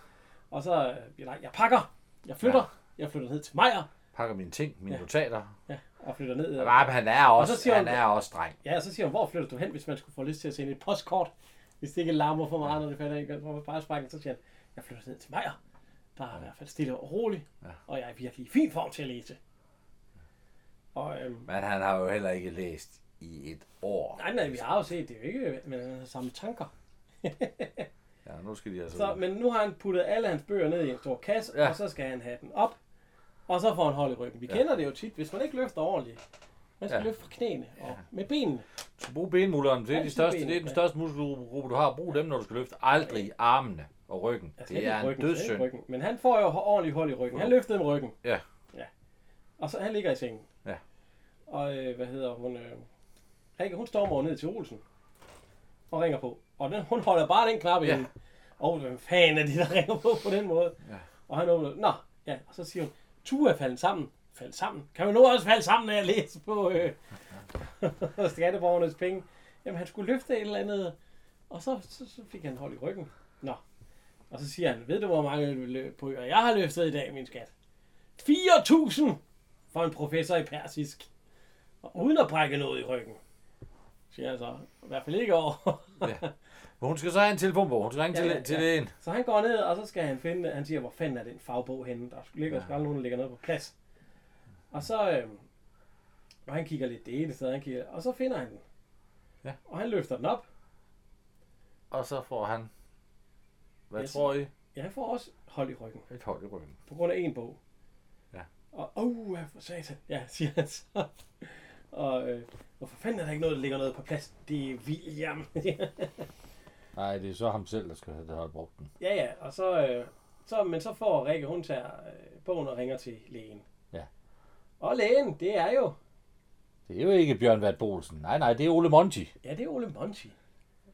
A: Og så, øh, bliver der, jeg pakker, jeg flytter, ja. jeg flytter ned til Majer,
B: Pakker mine ting, mine ja. notater.
A: ja, og flytter ned. Øh,
B: Nej, men han er
A: Og så
B: også,
A: siger
B: han
A: hun-
B: er også dreng.
A: ja, så siger hun, hvor flytter du hen, hvis man skulle få lyst til at sende et postkort? Hvis det ikke larmer for meget, når det falder ikke på fejlsparken, så siger han, jeg flytter ned til Majer. Der er i hvert fald stille og roligt, ja. og jeg er virkelig i fin form til at læse. Og øhm,
B: Men han har jo heller ikke læst i et år.
A: Nej, nej, vi har jo set det er jo ikke, men han har samme tanker.
B: Ja, nu skal de altså...
A: Så, men nu har han puttet alle hans bøger ned i en stor kasse, ja.
B: Ja.
A: og så skal han have den op. Og så får han hold i ryggen. Vi ja. kender det jo tit, hvis man ikke løfter ordentligt. Man skal ja.
B: Ja.
A: løfte fra knæene og med benene.
B: Så brug benmulderen. Det er,
A: Ja,
B: de største,
A: ben,
B: det er den
A: ja.
B: største muskelgruppe, du har. Brug dem, når du skal løfte. Aldrig armene og ryggen.
A: Altså,
B: Det
A: ikke
B: er en
A: ryggen, slet ikke
B: dødssynd.
A: Ryggen. Men han får jo ordentligt hold i ryggen. Han løftede med ryggen.
B: Ja.
A: ja. Og så han ligger i sengen.
B: Ja.
A: Og øh, hvad hedder hun? Øh, Rikke, hun stormer over ned til Olsen. Og ringer på. Og den, hun holder bare den knap i
B: Ja.
A: ja. Og hvem fanden er det, der <laughs> ringer på på den måde?
B: Ja.
A: Og han åbner. Nå, ja. Og så siger hun, Tua er faldet sammen. Faldt sammen. Kan man nu også falde sammen, når jeg læser på øh, <laughs> skatteborgernes penge? Jamen, han skulle løfte et eller andet. Og så, så, så fik han hold i ryggen. Nå. Og så siger han, ved du, hvor mange bøger jeg har løftet i dag, min skat? 4.000 for en professor i persisk. Og uden at brække noget i ryggen. Siger han så. I hvert fald ikke over.
B: Men Hun skal så have en telefonbog. Hun skal ringe
A: Ja,
B: til,
A: ja,
B: til
A: ja.
B: lægen.
A: <laughs> så han går ned, og så skal han finde, han siger, hvor fanden er den fagbog henne? Der ligger sgu aldrig nogen, der ligger noget på plads. Og så, øh, og han kigger lidt det ene sted, han kigger, og så finder han den.
B: Ja.
A: Og han løfter den op.
B: Og så får han... Hvad
A: Yes.
B: tror I?
A: Ja, han får også hold i ryggen.
B: Et hold i ryggen.
A: på grund af en bog.
B: Ja.
A: Og, åh, oh, for satan, ja, siger han så. <laughs> Og, øh, hvorfor fanden er der ikke noget, der ligger noget på plads? Det er <laughs> William.
B: Nej, det er så ham selv, der skal have, der har brugt den.
A: ja, ja, og så, øh, så, men så får Rikke, hun tager øh, bogen og ringer til lægen.
B: Ja.
A: Og lægen, det er jo,
B: Det er jo ikke Bjørn Vart Bolsen. Nej, nej, det er Ole Monti.
A: ja, det er Ole Monti.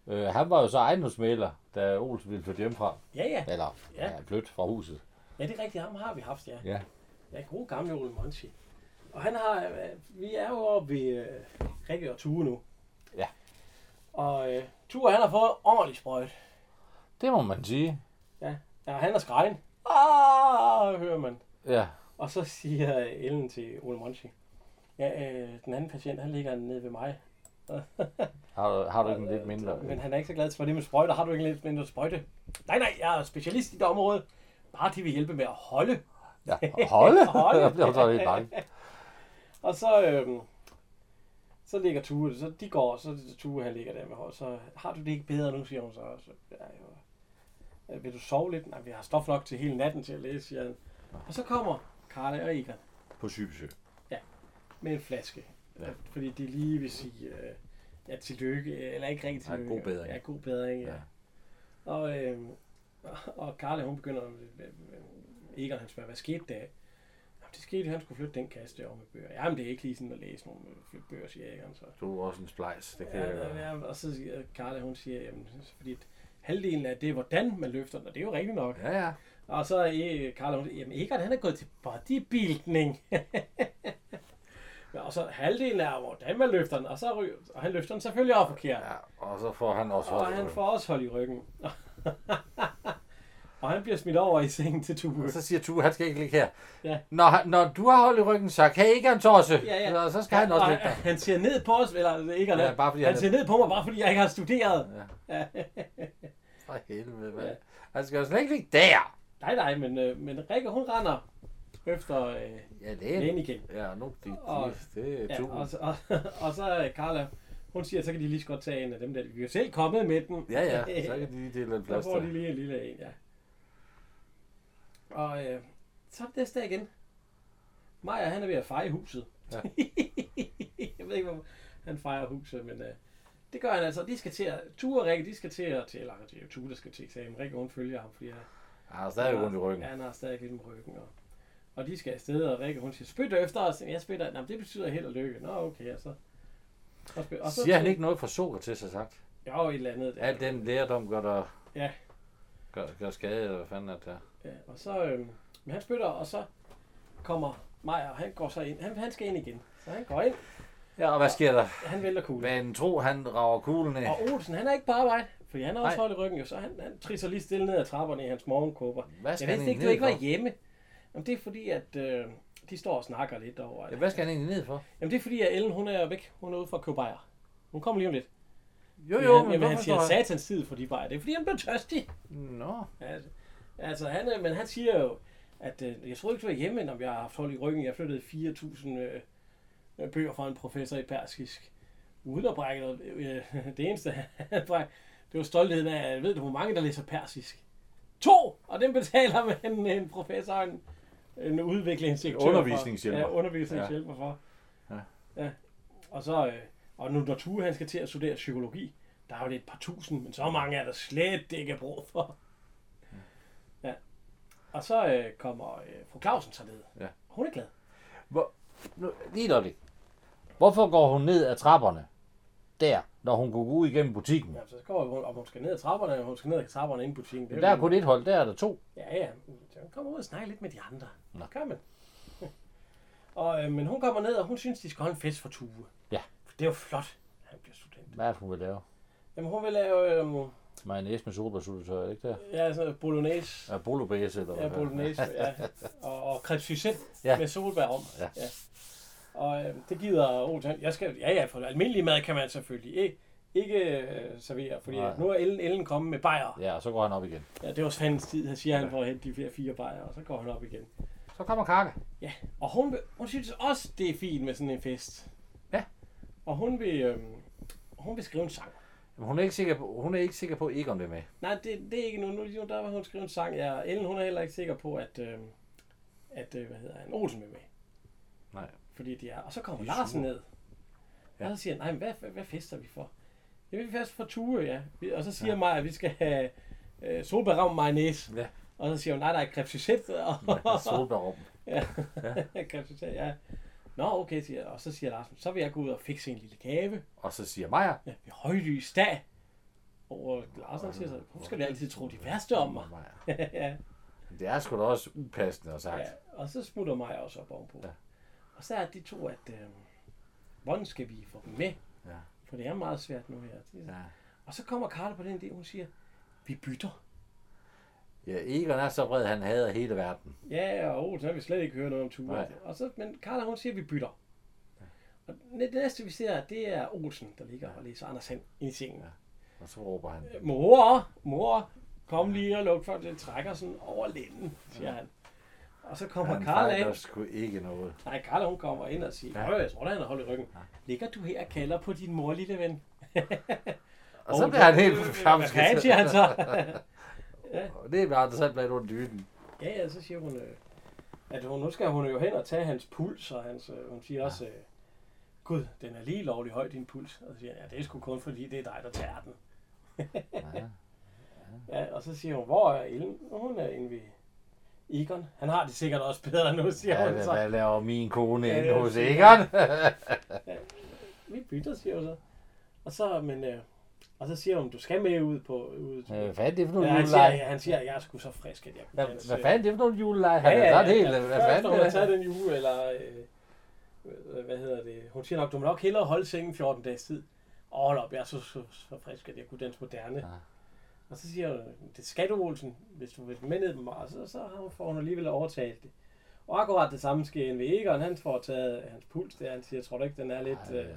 B: Øh, han var jo så ejendomsmaler, da Olsen ville flytte hjemmefra.
A: Ja, ja,
B: Eller
A: Ja.
B: ja. Ja, flytte fra huset.
A: ja, det er rigtigt, ham har vi haft, ja.
B: Ja.
A: Ja, gode gamle Ole Monti. Og han har, øh, vi er jo oppe ved øh, Rikke og Tue nu.
B: Ja.
A: Og øh, Tue, han har fået ordentligt sprøjt.
B: Det må man sige.
A: Ja, ja han er skrejen. Ah, hører man.
B: Ja.
A: Og så siger Ellen til Ole Monchi. Ja, øh, den anden patient, han ligger nede ved mig.
B: Har du, har du ikke en lidt mindre?
A: Men han er ikke så glad for det med sprøjter. Har du ikke en lidt mindre sprøjte? Nej, nej, jeg er specialist i det område. Bare de vil hjælpe med at holde.
B: Ja, holde?
A: Holde.
B: <laughs> Jeg blev så lidt bange.
A: Og så, øh, så ligger Tue, så de går, så er det Tue, han ligger der med hold. Så har du det ikke bedre nu, siger hun så. også. Ja, jo. Øh, Vil du sove lidt? Nej, vi har stof nok til hele natten til at læse, siger han. Og så kommer Karla og Egon.
B: På Sybsø.
A: med en flaske. Ja.
B: Ja.
A: Fordi de lige vil sige, øh, ja, tillykke, eller ikke rigtig
B: Nej,
A: tillykke.
B: god bedring.
A: Ja, god bedring, ja. ja.
B: Ja.
A: Og, øh, og Karla, hun begynder, øh, øh, Egon han spørger, hvad skete der? Jamen, det skete, at han skulle flytte den kasse derovre med bøger. Jamen, det er ikke lige sådan at læse nogle øh, flytte bøger, siger Egon så.
B: Du er også en splejs. Det kan
A: Ja,
B: jeg
A: ja,
B: gøre.
A: ja, og så siger Karla, hun siger, jamen, fordi halvdelen af det er, hvordan man løfter den, og det er jo rigtigt nok.
B: Ja, ja.
A: Og så er øh, Karla, hun siger, jamen Egon, han er gået til bodybuilding. <laughs> Ja, og så halvdelen af, hvordan man løfter den, og, så ryger, og han løfter den selvfølgelig op forkert.
B: ja. Og så får han også
A: og
B: hold i
A: han
B: ryggen.
A: får også hold i ryggen. <laughs> og han bliver smidt over i sengen til Tue.
B: Og så siger Tue, han skal ikke ligge her.
A: Ja.
B: Når, han- når du har hold i ryggen, så kan ikke han tosse.
A: Ja, ja.
B: Så, så skal han også
A: og
B: ligge der.
A: han ser ned på os, eller ikke,
B: Ja, bare fordi
A: han,
B: han
A: han
B: er-
A: ser ned på mig, bare fordi jeg ikke har studeret.
B: For helvede, hvad?
A: Ja.
B: Han skal jo slet ikke ligge der.
A: Nej, nej, men, øh, men Rikke, hun render efter øh,
B: Ja,
A: lægen
B: det er...
A: igen.
B: Ja, nu det,
A: Og-
B: det, det er
A: Ja,
B: Tue.
A: og, så- <laughs> og, og så er Carla, hun siger, så kan de lige så godt tage en af dem der. Vi er jo selv kommet med den.
B: Ja,
A: <laughs>
B: ja. Så kan de lige dele en
A: Der
B: plads
A: får de
B: til.
A: lige en lille en, ja. Og øh, så er det næste dag igen. Maja, han er ved at feje huset. Ja.
B: Ja.
A: <laughs> jeg ved ikke, hvor han fejrer huset, men øh, det gør han altså. De skal til at, Ture og Rikke, de skal til at, til- eller det er jo Ture, der skal til eksamen. Rikke, hun følger ham, fordi han,
B: Ja, og så er jo ondt
A: Ja,
B: i ryggen.
A: han har stadig lidt med ryggen. Og, og de skal afsted, og Rikke, hun siger, spyt efter os. Jeg spytter, nej, det betyder held og lykke. Nå, okay, og så. Og, spyt, og så
B: Siger han ikke noget fra Sokrates, har sagt?
A: Jo, et eller andet. der.
B: Al den lærdom gør der...
A: Ja.
B: Gør, gør skade, eller hvad fanden er det der?
A: Ja, og så, øh, men han spytter, og så kommer Maja, og han går så ind. Han, han skal ind igen. Så han går ind,
B: Ja, og hvad sker der?
A: han vælter kuglen.
B: Men tro, han rager kuglen af.
A: Og Olsen, han er ikke på arbejde, fordi han har også
B: Nej.
A: holdt i ryggen, jo, så han, han trisser lige stille ned ad trapperne i hans morgenkåber.
B: Hvad
A: Jeg
B: skal han
A: vidste ikke,
B: egentlig
A: du
B: ned
A: ikke var
B: for?
A: hjemme. Jamen, det er fordi, at øh, de står og snakker lidt over.
B: Ja, hvad skal han egentlig ned for?
A: Jamen, det er fordi, at Ellen, hun er væk. Hun er ude for at købe bajer. Hun kommer lige om lidt.
B: Jo,
A: Men
B: jo,
A: han,
B: men
A: jamen, han
B: hvorfor
A: siger
B: står han...
A: satans tid for de bajer. Det er fordi, han blev tørstig.
B: Nå.
A: Altså, altså han, er- men han siger jo, at øh, jeg troede ikke, du var hjemme, når jeg øh, har haft hold i ryggen. Jeg flyttede 4.000 øh, bøger fra en professor i persisk. uden at brække noget. Øh, <laughs> Det eneste, han bræk, det var stoltheden af, ved du, hvor mange, der læser persisk? To! Og den betaler man øh, en, en professor, og en, en udviklingsinstruktør
D: Undervisningshjælper.
A: For. Ja, undervisningshjælper ja. for.
D: Ja.
A: ja. Og så, øh, og nu når Tue, han skal til at studere psykologi, der er jo det et par tusind, men så mange er der slet ikke brug for. Ja. Og så øh, kommer øh, fru Clausen så ned.
D: Ja.
A: Hun er glad.
B: Nu, lige et øjeblik. Hvorfor går hun ned ad trapperne der, når hun kunne gå ud igennem butikken?
A: Ja, så går hun, og hun skal ned ad trapperne, og hun skal ned ad trapperne ind i butikken. Det er
B: Men
A: jo
B: der er
A: en-
B: kun et hold, der er der to.
A: Ja, ja. Så kommer ud og snakker lidt med de andre. Nå. Gør man. <laughs> Og, øh, men hun kommer ned, og hun synes, de skal holde en fest for Tue.
B: Ja.
A: For det er jo flot, at han bliver student.
B: Hvad er det, hun vil lave?
A: Jamen, hun vil lave øh,
B: Mayonnaise med solbærsyltetøj, er det ikke der?
A: ja, sådan noget bolognese.
B: Ja, bolognese eller
A: Ja,
B: hvad?
A: bolognese, ja. Og, og crêpe sucette
B: Ja.
A: ja. med solbær om.
B: Ja.
A: ja. Og øh, det gider Olsen. Jeg skal, ja, ja, for almindelig mad kan man selvfølgelig ikke, ikke øh, servere, fordi
B: Nej.
A: Nej. nu er Ellen, Ellen kommet med bajer.
B: Ja, og så går han op igen.
A: Ja, det var Svendens tid, han siger, han får hentet de fire, fire bajer, og så går han op igen.
B: Så kommer Kaka.
A: Ja, og hun, vil, hun synes også, det er fint med sådan en fest.
B: Ja.
A: Og hun vil, øhm, hun vil skrive en sang.
B: Jamen, Hun er ikke sikker på, hun er ikke sikker på, at Egon vil med.
A: Nej, det, det er ikke nu. Nu lige nu, der var hun skrive en sang. Ja, og Ellen, hun er heller ikke sikker på, at, øhm, at øh, hvad hedder han, Olsen vil med.
B: Nej.
A: Fordi de er, og så kommer
B: De er
A: Larsen
B: sure.
A: ned.
B: Ja.
A: Ja. Og så siger han, nej, men hvad, hvad, hvad fester vi for? Ja, vi fester for Tue, ja. Vi- Og så siger ja. mig, at vi skal have øh, solbærram mayonnaise.
B: Ja.
A: Og så siger hun, nej, der er crêpe sucette. <laughs> Og,
B: Solbærum.
A: Ja, <laughs> kan du tage, ja. Nå, okay, siger jeg. Og så siger Larsen, så vil jeg gå ud og fikse en lille gave
B: Og så siger Maja.
A: ja, ved højlys dag. Og Larsen siger så, hvorfor skal du altid tro de værste om mig?
B: Maja.
A: ja,
B: Det er sgu da også upassende at sagt.
A: ja. Og så smutter mig også op ovenpå.
B: Ja.
A: Ja. Og så er de to, at øh, hvordan skal vi få dem med?
B: Ja.
A: For det er meget svært nu her. Det er-
B: Ja.
A: Og så kommer Karla på den idé, hun siger, vi bytter.
B: ja. Egon er så vred, han hader hele verden.
A: Ja, og oh, så har vi slet ikke hørt noget om Ture.
B: Nej.
A: Og så, men Karla, hun siger, at vi bytter. Og det næste, vi ser, det er Olsen, der ligger og læser Anders Hand ind i sengen.
B: Og så råber han.
A: Mor, mor, kom lige og luk for, det trækker sådan over lænden, siger han. Og så kommer
B: Han
A: Karla
B: fejler
A: ind.
B: sgu ikke noget.
A: Nej, Karla, hun kommer ind og siger, ja. jeg tror da, han har holdt i ryggen. Ligger du her og kalder på din mor, lille ven?
B: Og så
A: Åh,
B: bliver han
A: det-
B: helt
A: Hvad kan siger han så? <laughs>
B: Og det er bare interessant blandt under dynen.
A: Ja, ja, så siger hun, øh, at hun, nu skal hun jo hen og tage hans puls, og hans, øh, hun siger ja. også, øh, Gud, den er lige lovlig høj, din puls. Og så siger han, ja, det er sgu kun fordi, det er dig, der tager den.
B: Ja.
A: <laughs> Ja, og så siger hun, hvor er Ellen? Og Hun er inde ved Egon. Han har det sikkert også bedre nu, siger ja,
B: Ja,
A: hun
B: hvad,
A: så.
B: hvad laver min kone
A: Ja,
B: inde
A: ja,
B: hos
A: siger
B: Egon?
A: Vi bytter, siger hun så. Og så, men, øh, og så siger hun, du skal med ud på... Ud,
B: Øh, <laughs> Hvad fanden er det for
A: ja,
B: nogle
A: han, siger,
B: juleleje?
A: ja, han siger, jeg er sgu så frisk, at jeg
B: Hvad,
A: danse."
B: hvad fanden er det for nogle juleleje? Han er sådan helt... Hvad
A: Først,
B: fanden
A: når hun
B: er
A: har taget
B: det?
A: den uge, eller... Øh, øh, hvad hedder det? Hun siger nok, du må nok hellere holde sengen 14 dages tid. Og hold op, jeg er så, så, så frisk, at jeg kunne danse moderne.
B: Ja.
A: Ja. Og så siger hun, det skal du, Olsen, hvis du vil med ned med mig. Og så, så har- får hun alligevel overtalt det. Og akkurat det samme sker inde ved Egon. Han får taget hans puls der. Han siger, tror du ikke, den er lidt...
B: Ej,
A: Øh,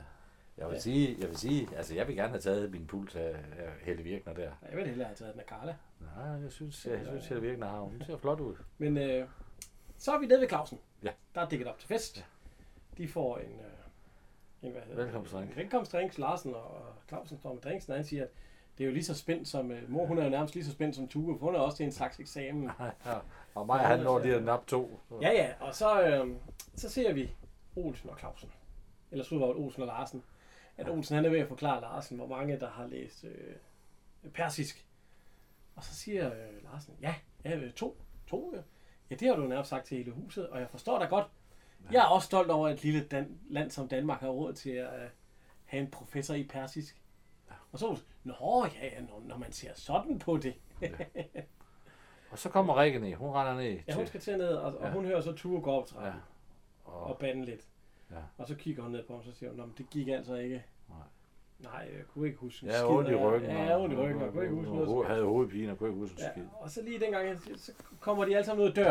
B: Jeg vil sige, jeg vil sige, altså jeg vil gerne have taget min puls af af Helle Virkner der.
A: jeg vil hellere have taget den af Carla.
B: Nej, jeg synes, jeg, jeg synes Helle Virkner har, hun ser flot ud.
A: Men øh, så er vi nede ved Clausen.
B: Ja.
A: Der er dækket op til fest. De får en, øh, en hvad hedder det?
B: Velkomstdrink.
A: En velkomstdrink. Larsen og Clausen står med drinksen, og han siger, at det er jo lige så spændt som... Øh, mor, hun er jo nærmest lige så spændt som Tue, for hun er også til en slags eksamen.
B: <laughs> Og mig, han når det her nap to.
A: Ja, ja, og så, øh, så ser vi Olsen og Clausen. Eller så var det Olsen og Larsen. At Olsen han er ved at forklare Larsen, hvor mange der har læst øh, persisk. Og så siger øh, Larsen, ja, ja øh, to. To, ja. ja, det har du nærmest sagt til hele huset, og jeg forstår dig godt. Jeg er også stolt over, at et lille dan- land som Danmark har råd til at øh, have en professor i persisk. Og så Olsen, nå ja, ja når, når man ser sådan på det.
B: Og så kommer Rikke ned, hun render ned
A: Ja, hun
B: til,
A: skal til ned, og, og hun hører så Ture gå op ad trappen.
B: Ja.
A: Og, og bande lidt.
B: Ja.
A: Ja. Og så kigger hun ned på ham, og så siger hun, "Nå, men det gik altså ikke.
B: Nej.
A: Nej, jeg kunne ikke huske en
B: jeg
A: skid,
B: havde ondt i
A: og jeg-
B: ryggen.
A: Ja, jeg havde ondt i ryggen, og jeg kunne ikke huske noget.
B: Jeg havde hovedpine, og kunne ikke huske en skid.
A: Ja, og så lige dengang, han- så kommer de alle sammen ud af døren.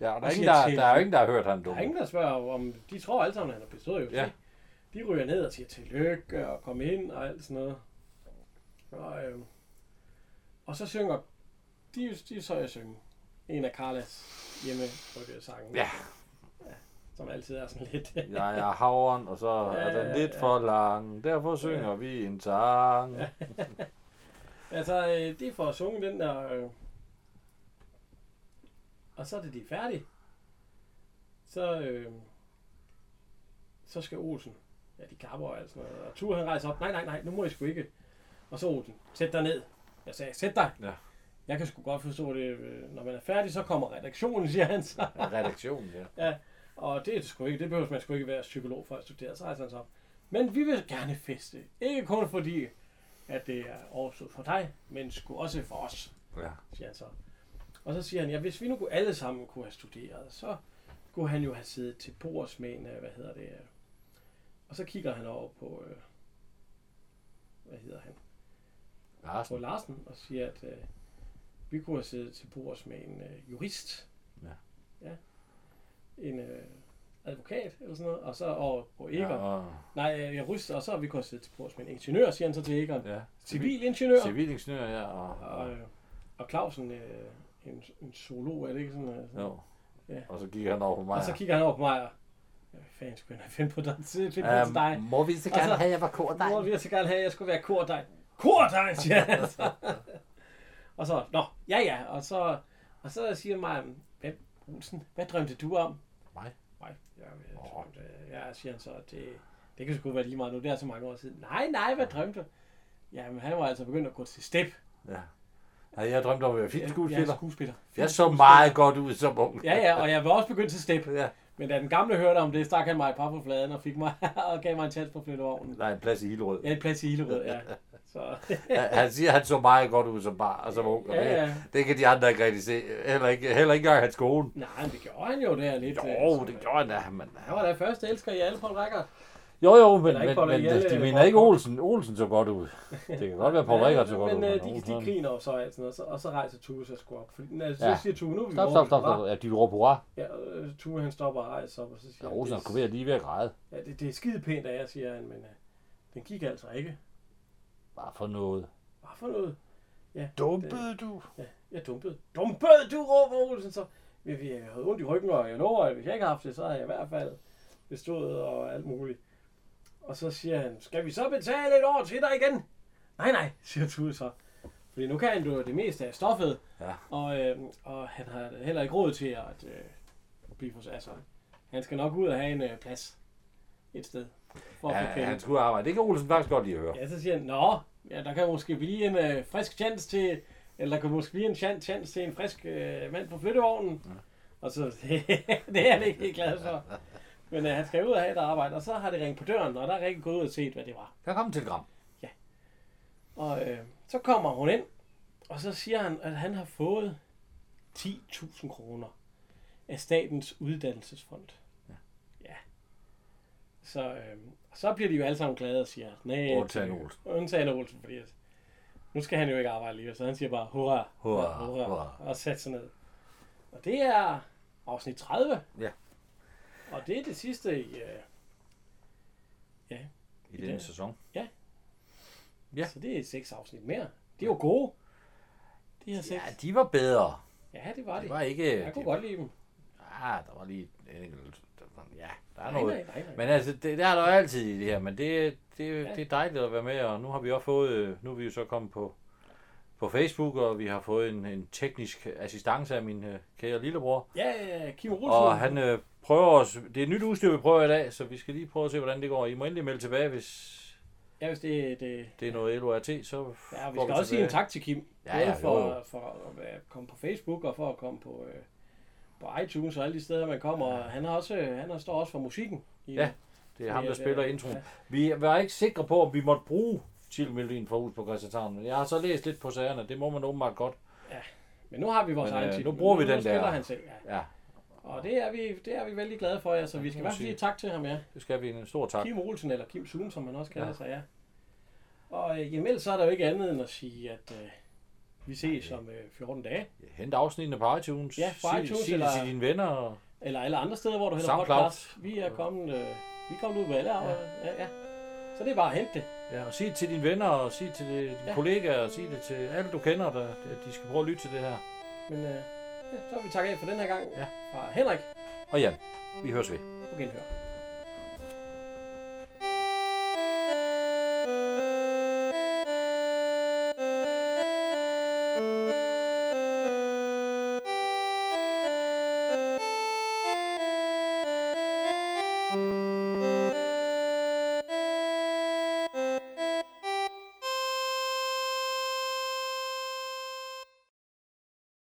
B: Ja, og der er,
A: Og
B: ingen,
A: siger
B: der,
A: til-
B: der er jo ingen, der har hørt han
A: Der
B: dum.
A: er ingen, der spørger om, de tror alle sammen, at han har bestået jo.
B: Ja.
A: De ryger ned og siger tillykke og kom ind og alt sådan noget. Og, øhm, og så synger, de, de så jeg synge en af Carlas hjemme sange.
B: Ja.
A: som altid er sådan lidt...
B: Jeg er havren, og så er
A: Ja,
B: den lidt
A: ja.
B: for lang. Derfor synger vi en sang.
A: altså, øh, de får sunget den der... Øh, og så er det de er færdige. Så, øh, så skal Olsen... Ja, de kapper og alt sådan noget. Og Ture han rejser op. Nej, nej, nej, nu må I sgu ikke. Og så Olsen, sæt dig ned. Jeg sagde, sæt dig.
B: Ja.
A: Jeg kan sgu godt forstå det. øh, Når man er færdig, så kommer redaktionen, siger han så.
B: Redaktion, ja.
A: Og det er det sgu ikke. Det behøver man sgu ikke være psykolog for at studere. Så rejser han sig op. Men vi vil gerne feste. Ikke kun fordi, at det er overstået for dig, men sgu også for os,
B: ja.
A: siger han så. Og så siger han, ja, hvis vi nu kunne alle sammen kunne have studeret, så kunne han jo have siddet til bords med en, øh, hvad hedder det, øh. og så kigger han over på, øh, hvad hedder han, på
B: Larsen.
A: Larsen og siger, at øh, vi kunne have siddet til bords med en øh, jurist.
B: Ja.
A: ja. En øh, advokat eller sådan noget. Og så over på Egon.
B: Ja,
A: Ja.
B: og,
A: Nej, øh, jeg ryster, og så har vi kunne have siddet til bords med en ingeniør, siger han så til Egon.
B: ja.
A: Civilingeniør.
B: Civilingeniør, ja. Og,
A: Og,
B: og,
A: øh, og Clausen, øh, en, en zoolog, er det ikke sådan? Øh, sådan?
B: jo.
A: Ja.
B: Og så gik han over på mig.
A: og så kigger han over på mig og, ja, hvad fanden skulle jeg finde på dig? Finde på
B: Øhm,
A: til dig.
B: Må vi så
A: Og så-
B: jeg var kort
A: Mor ville så gerne have, at jeg skulle være kordegn. Kordegn, siger han
B: <laughs>
A: så. og så, nå, ja ja, og så, og så siger mig, hvad, Olsen, hvad drømte du om?
B: Mig?
A: Nej, jeg, jeg, drømte, jeg siger han så, at det, det kan sgu være lige meget nu, det er så mange år siden. Nej, nej, hvad drømte du? Jamen, han var altså begyndt at gå til step.
B: Ja. Havde jeg drømt om at være
A: Jeg-
B: fint
A: Jeg,
B: skuespiller?
A: er skuespiller.
B: Jeg så meget godt ud som ung.
A: Ja, ja, og jeg var også begyndt til step.
B: ja.
A: Men da den gamle hørte om det, stak han mig et par på fladen og, fik mig, <laughs> og gav mig en chance på at flytte ovnen.
B: Der er en plads i Hillerød.
A: Ja, et plads i Hillerød, ja. Så, <laughs>
B: Han- Han siger, at han så meget godt ud som bar og som ung. Og
A: Ja,
B: det,
A: ja.
B: det kan de andre ikke rigtig se. Heller ikke, heller ikke engang hans kone.
A: nej, men det gjorde han jo der lidt.
B: Jo,
A: øh,
B: det gjorde han da. Men,
A: Han var da første elsker i alle Paul Rækker.
B: jo, jo, men,
A: Eller ikke
B: men,
A: Paul
B: men
A: Riegel,
B: de
A: øh,
B: mener
A: Paul-
B: ikke Olsen. Olsen så godt ud. Det kan godt være, Paul Rikker så godt ud.
A: men øh, de,
B: Olsen-
A: de griner jo så og alt sådan noget, så, og så rejser Tue sig sgu op. Fordi, altså,
B: Ja.
A: så siger Tue, nu er vi
B: Stop,
A: hvor
B: stop,
A: vi
B: stop,
A: var.
B: stop. Ja, de råber hurra.
A: Ja, øh, Tue han stopper og rejser op, og så
B: Ja,
A: siger
B: Olsen er
A: det,
B: kommet lige ved at græde.
A: ja, det, det er skide pænt af jer, siger han, men øh, den gik altså ikke.
B: Bare for noget.
A: Hvad for noget?
B: Dumpede du?
A: Ja, jeg dumpede. Dumpede, du råber Olsen så. Jeg, jeg, jeg havde ondt i ryggen, og jeg lover, at hvis jeg ikke havde haft det, så havde jeg i hvert fald bestået og alt muligt. Og så siger han, skal vi så betale et år til dig igen? Nej, nej, <laughs> siger Tude så. Fordi nu kan han jo det meste af stoffet,
B: Ja.
A: og, øh, og han har heller ikke råd til at øh, blive hos Asser. Han skal nok ud og have en øh, plads et sted. For at
B: Ja,
A: få penge.
B: han skulle arbejde. Det kan Olsen faktisk godt lide at høre.
A: Ja, så siger han, nå, ja, der kan måske blive en øh, frisk chance til, eller der kan måske blive en chance, chance til en frisk øh, mand på flyttevognen. Ja. Og så, <laughs> det er han ikke helt glad for. Men øh, han skal ud og have et arbejde, og så har det ringet på døren, og der er rigtig gået ud og set, hvad det var.
B: Der kom et telegram.
A: Og øh, så kommer hun ind, og så siger han, at han har fået 10.000 kroner af statens uddannelsesfond. Ja. ja. Så, øh, så bliver de jo alle sammen glade og siger, nej,
B: Undtagen Olsen.
A: Undtagen Olsen, fordi at nu skal han jo ikke arbejde alligevel, så han siger bare hurra,
B: Hurra,
A: ja, hurra,
B: hurra.
A: og sæt sig ned. Og det er afsnit 30.
B: Ja.
A: Og det er det sidste i, øh,
B: I
A: denne
B: denne sæson.
A: ja.
B: Ja.
A: så det er seks afsnit mere. De var gode. De her seks.
B: Ja, de var bedre.
A: Ja, det var
B: Det
A: det.
B: var ikke...
A: Jeg kunne godt lide dem.
B: Ah, der var lige en enkelt... der var- Ja, der er
A: Nej,
B: noget.
A: nej, nej, nej.
B: Men altså, det, der er der jo altid i det her, men det, det,
A: Ja.
B: det er dejligt at være med, og nu har vi også fået, øh, nu er vi jo så kommet på, på Facebook, og vi har fået en, en teknisk assistance af min øh, kære lillebror,
A: Ja, ja, Kim Rulsen.
B: og han øh, prøver os, det er nyt udstyr, vi prøver i dag, så vi skal lige prøve at se, hvordan det går. I må endelig melde tilbage, hvis
A: Ja, hvis det, øh, det
B: det er noget LORT, så
A: Ja, vi
B: går
A: skal også sige en
B: tilbage.
A: tak til Kim.
B: Ja,
A: Både
B: ja, jo,
A: for,
B: jo.
A: for at komme på Facebook og for at komme på, øh, på iTunes og alle de steder, man kommer. Og han, har også, øh, han har- står også for musikken. I,
B: Ja, Det er ham, der
A: Fordi, øh,
B: spiller introen.
A: ja.
B: Vi var ikke sikre på, om vi måtte bruge titelmelodien fra Hus på Christianshavn, men jeg har så læst lidt på sagerne, det må man åbenbart godt.
A: Men nu har vi vores
B: Men,
A: egen
B: øh,
A: titel.
B: nu bruger vi den
A: nu spiller
B: der.
A: Han selv, ja.
B: Ja,
A: Og det er, vi, det er vi vældig glade for, ja. så vi skal i
B: må
A: hvert fald
B: sige.
A: sige tak til ham, ja.
B: det skal vi en stor tak.
A: Kim Olsen, eller Kim Zoom, som han også kalder
B: Ja.
A: sig, ja. Og øh, jamen, ellers så er der jo ikke andet end at sige, at øh, vi ses om øh, 14 dage.
B: Hent afsnittene på iTunes.
A: Ja, på
B: Sig-
A: iTunes,
B: Sig det
A: eller-
B: til dine venner. og-
A: Eller alle andre steder, hvor du hælder
B: SoundCloud.
A: podcast. Vi er kommet, øh, vi er kommet ud på alle. Ja. Ja, ja. Så det er bare at hente det.
B: Ja, og sig det til dine venner, og sig det til dine
A: Ja.
B: ja. kollegaer, og sig det til alle, du kender, der, at de skal prøve at lytte til det her.
A: Men øh, ja, så vil vi takke af for den her gang
B: Ja.
A: fra Henrik.
B: Og ja, vi høres ved.
A: På genhør.